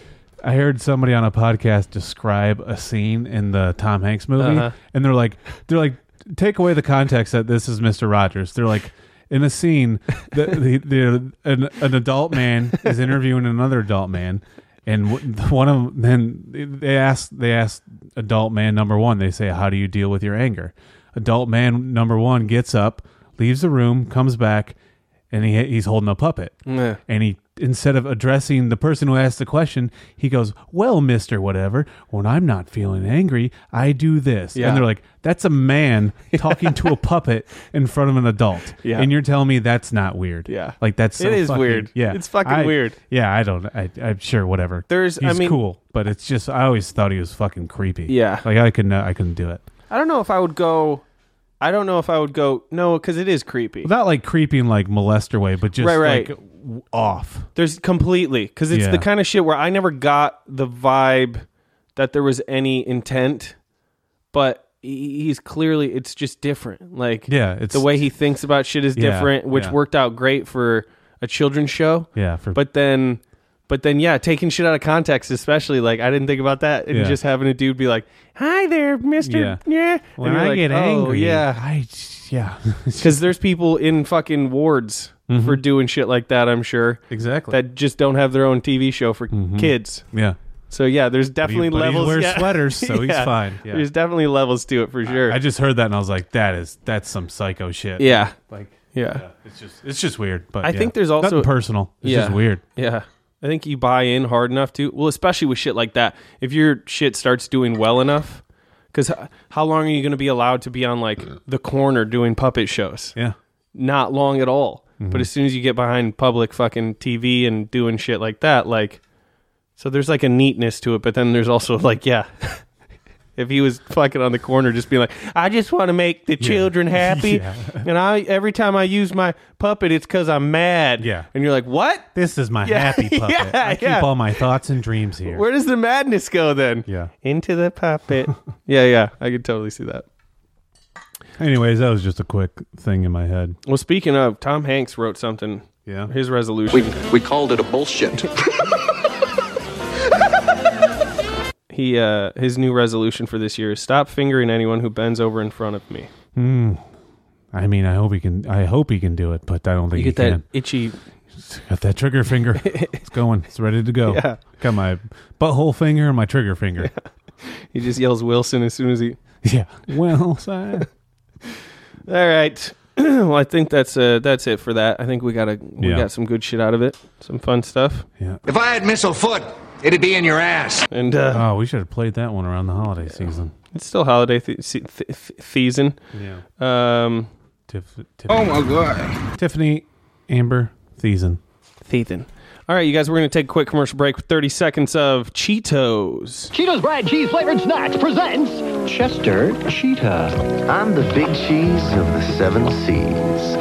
[SPEAKER 4] I heard somebody on a podcast describe a scene in the Tom Hanks movie,
[SPEAKER 3] Uh-huh.
[SPEAKER 4] and they're like, they're like, take away the context that this is Mister Rogers. They're like. In a scene, the, the, the, an, an adult man is interviewing another adult man, and wh- one of them then they ask they ask adult man number one. They say, "How do you deal with your anger?" Adult man number one gets up, leaves the room, comes back, and he he's holding a puppet.
[SPEAKER 3] Yeah.
[SPEAKER 4] And he instead of addressing the person who asked the question, he goes, "Well, Mister Whatever, when I'm not feeling angry, I do this."
[SPEAKER 3] Yeah.
[SPEAKER 4] And they're like, "That's a man talking to a puppet in front of an adult."
[SPEAKER 3] Yeah.
[SPEAKER 4] And you're telling me that's not weird?
[SPEAKER 3] Yeah.
[SPEAKER 4] Like that's so
[SPEAKER 3] It is
[SPEAKER 4] fucking-
[SPEAKER 3] weird.
[SPEAKER 4] Yeah.
[SPEAKER 3] It's fucking
[SPEAKER 4] I-
[SPEAKER 3] weird.
[SPEAKER 4] Yeah. I don't. I, I'm sure. Whatever.
[SPEAKER 3] There's- I
[SPEAKER 4] He's
[SPEAKER 3] mean-
[SPEAKER 4] cool, but it's just I always thought he was fucking creepy.
[SPEAKER 3] Yeah.
[SPEAKER 4] Like I couldn't. I couldn't do it.
[SPEAKER 3] I don't know if I would go. I don't know if I would go. No, because it is creepy.
[SPEAKER 4] Not like creeping like molester way, but just
[SPEAKER 3] right, right.
[SPEAKER 4] like w- off.
[SPEAKER 3] There's completely because it's
[SPEAKER 4] Yeah.
[SPEAKER 3] the kind of shit where I never got the vibe that there was any intent, but he- he's clearly it's just different. Like
[SPEAKER 4] Yeah, it's-
[SPEAKER 3] the way he thinks about shit is
[SPEAKER 4] Yeah,
[SPEAKER 3] different, which
[SPEAKER 4] yeah.
[SPEAKER 3] worked out great for a children's show.
[SPEAKER 4] Yeah, for-
[SPEAKER 3] but then. But then, yeah, taking shit out of context, especially like I didn't think about that, and
[SPEAKER 4] Yeah.
[SPEAKER 3] just having a dude be like, "Hi there, Mister."
[SPEAKER 4] Yeah.
[SPEAKER 3] Yeah,
[SPEAKER 4] When
[SPEAKER 3] And you're
[SPEAKER 4] I
[SPEAKER 3] like,
[SPEAKER 4] get
[SPEAKER 3] "Oh,
[SPEAKER 4] angry,
[SPEAKER 3] yeah,
[SPEAKER 4] I yeah,
[SPEAKER 3] because there's people in fucking wards
[SPEAKER 4] Mm-hmm.
[SPEAKER 3] for doing shit like that. I'm sure
[SPEAKER 4] exactly
[SPEAKER 3] that just don't have their own TV show for kids.
[SPEAKER 4] Yeah.
[SPEAKER 3] So yeah, there's definitely
[SPEAKER 4] Mm-hmm. but he
[SPEAKER 3] levels.
[SPEAKER 4] wears
[SPEAKER 3] yeah.
[SPEAKER 4] sweaters, so he's fine. Yeah.
[SPEAKER 3] There's definitely levels to it for sure.
[SPEAKER 4] I just heard that and I was like, that is that's some psycho shit.
[SPEAKER 3] yeah,
[SPEAKER 4] Like
[SPEAKER 3] yeah.
[SPEAKER 4] it's just it's just weird. But
[SPEAKER 3] I
[SPEAKER 4] yeah.
[SPEAKER 3] think there's also
[SPEAKER 4] Nothing personal. It's
[SPEAKER 3] yeah,
[SPEAKER 4] just weird.
[SPEAKER 3] Yeah, I think you buy in hard enough to. Well, especially with shit like that, if your shit starts doing well enough, because how long are you going to be allowed to be on like the corner doing puppet shows?
[SPEAKER 4] Yeah,
[SPEAKER 3] not long at all.
[SPEAKER 4] Mm-hmm.
[SPEAKER 3] But as soon as you get behind public fucking TV and doing shit like that, like, so there's like a neatness to it. But then there's also like, yeah. If he was fucking on the corner, just being like, "I just want to make the children happy,"
[SPEAKER 4] Yeah.
[SPEAKER 3] and I every time I use my puppet, it's because I'm mad.
[SPEAKER 4] Yeah.
[SPEAKER 3] and you're like, "What?
[SPEAKER 4] This is my
[SPEAKER 3] Yeah,
[SPEAKER 4] happy puppet.
[SPEAKER 3] yeah,
[SPEAKER 4] I keep
[SPEAKER 3] yeah.
[SPEAKER 4] all my thoughts and dreams here.
[SPEAKER 3] Where does the madness go then?
[SPEAKER 4] Yeah.
[SPEAKER 3] Into the puppet. yeah, yeah. I could totally see that.
[SPEAKER 4] Anyways, that was just a quick thing in my head.
[SPEAKER 3] Well, speaking of, Tom Hanks wrote something.
[SPEAKER 4] Yeah.
[SPEAKER 3] His resolution.
[SPEAKER 23] We, we called it a bullshit.
[SPEAKER 3] He uh his new resolution for this year is stop fingering anyone who bends over in front of me.
[SPEAKER 4] Hmm. I mean, I hope he can. I hope he can do it, but I don't think
[SPEAKER 3] You
[SPEAKER 4] he
[SPEAKER 3] get that
[SPEAKER 4] can.
[SPEAKER 3] itchy
[SPEAKER 4] Got that trigger finger. it's going. It's ready to go.
[SPEAKER 3] Yeah.
[SPEAKER 4] Got my butthole finger and my trigger finger.
[SPEAKER 3] he just yells Wilson as soon as he
[SPEAKER 4] Yeah. Well, si-
[SPEAKER 3] All right. well, I think that's uh that's it for that. I think we got a we
[SPEAKER 4] Yeah.
[SPEAKER 3] got some good shit out of it. Some fun stuff.
[SPEAKER 4] Yeah.
[SPEAKER 2] If I had missile foot, it'd be in your ass.
[SPEAKER 3] And uh
[SPEAKER 4] oh, we should have played that one around the holiday season.
[SPEAKER 3] it's still holiday th- se- th- th- season.
[SPEAKER 4] Yeah.
[SPEAKER 3] Um
[SPEAKER 4] Uh, Tiff, Tiffany.
[SPEAKER 2] god.
[SPEAKER 4] Tiffany, Amber, Thiessen.
[SPEAKER 3] Thiessen. All right, you guys, we're going to take a quick commercial break with 30 seconds of Cheetos.
[SPEAKER 10] Cheetos Brad Cheese Flavored Snacks presents
[SPEAKER 11] Chester Cheetah. Uh, I'm the big cheese of the seven seas.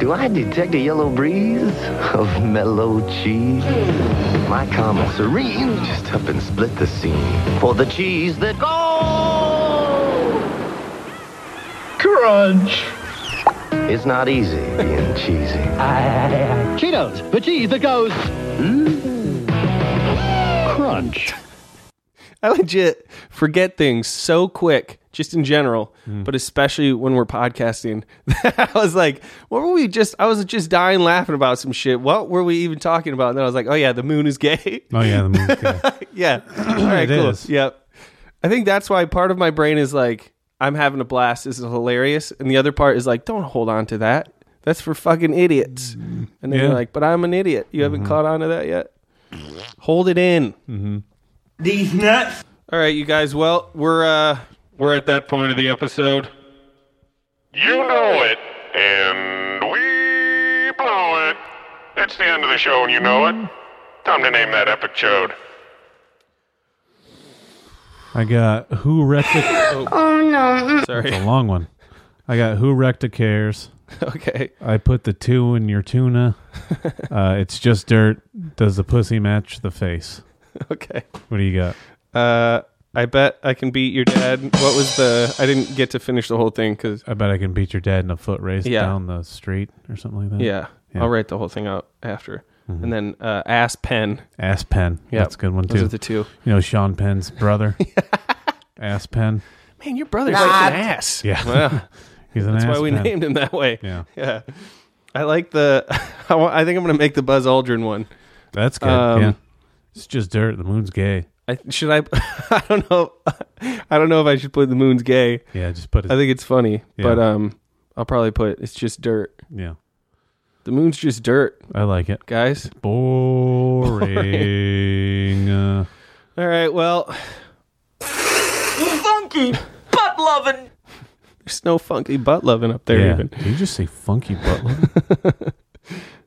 [SPEAKER 11] Do I detect a yellow breeze of mellow cheese? My calm and serene, just up and split the scene for the cheese that goes. Crunch. It's not easy being cheesy.
[SPEAKER 10] Cheetos, the cheese that goes
[SPEAKER 11] crunch.
[SPEAKER 3] I legit forget things so quick, just in general,
[SPEAKER 4] Mm.
[SPEAKER 3] but especially when we're podcasting. I was like, what were we just? I was just dying laughing about some shit. What were we even talking about? And then I was like, oh yeah, the moon is gay.
[SPEAKER 4] Oh yeah, the movie.
[SPEAKER 3] yeah. All right,
[SPEAKER 4] It
[SPEAKER 3] cool.
[SPEAKER 4] is.
[SPEAKER 3] Yep. I think that's why part of my brain is like, I'm having a blast. This is hilarious. And the other part is like, don't hold on to that. That's for fucking idiots. And then
[SPEAKER 4] Mm-hmm. Yeah.
[SPEAKER 3] you're like, but I'm an idiot. You haven't caught on to that yet. Hold it in.
[SPEAKER 4] Mm-hmm.
[SPEAKER 3] These nuts. All right, you guys. Well, we're uh we're at that point of the episode.
[SPEAKER 24] You know it, and we blow it. It's the end of the show, and you know it. Time to name that epic chode.
[SPEAKER 4] I got who wrecked it.
[SPEAKER 17] Oh no.
[SPEAKER 3] Sorry.
[SPEAKER 4] It's a long one. I got Who Wrecked a Cares.
[SPEAKER 3] Okay.
[SPEAKER 4] I put the two in your tuna. uh, it's just dirt. Does the pussy match the face?
[SPEAKER 3] Okay.
[SPEAKER 4] What do you got?
[SPEAKER 3] Uh, I bet I can beat your dad. What was the? I didn't get to finish the whole thing because
[SPEAKER 4] I bet I can beat your dad in a foot race
[SPEAKER 3] Yeah.
[SPEAKER 4] down the street or something like that.
[SPEAKER 3] yeah, I'll write the whole thing out after. And then uh, ass pen.
[SPEAKER 4] Ass Penn.
[SPEAKER 3] Yep.
[SPEAKER 4] That's a good one too.
[SPEAKER 3] Those are the two.
[SPEAKER 4] You know Sean Penn's brother. Ass Penn.
[SPEAKER 3] Man, your brother's like an ass.
[SPEAKER 4] Yeah.
[SPEAKER 3] Wow.
[SPEAKER 4] He's an
[SPEAKER 3] That's
[SPEAKER 4] ass
[SPEAKER 3] why we
[SPEAKER 4] pen.
[SPEAKER 3] named him that way.
[SPEAKER 4] Yeah.
[SPEAKER 3] Yeah. I like the. I, want, I think I'm gonna make the Buzz Aldrin one.
[SPEAKER 4] That's good.
[SPEAKER 3] Um,
[SPEAKER 4] yeah. It's just dirt. The moon's gay.
[SPEAKER 3] I, should I? I don't know. I don't know if I should put the moon's gay.
[SPEAKER 4] Yeah, just put it-
[SPEAKER 3] I think it's funny,
[SPEAKER 4] Yeah.
[SPEAKER 3] but um, I'll probably put it's just dirt.
[SPEAKER 4] Yeah.
[SPEAKER 3] The moon's just dirt.
[SPEAKER 4] I like it,
[SPEAKER 3] guys.
[SPEAKER 4] Boring. Uh,
[SPEAKER 3] All right. Well,
[SPEAKER 8] Funky butt loving.
[SPEAKER 3] there's no funky butt loving up there.
[SPEAKER 4] Yeah.
[SPEAKER 3] Even
[SPEAKER 4] Did you just say funky butt loving?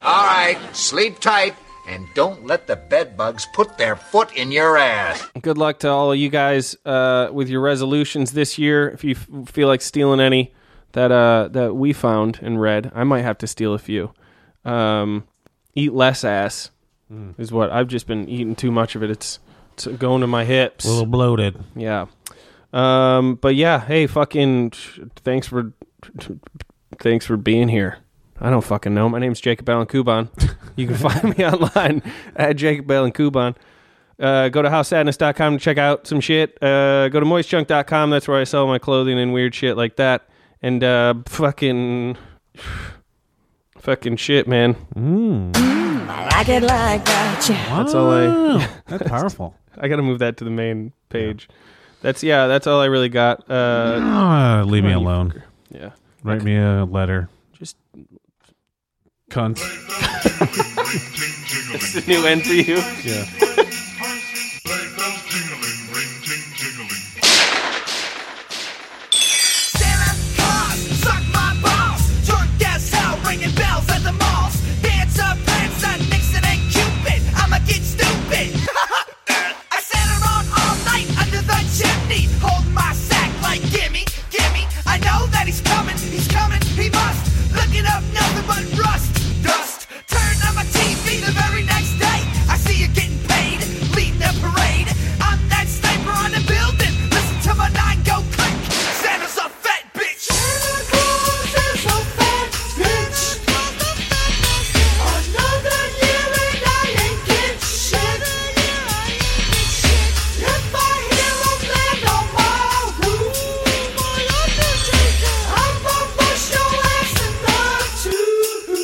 [SPEAKER 2] All right, sleep tight and don't let the bed bugs put their foot in your ass.
[SPEAKER 3] good luck to all of you guys uh, with your resolutions this year. If you f- feel like stealing any that uh, that we found and read, I might have to steal a few. Um, eat less ass is what I've just been eating too much of it. It's, it's going to my hips.
[SPEAKER 4] A little bloated.
[SPEAKER 3] Yeah. Um, but yeah, hey, fucking, thanks for, thanks for being here. I don't fucking know. My name's Jacob Allen Kuban. You can find me online at Jacob Allen Kuban. Uh, go to howsadness.com to check out some shit. Uh, go to moistjunk.com. That's where I sell my clothing and weird shit like that. And uh, fucking, fucking shit, man.
[SPEAKER 4] Mm.
[SPEAKER 8] Mm, I like it like that. Yeah.
[SPEAKER 3] That's all I.
[SPEAKER 4] That's powerful.
[SPEAKER 3] I got to move that to the main page. That's yeah. That's all I really got. Uh,
[SPEAKER 4] Ah, leave me alone.
[SPEAKER 3] yeah.
[SPEAKER 4] Write me a letter.
[SPEAKER 3] Just-
[SPEAKER 4] cunt.
[SPEAKER 3] It's a new end for you.
[SPEAKER 4] Yeah.
[SPEAKER 8] Suck my balls. Drunk as hell, ringing bells at the malls. Dance up, pants on Nixon and Cupid. I'ma get stupid. I sat around all night under the chimney, holding my sack like gimme, gimme. I know that he's coming, he's coming, he must. Looking up nothing but rust, dust. Turn on my TV the very next day. I see you getting paid, leading a parade. I'm that sniper on the building. Listen to my nine go click. Santa's a fat bitch. Santa Claus is a fat bitch. Another year and I ain't get shit. If I hear a land on my roof, I'm gonna push your ass in the tube.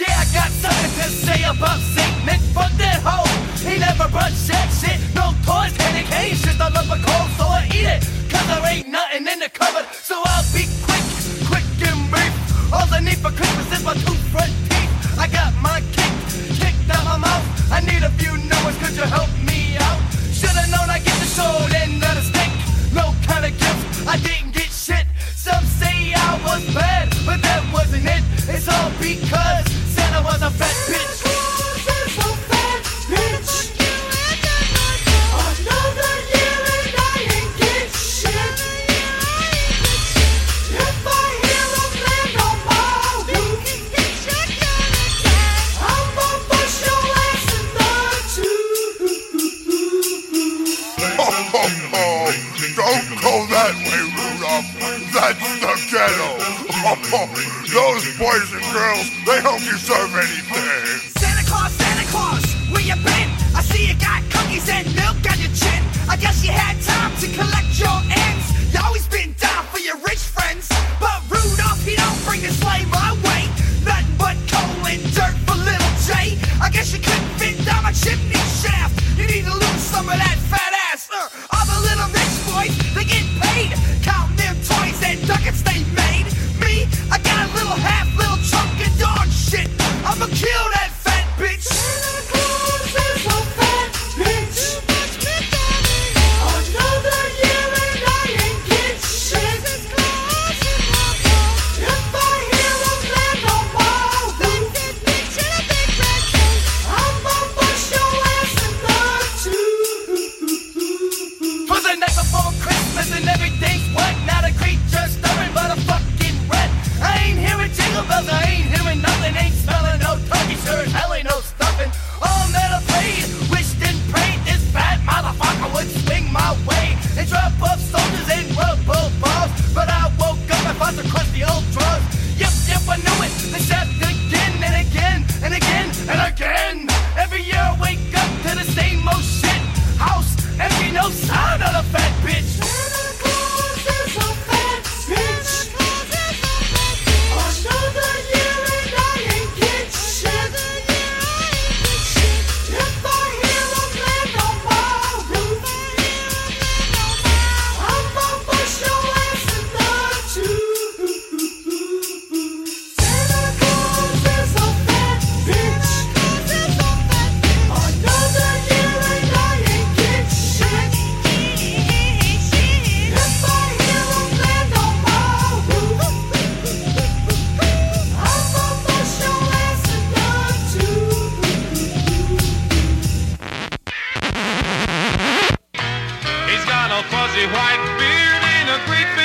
[SPEAKER 8] Yeah, I got something to say about Saint Nick, but that hoe, he never runs that shit. No toys, candy canes, just all up a cold, so I eat it. Cause there ain't nothing in the cupboard, so I'll be quick, quick and brief. All I need for Christmas is my two front teeth. I got my kick, kicked out my mouth. I need a few new ones, could you help me out? Should've known I get the short end of the stick. No kind of gift, I didn't get shit. Some say I was bad, but that wasn't it. It's all because Santa was a fat bitch. Another year and I ain't get shit. If I hear a plan on my roof, I'ma push your ass in the
[SPEAKER 12] Don't go that way, Rudolph. That's the ghetto. Those boys and girls, they don't deserve anything.
[SPEAKER 8] Santa Claus, Santa Claus, where you been? I see you got cookies and milk on your chin. I guess you had time to collect your ends. You always been down for your rich friends. But Rudolph, he don't bring the sleigh my way. Nothing but coal and dirt for little Jay. I guess you couldn't fit down my chimney shaft. You need to lose some of that fat ass. Uh, all the little rich boys, they get paid. Counting them toys and ducats they made. Me, I got a little half, little chunk of dog shit. I'ma kill that fat bitch. Santa Claus is a fat bitch. Another year and I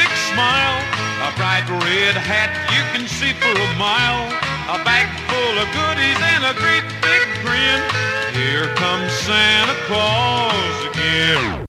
[SPEAKER 20] a bright red hat you can see for a mile. A bag full of goodies and a great big grin. Here comes Santa Claus again.